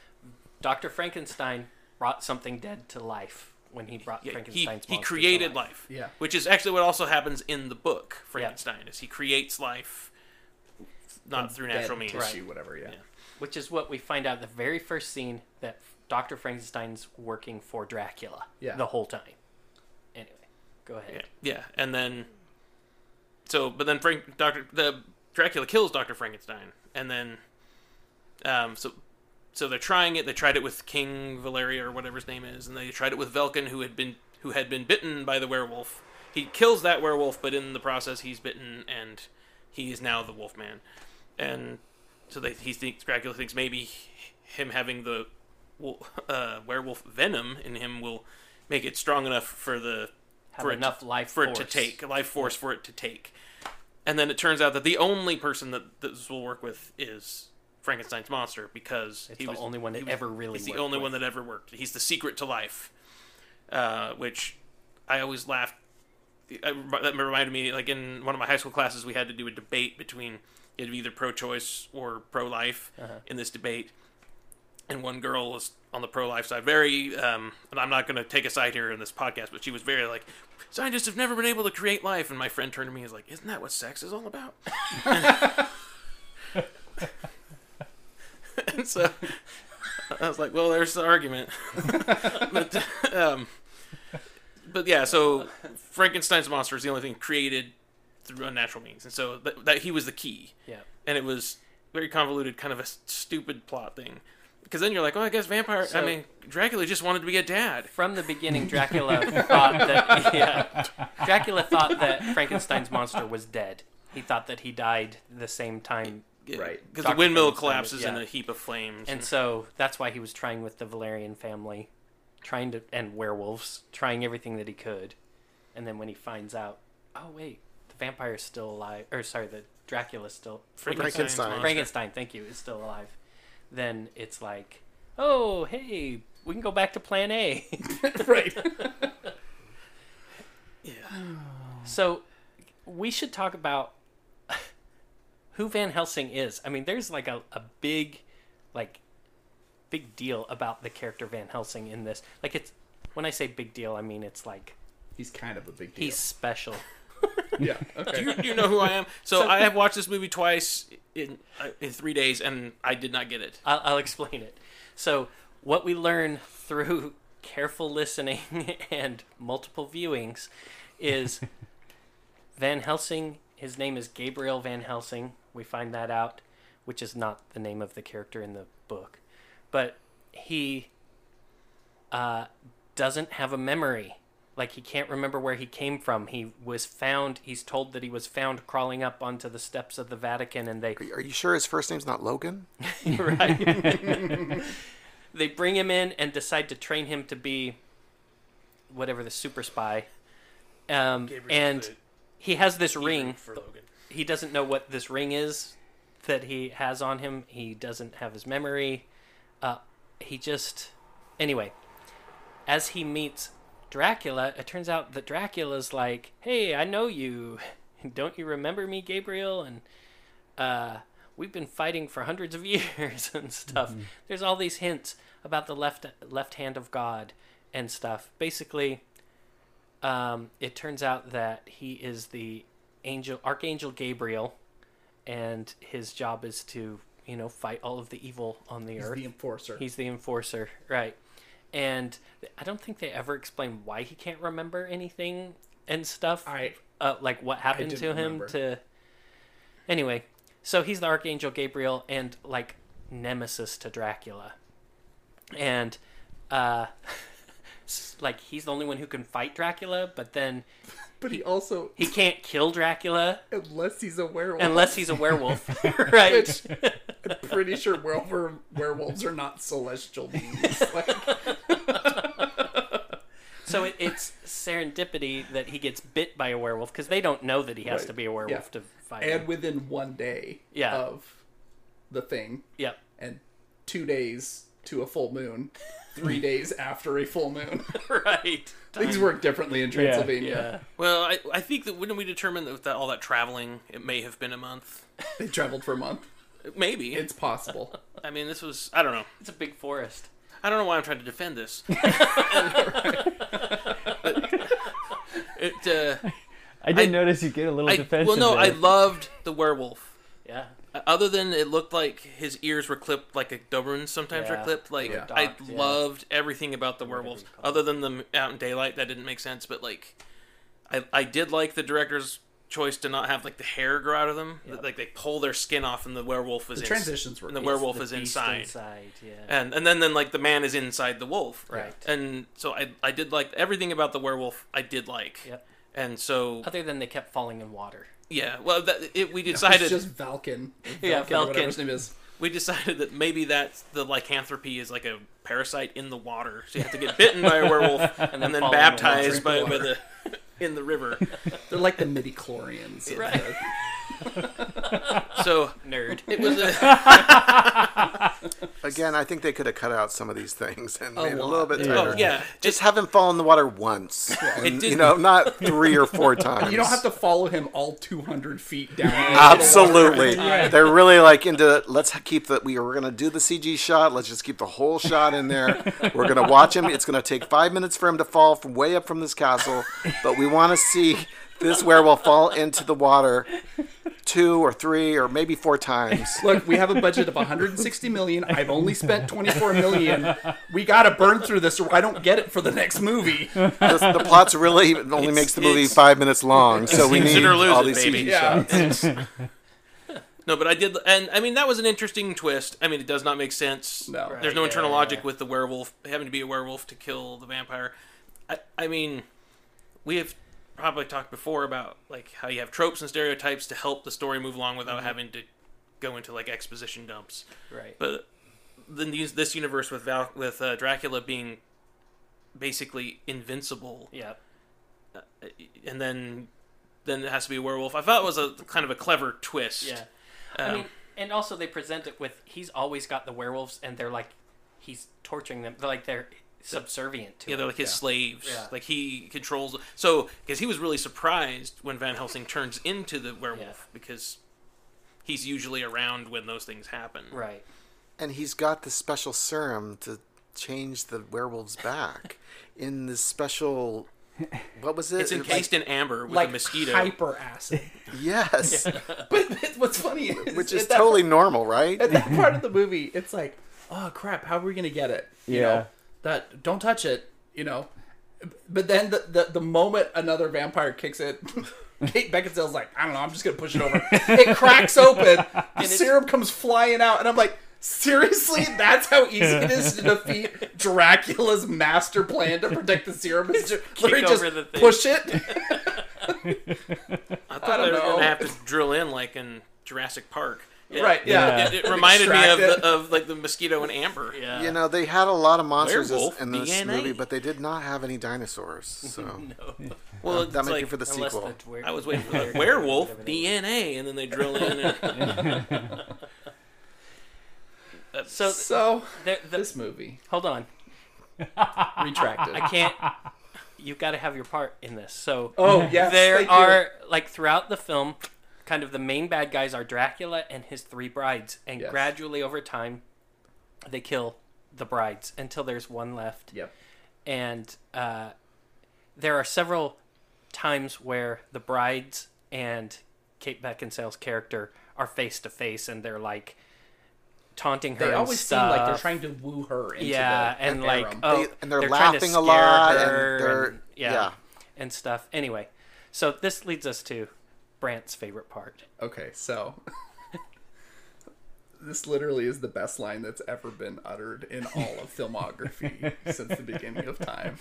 Speaker 5: Dr. Frankenstein brought something dead to life when he brought
Speaker 1: Yeah, he,
Speaker 5: Frankenstein's
Speaker 1: he
Speaker 5: monster
Speaker 1: created
Speaker 5: to
Speaker 1: life.
Speaker 5: life.
Speaker 7: Yeah.
Speaker 1: Which is actually what also happens in the book Frankenstein is he creates life not
Speaker 5: From
Speaker 1: through
Speaker 5: dead
Speaker 1: natural means.
Speaker 5: tissue,
Speaker 7: whatever, yeah.
Speaker 5: Which is what we find out the very first scene that Dr. Frankenstein's working for Dracula
Speaker 1: Yeah.
Speaker 5: the whole time. Anyway, go ahead.
Speaker 1: Yeah, and then so, but then Frank, Doctor, the Dracula kills Doctor Frankenstein, and then, um, so, so they're trying it. They tried it with King Valeria or whatever his name is, and they tried it with Velkin, who had been who had been bitten by the werewolf. He kills that werewolf, but in the process, he's bitten, and he is now the Wolfman. And so they, he thinks Dracula thinks maybe him having the wo- uh, werewolf venom in him will make it strong enough for the
Speaker 5: Have
Speaker 1: for
Speaker 5: enough
Speaker 1: it to,
Speaker 5: life
Speaker 1: for it to
Speaker 5: force.
Speaker 1: take life force for it to take. And then it turns out that the only person that this will work with is Frankenstein's monster because
Speaker 5: It's
Speaker 1: he
Speaker 5: the
Speaker 1: was
Speaker 5: only one that
Speaker 1: he was-
Speaker 5: ever really
Speaker 1: he's the
Speaker 5: worked
Speaker 1: only one
Speaker 5: with.
Speaker 1: that ever worked. He's the secret to life, uh, which I always laughed. I, that reminded me, like in one of my high school classes, we had to do a debate between you had to be either pro-choice or pro-life
Speaker 5: Uh-huh.
Speaker 1: in this debate, and one girl was on the pro life side. Very, um, and I'm not going to take a side here in this podcast, but she was very like, scientists have never been able to create life. And my friend turned to me and was like, Isn't that what sex is all about? and so I was like, Well, there's the argument. but, um, but yeah, so Frankenstein's monster is the only thing created through unnatural means. And so that, that he was the key.
Speaker 5: Yeah.
Speaker 1: And it was very convoluted, kind of a stupid plot thing. Because then you're like, oh, I guess vampire. I
Speaker 5: So-
Speaker 1: mean, Dracula just wanted to be a dad.
Speaker 5: From the beginning, Dracula thought that yeah, Dracula thought that Frankenstein's monster was dead. He thought that he died the same time.
Speaker 1: Right. 'Cause the
Speaker 5: Dr.
Speaker 1: windmill
Speaker 5: Frankenstein did,
Speaker 1: collapses in a heap of flames
Speaker 5: And
Speaker 1: and-
Speaker 5: so that's why he was trying with the Valerian family, trying to and werewolves, trying everything that he could. And then when he finds out, oh wait, the vampire's still alive or sorry, the Dracula's still
Speaker 8: Frankenstein's Frankenstein. monster.
Speaker 5: Frankenstein, thank you, is still alive. Then it's like, oh hey, we can go back to plan A. right. yeah. So we should talk about who Van Helsing is. I mean, there's like a, a big like big deal about the character Van Helsing in this. Like it's when I say big deal, I mean it's like
Speaker 7: he's kind of a big
Speaker 5: He's special.
Speaker 7: yeah.
Speaker 1: Do you, do you know who I am? So, I have watched this movie twice in uh, in three days, and I did not get it.
Speaker 5: I'll, I'll explain it. So, what we learn through careful listening and multiple viewings is Van Helsing, his name is Gabriel Van Helsing. We find that out, which is not the name of the character in the book. But he uh, doesn't have a memory. Like, he can't remember where he came from. He was found, he's told that he was found crawling up onto the steps of the Vatican, and they
Speaker 8: Are you sure his first name's not Logan?
Speaker 5: right? they bring him in and decide to train him to be whatever the super spy. Um, and he has this ring. He doesn't know what this ring is that he has on him. He doesn't have his memory. Uh, he just. Anyway, as he meets Dracula, it turns out that Dracula's like, "Hey, I know you. Don't you remember me, Gabriel?" And uh, we've been fighting for hundreds of years and stuff.
Speaker 7: Mm-hmm.
Speaker 9: Mhm.
Speaker 5: There's all these hints about the left left hand of God and stuff. Basically, um, it turns out that he is the angel archangel Gabriel, and his job is to you know fight all of the evil on the
Speaker 7: He's
Speaker 5: earth.
Speaker 7: the enforcer.
Speaker 5: He's the enforcer, right? And th- I don't think they ever explain why he can't remember anything and stuff.
Speaker 7: I
Speaker 5: uh, like what happened
Speaker 7: didn't
Speaker 5: to him
Speaker 7: remember.
Speaker 5: to. Anyway, so he's the archangel Gabriel and like nemesis to Dracula, and uh, s- like he's the only one who can fight Dracula. But then,
Speaker 7: but he, also
Speaker 5: he can't kill Dracula
Speaker 7: unless he's a werewolf.
Speaker 5: unless he's a werewolf, right?
Speaker 7: Which I'm pretty sure werewolf, werewolves are not celestial beings. Like,
Speaker 5: So it, it's serendipity that he gets bit by a werewolf because they don't know that he has
Speaker 7: Right.
Speaker 5: to be a werewolf to
Speaker 7: Yeah.
Speaker 5: fight.
Speaker 7: And
Speaker 5: him.
Speaker 7: within one day
Speaker 5: Yeah.
Speaker 7: of the thing.
Speaker 5: Yep.
Speaker 7: And two days to a full moon. Three days after a full moon.
Speaker 5: right.
Speaker 7: Things
Speaker 1: Time.
Speaker 7: work differently in Transylvania.
Speaker 1: Well, I, I think that when we determined that, that all that traveling, it may have been a month.
Speaker 7: They traveled for a month.
Speaker 1: Maybe
Speaker 7: it's possible.
Speaker 1: I mean, this was I don't know.
Speaker 5: It's a big forest.
Speaker 1: I don't know why I'm trying to defend this. it, uh,
Speaker 9: I did notice you get a little
Speaker 1: I-
Speaker 9: defensive.
Speaker 1: Well, no, I
Speaker 9: there.
Speaker 1: loved the werewolf. Uh,
Speaker 5: Yeah.
Speaker 1: Other than it looked like his ears were clipped, like a Doberman sometimes
Speaker 5: Yeah.
Speaker 1: are clipped. Like
Speaker 5: Yeah.
Speaker 1: I
Speaker 5: Docked, yeah.
Speaker 1: loved everything about the werewolves. Other than them out in daylight, that didn't make sense. But like, I I did like the director's choice to not have like the hair grow out of them. Like they pull their skin off, and the werewolf is
Speaker 7: The
Speaker 1: ins-
Speaker 7: transitions were
Speaker 1: and the
Speaker 7: cool.
Speaker 1: werewolf
Speaker 5: The
Speaker 1: is
Speaker 5: beast
Speaker 1: inside.
Speaker 5: inside, yeah.
Speaker 1: And and then then like the man is inside the wolf.
Speaker 5: Right.
Speaker 1: And so I I did like everything about the werewolf. I did like.
Speaker 5: Yep.
Speaker 1: And so
Speaker 5: Other than they kept falling in water.
Speaker 1: yeah, well, that, it, we
Speaker 5: That was
Speaker 1: decided
Speaker 7: just Valken.
Speaker 5: Yeah,
Speaker 7: Valken or whatever
Speaker 5: Valken.
Speaker 7: his name is.
Speaker 1: We decided that maybe that's the lycanthropy is like a parasite in the water. So you have to get bitten by a werewolf and then,
Speaker 7: fall in the
Speaker 1: baptized by, by
Speaker 7: water.
Speaker 1: the in the river.
Speaker 7: They're like the midi chlorians.
Speaker 1: Right. so nerd. It was a
Speaker 8: Again, I think they could have cut out some of these things and
Speaker 1: A
Speaker 8: made it a
Speaker 1: lot.
Speaker 8: little bit
Speaker 1: Yeah.
Speaker 8: tighter.
Speaker 1: Oh, yeah.
Speaker 8: just have him fall in the water once,
Speaker 7: It
Speaker 8: and, you
Speaker 7: didn't-
Speaker 8: know, not three or four times.
Speaker 7: You don't have to follow him all 200 feet down. into the water.
Speaker 8: Absolutely, they're really like into. Let's keep the. We are going to do the CG shot. Let's just keep the whole shot in there. We're going to watch him. It's going to take five minutes for him to fall from way up from this castle, but we want to see this werewolf fall into the water two or three or maybe four times.
Speaker 7: Look, we have a budget of 160 million. I've only spent 24 million. We got to burn through this, or I don't get it for the next movie.
Speaker 8: the, the plot's really it only makes the movie five minutes long, so we
Speaker 1: It's
Speaker 8: need
Speaker 1: it or lose
Speaker 8: all
Speaker 1: it,
Speaker 8: these
Speaker 1: baby.
Speaker 8: CG
Speaker 1: Yeah.
Speaker 8: shots.
Speaker 1: no, but I did, and I mean that was an interesting twist. I mean, it does not make sense. No, there's
Speaker 5: Right,
Speaker 1: no
Speaker 5: yeah,
Speaker 1: internal
Speaker 5: yeah,
Speaker 1: logic with the werewolf having to be a werewolf to kill the vampire. I, I mean, we have probably talked before about like how you have tropes and stereotypes to help the story move along without having to go into like exposition dumps.
Speaker 5: Mm-hmm. Right.
Speaker 1: But then these, this universe with Val, with uh, Dracula being basically invincible.
Speaker 5: Yep.
Speaker 1: Uh, and then then it has to be a werewolf. I thought it was a kind of a clever twist.
Speaker 5: Yeah. I
Speaker 1: Um,
Speaker 5: mean, and also they present it with he's always got the werewolves, and they're like he's torturing them. They're like they're subservient to.
Speaker 1: yeah, they're
Speaker 5: him.
Speaker 1: like his slaves.
Speaker 5: Yeah.
Speaker 1: Like he controls. So because he was really surprised when Van Helsing turns into the werewolf because he's usually around when those things happen.
Speaker 5: Right.
Speaker 8: And he's got the special serum to change the werewolves back in this special. What was it?
Speaker 1: It's encased in amber with
Speaker 7: like
Speaker 1: a mosquito.
Speaker 7: hyper acid.
Speaker 8: Yes.
Speaker 7: But what's funny is
Speaker 8: Which is
Speaker 7: at that-
Speaker 8: totally normal, right?
Speaker 7: At that part of the movie, it's like, oh crap, how are we gonna get it? You
Speaker 9: Yeah.
Speaker 7: know, that don't touch it. You know, but then the the, the moment another vampire kicks it. Kate Beckinsale's like, I don't know, I'm just gonna push it over. it cracks open, the serum comes flying out, and I'm like, seriously, that's how easy it is to defeat Dracula's master plan to protect the serum? Is just,
Speaker 1: Kick
Speaker 7: literally just
Speaker 1: over the thing.
Speaker 7: push it?
Speaker 1: I thought
Speaker 7: I
Speaker 1: I, was
Speaker 7: don't know.
Speaker 1: going to have to drill in like in Jurassic Park. It-
Speaker 7: Right,
Speaker 1: it-
Speaker 7: yeah.
Speaker 1: It, it reminded me of,
Speaker 7: Extract
Speaker 1: the, of like the mosquito and amber.
Speaker 8: You know, they had a lot of monsters as-
Speaker 1: Werewolf
Speaker 8: in this
Speaker 1: DNA.
Speaker 8: movie, but they did not have any dinosaurs. So,
Speaker 1: Well,
Speaker 8: well, that
Speaker 1: it's
Speaker 8: might be
Speaker 1: like-
Speaker 8: for the
Speaker 1: unless
Speaker 8: sequel.
Speaker 1: the dwer- I was waiting for the werewolf DNA, and then they drill in. And... Uh,
Speaker 5: So,
Speaker 7: so
Speaker 5: the, the,
Speaker 7: this movie.
Speaker 5: Hold on.
Speaker 7: Retract it.
Speaker 5: I can't. You've got to have your part in this. So.
Speaker 7: Oh, yes,
Speaker 5: There
Speaker 7: thank you.
Speaker 5: are like throughout the film, kind of the main bad guys are Dracula and his three brides, and
Speaker 7: Yes.
Speaker 5: gradually over time, they kill the brides until there's one left.
Speaker 7: Yep.
Speaker 5: And uh, there are several times where the brides and Kate Beckinsale's character are face to face, and they're like taunting her.
Speaker 7: They
Speaker 5: and
Speaker 7: always
Speaker 5: stuff.
Speaker 7: seem like they're trying to woo her into
Speaker 5: yeah,
Speaker 7: the,
Speaker 5: and
Speaker 7: the
Speaker 5: like
Speaker 7: harem.
Speaker 5: oh,
Speaker 8: They- and they're
Speaker 5: trying to
Speaker 8: laughing a
Speaker 5: scare
Speaker 8: lot, and
Speaker 5: her
Speaker 8: they're-
Speaker 5: yeah,
Speaker 8: yeah.
Speaker 5: and stuff. Anyway, so this leads us to Brant's favorite part.
Speaker 7: Okay, so this literally is the best line that's ever been uttered in all of filmography since the beginning of time.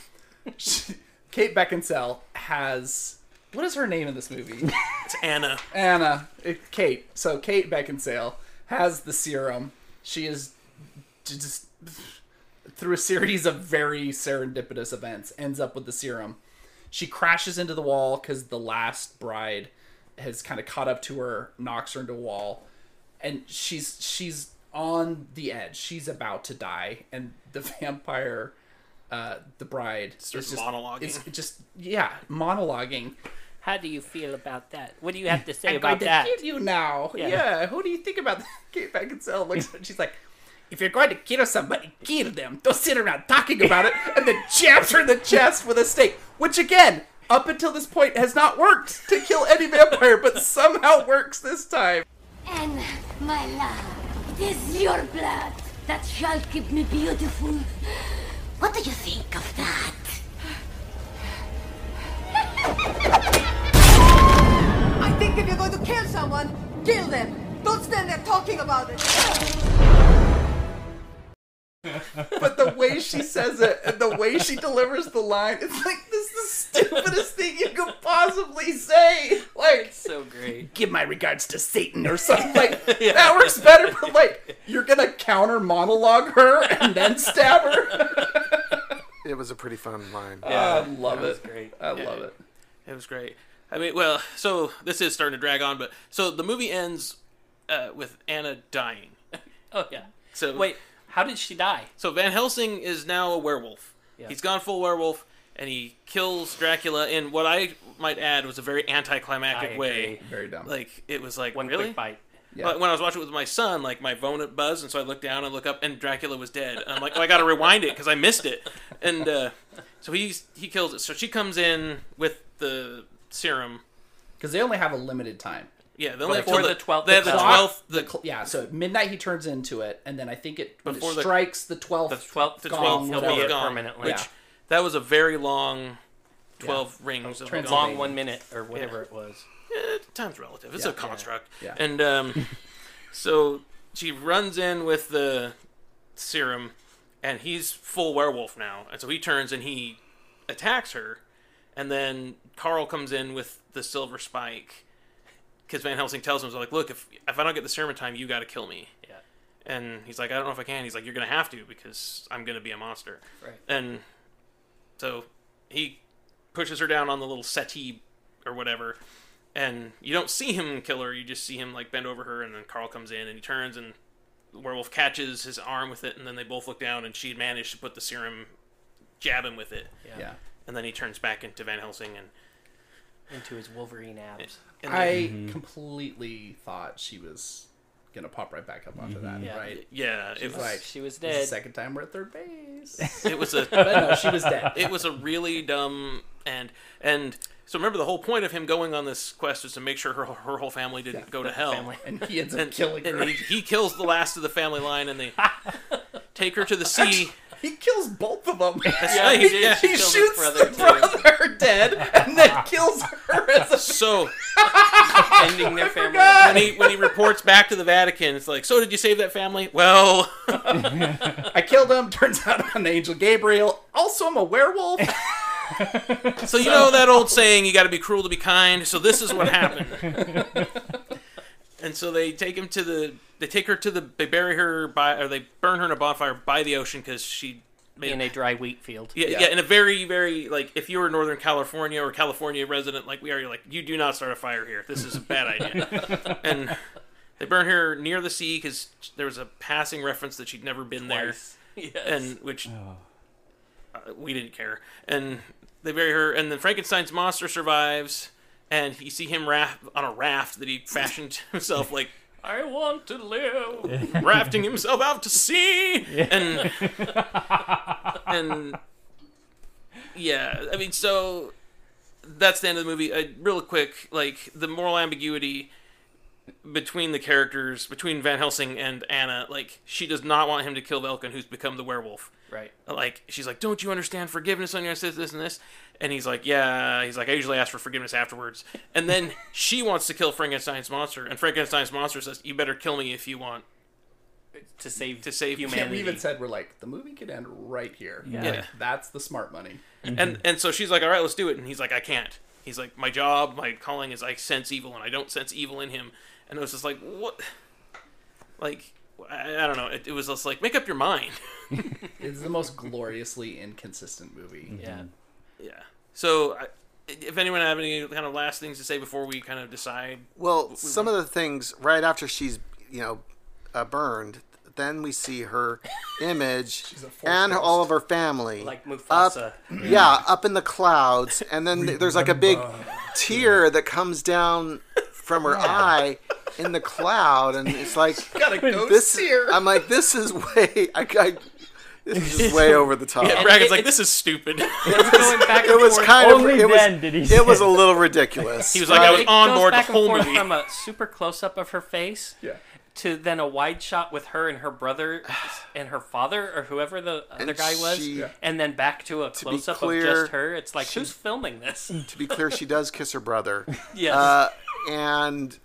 Speaker 7: She, Kate Beckinsale has what is her name in this movie?
Speaker 1: It's Anna.
Speaker 7: Anna, eh, Kate. So Kate Beckinsale has the serum. She is j- just through a series of very serendipitous events ends up with the serum. She crashes into the wall because the last bride has kind of caught up to her, knocks her into a wall, and she's she's on the edge. She's about to die, and the vampire, uh, the bride,
Speaker 1: Starts
Speaker 7: is just,
Speaker 1: monologuing.
Speaker 7: Is just yeah, monologuing.
Speaker 5: How do you feel about that? What do you have to say
Speaker 7: I'm
Speaker 5: about
Speaker 7: going
Speaker 5: that?
Speaker 7: to kill you now.
Speaker 5: Yeah.
Speaker 7: Yeah. Who do you think about that? Kate Beckinsale looks at her and she's like, if you're going to kill somebody, kill them. Don't sit around talking about it. And then jabs her in the chest with a stake, which again, up until this point, has not worked to kill any vampire, but somehow works this time.
Speaker 10: Anna, my love, it is your blood that shall keep me beautiful. What do you think of that?
Speaker 11: I think if you're going to kill someone, kill them. Don't stand there talking about it.
Speaker 7: But the way she says it and the way she delivers the line, it's like this is the stupidest thing you could possibly say. Like
Speaker 5: so great.
Speaker 7: give my regards to Satan or something. Like that works better, but like you're gonna counter monologue her and then stab her.
Speaker 8: It was a pretty fun line.
Speaker 7: I love it.
Speaker 5: great.
Speaker 7: I love it.
Speaker 1: It was great. I mean, well, so this is starting to drag on, but so the movie ends uh, with Anna dying.
Speaker 5: Oh yeah.
Speaker 1: So
Speaker 5: wait, how did she die?
Speaker 1: So Van Helsing is now a werewolf.
Speaker 5: Yeah.
Speaker 1: He's gone full werewolf, and he kills Dracula in what I might add was a very anticlimactic
Speaker 5: I
Speaker 1: way.
Speaker 5: agree. Very dumb.
Speaker 1: Like it was like
Speaker 5: One
Speaker 1: really
Speaker 5: quick bite.
Speaker 1: Yeah. But when I was watching it with my son, like my phone had buzzed, and so I looked down and look up, and Dracula was dead. And I'm like, oh, I got to rewind it because I missed it. And uh, so he's he kills it. So she comes in with the serum.
Speaker 7: Because they only have a limited time.
Speaker 1: Yeah, they only have
Speaker 7: Before
Speaker 1: till the-
Speaker 7: twelfth.
Speaker 1: they have the 12th
Speaker 7: The cl- yeah, so at midnight he turns into it, and then I think it when
Speaker 1: Before
Speaker 7: it
Speaker 1: the-
Speaker 7: strikes the twelfth. The
Speaker 5: twelfth.
Speaker 1: The twelfth will be gone permanently. Which that was a very long twelve
Speaker 5: Yeah.
Speaker 1: rings.
Speaker 5: Oh,
Speaker 1: of
Speaker 5: trans-
Speaker 1: gone.
Speaker 5: long one minute or whatever it was.
Speaker 1: Eh, time's relative. It's
Speaker 5: Yeah,
Speaker 1: a
Speaker 5: yeah,
Speaker 1: construct.
Speaker 5: yeah.
Speaker 1: And um, so she runs in with the serum, and he's full werewolf now. And so he turns and he attacks her, and then Carl comes in with the silver spike. Because Van Helsing tells him, he's like, look, if, if I don't get the serum in time, you got to kill me.
Speaker 5: Yeah.
Speaker 1: And he's like, I don't know if I can. He's like, you're going to have to because I'm going to be a monster.
Speaker 5: Right.
Speaker 1: And so he pushes her down on the little settee or whatever. And you don't see him kill her. You just see him like bend over her. And then Carl comes in and he turns and the werewolf catches his arm with it. And then they both look down and she managed to put the serum, jab him with it.
Speaker 5: Yeah. Yeah.
Speaker 1: And then he turns back into Van Helsing and.
Speaker 5: Into his Wolverine abs.
Speaker 1: and
Speaker 7: I
Speaker 1: then-
Speaker 7: completely thought she was gonna pop right back up onto that.
Speaker 5: Yeah.
Speaker 7: Right?
Speaker 1: Yeah, it
Speaker 7: She's
Speaker 1: was-
Speaker 7: like
Speaker 1: she was
Speaker 7: "This is
Speaker 1: dead."
Speaker 7: The second time we're at third base.
Speaker 1: It was a
Speaker 7: But no, she was dead.
Speaker 1: It was a really dumb and and so remember the whole point of him going on this quest is to make sure her her whole family didn't go to hell.
Speaker 7: family. And he ends up killing
Speaker 1: and
Speaker 7: her.
Speaker 1: He, he kills the last of the family line and they take her to the sea.
Speaker 7: He kills both of them.
Speaker 1: yeah, he did.
Speaker 7: He,
Speaker 1: He killed his
Speaker 7: shoots
Speaker 1: brother,
Speaker 7: the
Speaker 1: too.
Speaker 7: brother dead and then kills her as a.
Speaker 1: So
Speaker 5: ending their family.
Speaker 1: when he when he reports back to the Vatican, it's like, so did you save that family? Well,
Speaker 7: I killed him. Turns out I'm Angel Gabriel. Also, I'm a werewolf.
Speaker 1: so you know that old saying, you got to be cruel to be kind. So this is what happened. and so they take him to the they take her to the they bury her by or they burn her in a bonfire by the ocean because she made
Speaker 5: in a dry wheat field.
Speaker 1: Yeah, yeah, in a very, very like if you were a Northern California or California resident like we are, you're like, you do not start a fire here. This is a bad idea. and they burn her near the sea because there was a passing reference that she'd never been
Speaker 5: Twice.
Speaker 1: there,
Speaker 5: Yes. Oh.
Speaker 1: and which uh, we didn't care. And they bury her, and then Frankenstein's monster survives, and you see him raft on a raft that he fashioned himself like
Speaker 5: I want to live.
Speaker 1: rafting himself out to sea and and yeah i mean so that's the end of the movie I, real quick like the moral ambiguity between the characters between van helsing and anna like she does not want him to kill velkin who's become the werewolf
Speaker 5: Right.
Speaker 1: like she's like don't you understand forgiveness on your this this and this and he's like yeah he's like i usually ask for forgiveness afterwards and then she wants to kill frankenstein's monster and frankenstein's monster says you better kill me if you want
Speaker 5: to save
Speaker 1: to save
Speaker 7: Yeah,
Speaker 1: humanity
Speaker 7: we even said we're like the movie could end right here.
Speaker 1: Yeah.
Speaker 7: Like,
Speaker 1: Yeah.
Speaker 7: that's the smart money.
Speaker 1: and and so she's like all right let's do it and he's like i can't he's like my job my calling is i sense evil and i don't sense evil in him and it was just like what like i, I don't know it, it was just like make up your mind
Speaker 7: It's the most gloriously inconsistent movie.
Speaker 5: Yeah.
Speaker 1: yeah so I, if anyone have any kind of last things to say before we kind of decide
Speaker 8: Well, some of the things right after she's you know uh, burned, then we see her image and all of her family,
Speaker 5: Like Mufasa.
Speaker 8: Up, yeah. up in the clouds, and then there's like a big tear that comes down from her eye in the cloud, and it's like
Speaker 7: gotta go
Speaker 8: this.
Speaker 7: see her.
Speaker 8: I'm like, this is way. I, I, this is way over the top.
Speaker 1: yeah bracken's like this is stupid
Speaker 8: it was kind of.
Speaker 9: Only
Speaker 8: It was,
Speaker 9: then did he
Speaker 8: it was
Speaker 9: say-
Speaker 8: a little ridiculous.
Speaker 1: He was like, I was
Speaker 5: It
Speaker 1: on
Speaker 5: goes
Speaker 1: board the
Speaker 5: back
Speaker 1: whole
Speaker 5: and forth
Speaker 1: movie.
Speaker 5: from a super close up of her face.
Speaker 7: Yeah.
Speaker 5: To then a wide shot with her and her brother and her father or whoever the other
Speaker 8: And
Speaker 5: guy was,
Speaker 8: she-
Speaker 5: and then back to a
Speaker 8: be
Speaker 5: close up of
Speaker 8: clear,
Speaker 5: just her. It's like who's filming this?
Speaker 8: to be clear, she does kiss her brother.
Speaker 5: Yes.
Speaker 8: Uh, and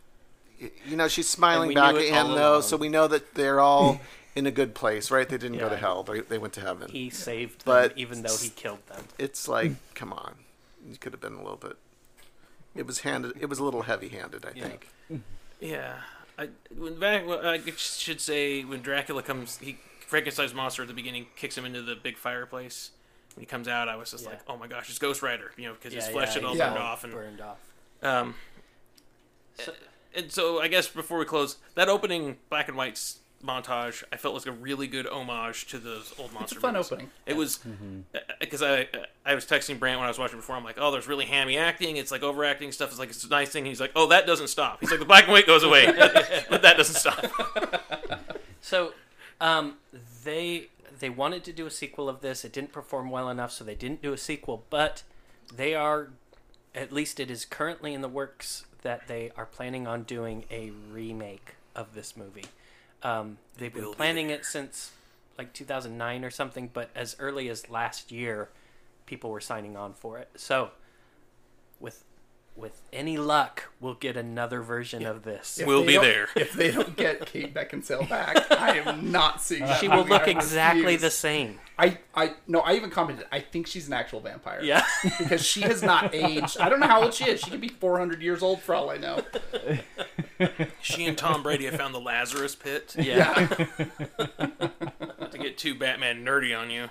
Speaker 8: y- you know she's
Speaker 5: And
Speaker 8: smiling
Speaker 5: we
Speaker 8: back
Speaker 5: knew
Speaker 8: at
Speaker 5: it
Speaker 8: him
Speaker 5: all
Speaker 8: though,
Speaker 5: along.
Speaker 8: so we know that they're all in a good place, right? They didn't go to hell; they, they went to heaven.
Speaker 5: He saved them,
Speaker 8: But
Speaker 5: even though he killed them.
Speaker 8: It's like, come on, you could have been a little bit. It was handed. It was a little heavy-handed, I think.
Speaker 1: Yeah, I when back well, I should say when Dracula comes, he Frankenstein's monster at the beginning kicks him into the big fireplace. When he comes out, I was just like, oh my gosh, it's Ghost Rider, you know, because his
Speaker 5: Yeah,
Speaker 1: flesh
Speaker 5: yeah,
Speaker 1: had all
Speaker 5: he's
Speaker 1: burned
Speaker 5: all
Speaker 1: off and
Speaker 5: burned off.
Speaker 1: Um, and so I guess before we close, that opening black and white s- montage, I felt was a really good homage to those old monster.
Speaker 7: fun
Speaker 1: movies.
Speaker 7: opening.
Speaker 1: It was because I I was texting Brant when I was watching before. I'm like, oh, there's really hammy acting. It's like overacting stuff. It's like it's a nice thing. He's like, oh, that doesn't stop. He's like, the black and white goes away, but that doesn't stop.
Speaker 5: So, um, they they wanted to do a sequel of this. It didn't perform well enough, so they didn't do a sequel. But they are, at least it is currently in the works that they are planning on doing a remake of this movie. Um, they've been
Speaker 1: will be
Speaker 5: planning it since like 2009 or something, but as early as last year, people were signing on for it. So, with with any luck, we'll get another version of this.
Speaker 7: If they don't- If they don't get Kate Beckinsale back, I am not seeing. That
Speaker 5: She will
Speaker 7: movie.
Speaker 5: look
Speaker 7: I
Speaker 5: exactly
Speaker 7: refuse.
Speaker 5: the same.
Speaker 7: I, I no, I even commented. I think she's an actual vampire.
Speaker 5: Yeah.
Speaker 7: because she has not aged. I don't know how old she is. She could be 400 years old for all I know.
Speaker 1: She and Tom Brady have found the Lazarus Pit.
Speaker 7: Yeah.
Speaker 1: Not to get too Batman nerdy on you.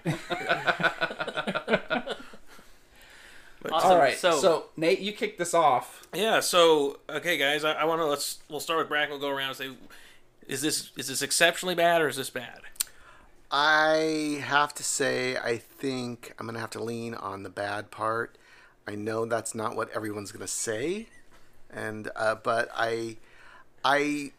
Speaker 1: But-
Speaker 7: all right. So, Nate, you kicked this off.
Speaker 1: Yeah. So okay, guys, I, I want to let's we'll start with Brack. We'll go around and say, is this is this exceptionally bad or is this bad?
Speaker 8: I have to say, I think I'm going to have to lean on the bad part. I know that's not what everyone's going to say, and uh, but I, I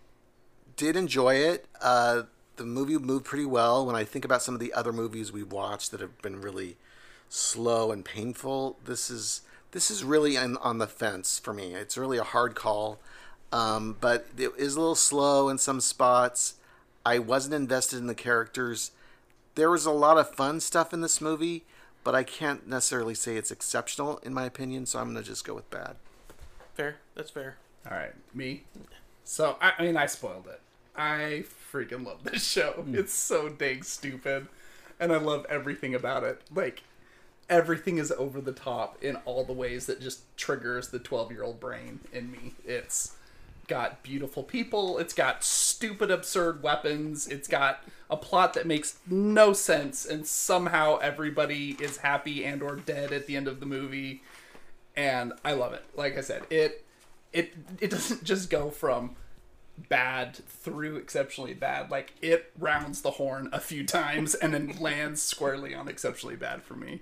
Speaker 8: did enjoy it. Uh, the movie moved pretty well. When I think about some of the other movies we've watched that have been really slow and painful, this is this is really on, on the fence for me. It's really a hard call, um, but it is a little slow in some spots. I wasn't invested in the characters. There was a lot of fun stuff in this movie, but I can't necessarily say it's exceptional in my opinion. So I'm gonna just go with bad.
Speaker 1: Fair. That's fair.
Speaker 7: All right, me. So I, I mean, I spoiled it. I freaking love this show. It's so dang stupid, and I love everything about it. Like everything is over the top in all the ways that just triggers the 12 year old brain in me. It's got beautiful people. It's got stupid, absurd weapons. It's got a plot that makes no sense, and somehow everybody is happy and or dead at the end of the movie. And I love it. Like I said, it it it doesn't just go from bad through exceptionally bad. Like it rounds the horn a few times and then lands squarely on exceptionally bad for me.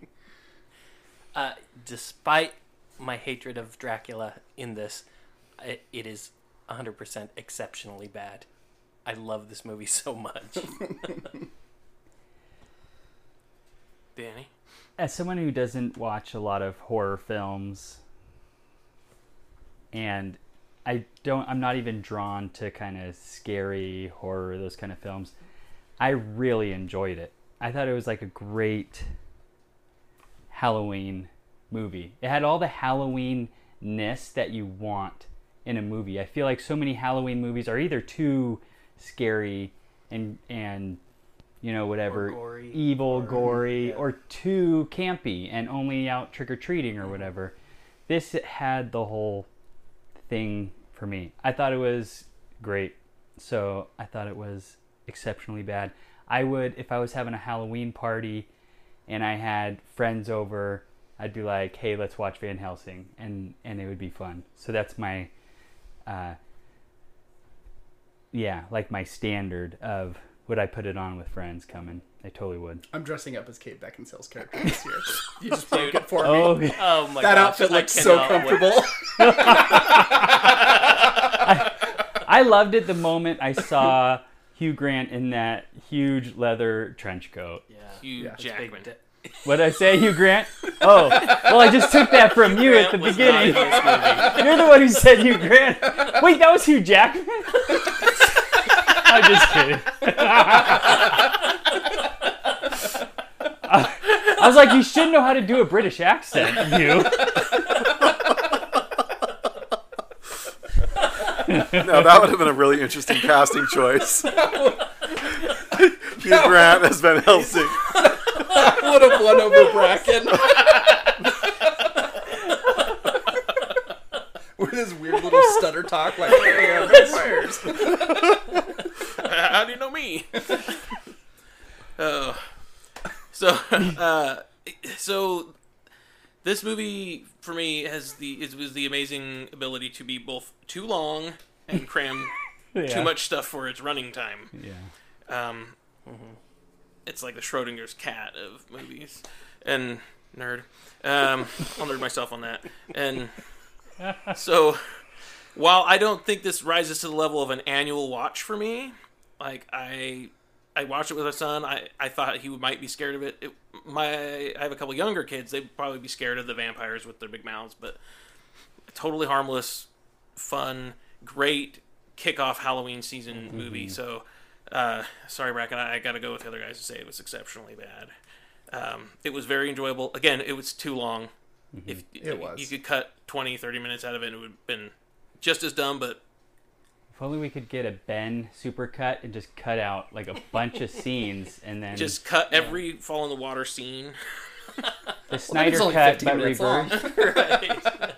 Speaker 5: Uh, despite my hatred of Dracula in this, it, it is 100% exceptionally bad. I love this movie so much.
Speaker 1: Danny.
Speaker 9: as someone who doesn't watch a lot of horror films and I don't I'm not even drawn to kind of scary horror those kind of films I really enjoyed it. I thought it was like a great Halloween movie. It had all the Halloween ness that you want in a movie. I feel like so many Halloween movies are either too scary and and you know whatever evil gory or too campy and only out trick or treating or whatever. This had the whole thing for me. I thought it was great. So I thought it was exceptionally bad. I would, if I was having a Halloween party and I had friends over, I'd be like, hey, let's watch Van Helsing. And, and it would be fun. So that's my, uh, yeah, like my standard of would I put it on with friends coming? I totally would.
Speaker 7: I'm dressing up as Kate Beckinsale's character this year. You just broke it for me.
Speaker 9: Oh, yeah.
Speaker 5: Oh my
Speaker 7: that
Speaker 5: gosh,
Speaker 7: outfit
Speaker 5: I
Speaker 7: looks so
Speaker 5: cannot wait.
Speaker 7: comfortable.
Speaker 9: I loved it the moment I saw Hugh Grant in that huge leather trench coat.
Speaker 1: Hugh Jackman.
Speaker 9: What did I say, Hugh Grant? Oh, well, I just took that from you at the
Speaker 1: was not
Speaker 9: beginning.
Speaker 1: in this
Speaker 9: You're the one who said Hugh Grant. Wait, that was Hugh Jackman? I'm just kidding. I was like, you should know how to do a British accent, you.
Speaker 8: no, that would have been a really interesting casting choice. Hugh Grant has been Helsing.
Speaker 7: that would have won over Bracken. With his weird little stutter talk, like, hey, I'm vampires."
Speaker 1: How do you know me? Oh, so uh, so This movie for me has the it was the amazing ability to be both too long and cram
Speaker 9: Yeah.
Speaker 1: too much stuff for its running time.
Speaker 9: Yeah. Mm-hmm.
Speaker 1: Um, It's like the Schrodinger's cat of movies. And nerd. Um, I'll nerd myself on that. And so while I don't think this rises to the level of an annual watch for me, like I I watched it with my son. I, I thought he might be scared of it. it. My I have a couple younger kids. They'd probably be scared of the vampires with their big mouths, but totally harmless, fun, great kickoff Halloween season movie. So, uh, sorry, Bracken, I, I got to go with the other guys to say it was exceptionally bad. Um, it was very enjoyable. Again, it was too long. If
Speaker 7: It was.
Speaker 1: you could cut 20, 30 minutes out of it, it would have been just as dumb, but
Speaker 9: If only we could get a Ben supercut and just cut out like a bunch of scenes and then
Speaker 1: just cut every fall in the water scene.
Speaker 9: the Snyder cut but reversed.
Speaker 1: Right.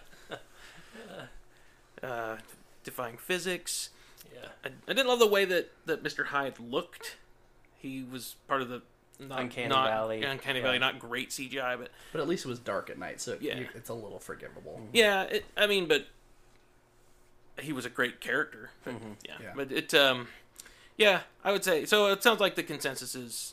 Speaker 1: uh, defying physics.
Speaker 5: Yeah.
Speaker 1: I, I didn't love the way that, that Mr. Hyde looked. He was part of the not,
Speaker 5: Uncanny
Speaker 1: not-
Speaker 5: Valley.
Speaker 1: Uncanny
Speaker 5: Yeah.
Speaker 1: Valley, not great CGI, but
Speaker 7: But at least it was dark at night, so
Speaker 1: Yeah.
Speaker 7: you- it's a little forgivable.
Speaker 1: yeah, it, I mean, but he was a great character. But,
Speaker 5: Mm-hmm.
Speaker 1: Yeah.
Speaker 7: Yeah.
Speaker 1: but it, um, yeah, I would say so. It sounds like the consensus is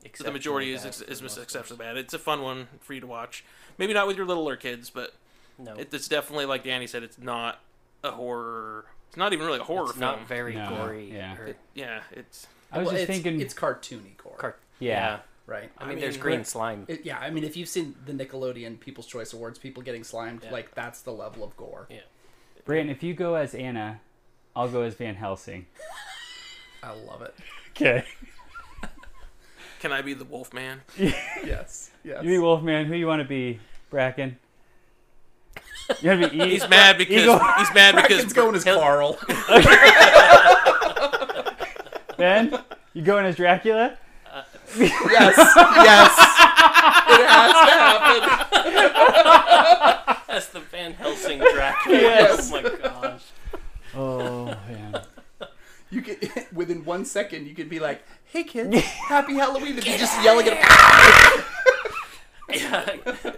Speaker 1: the
Speaker 5: Exceptionally
Speaker 1: majority is
Speaker 5: bad
Speaker 1: is,
Speaker 5: for
Speaker 1: is
Speaker 5: most of
Speaker 1: exceptionally bad. It's a fun one for you to watch. Maybe not with your littler kids, but
Speaker 5: No.
Speaker 1: it, it's definitely like Danny said. It's not a horror. It's not even really a horror
Speaker 5: It's
Speaker 1: film.
Speaker 5: not very
Speaker 9: No,
Speaker 5: gory.
Speaker 9: yeah.
Speaker 5: or-
Speaker 1: It- yeah, it's
Speaker 9: I was
Speaker 7: Well,
Speaker 9: just
Speaker 7: it's,
Speaker 9: thinking
Speaker 7: it's cartoony core,
Speaker 5: Car-
Speaker 9: Yeah.
Speaker 7: right?
Speaker 5: I mean, there's green slime.
Speaker 7: It, yeah, I mean, if you've seen the Nickelodeon People's Choice Awards, people getting slimed, like that's the level of gore.
Speaker 5: Yeah.
Speaker 9: Brandon, if you go as Anna, I'll go as Van Helsing.
Speaker 7: I love it.
Speaker 9: Okay.
Speaker 1: Can I be the wolf man?
Speaker 7: Yes, yes.
Speaker 9: You be Wolfman, who you want to be, Bracken? You want to be E?
Speaker 1: He's mad because
Speaker 9: Eagle.
Speaker 1: he's mad because
Speaker 7: Bracken's going as Carl.
Speaker 9: Ben? You going as Dracula?
Speaker 7: yes, yes. It has to happen.
Speaker 5: That's the Van Helsing Dracula.
Speaker 9: Yes.
Speaker 5: Oh my gosh.
Speaker 9: Oh, man.
Speaker 7: You could within one second, you could be like, "Hey kids, happy Halloween!" If you just yelling at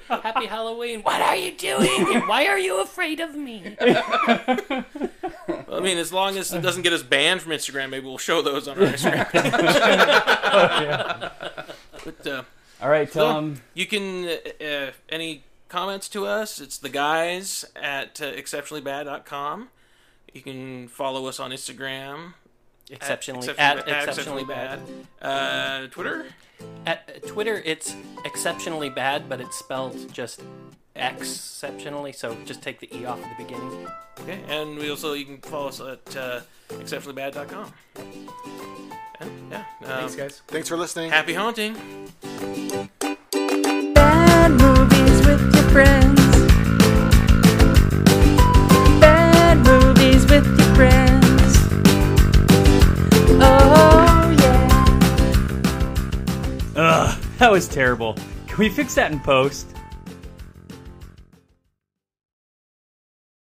Speaker 5: Happy Halloween.
Speaker 6: What are you doing? And why are you afraid of me?
Speaker 1: I mean, as long as it doesn't get us banned from Instagram, maybe we'll show those on our Instagram. page. Oh, But uh,
Speaker 9: All right, tell
Speaker 1: So,
Speaker 9: him.
Speaker 1: Um, you can uh, uh, any comments to us. It's the guys at uh, exceptionallybad.com. You can follow us on Instagram
Speaker 5: Exceptionally,
Speaker 1: at,
Speaker 5: at, exceptionally bad.
Speaker 1: Uh, Twitter
Speaker 5: At uh, Twitter, it's exceptionally bad, but it's spelled just exceptionally, so just take the E off at the beginning.
Speaker 1: Okay, and we also you can follow us at uh, exceptionallybad.com. Yeah, yeah. Um,
Speaker 7: Thanks, guys.
Speaker 8: Thanks for listening.
Speaker 1: Happy haunting.
Speaker 6: Bad movies with your friends. Bad movies with your friends. Oh, yeah.
Speaker 9: Ugh, that was terrible. Can we fix that in post?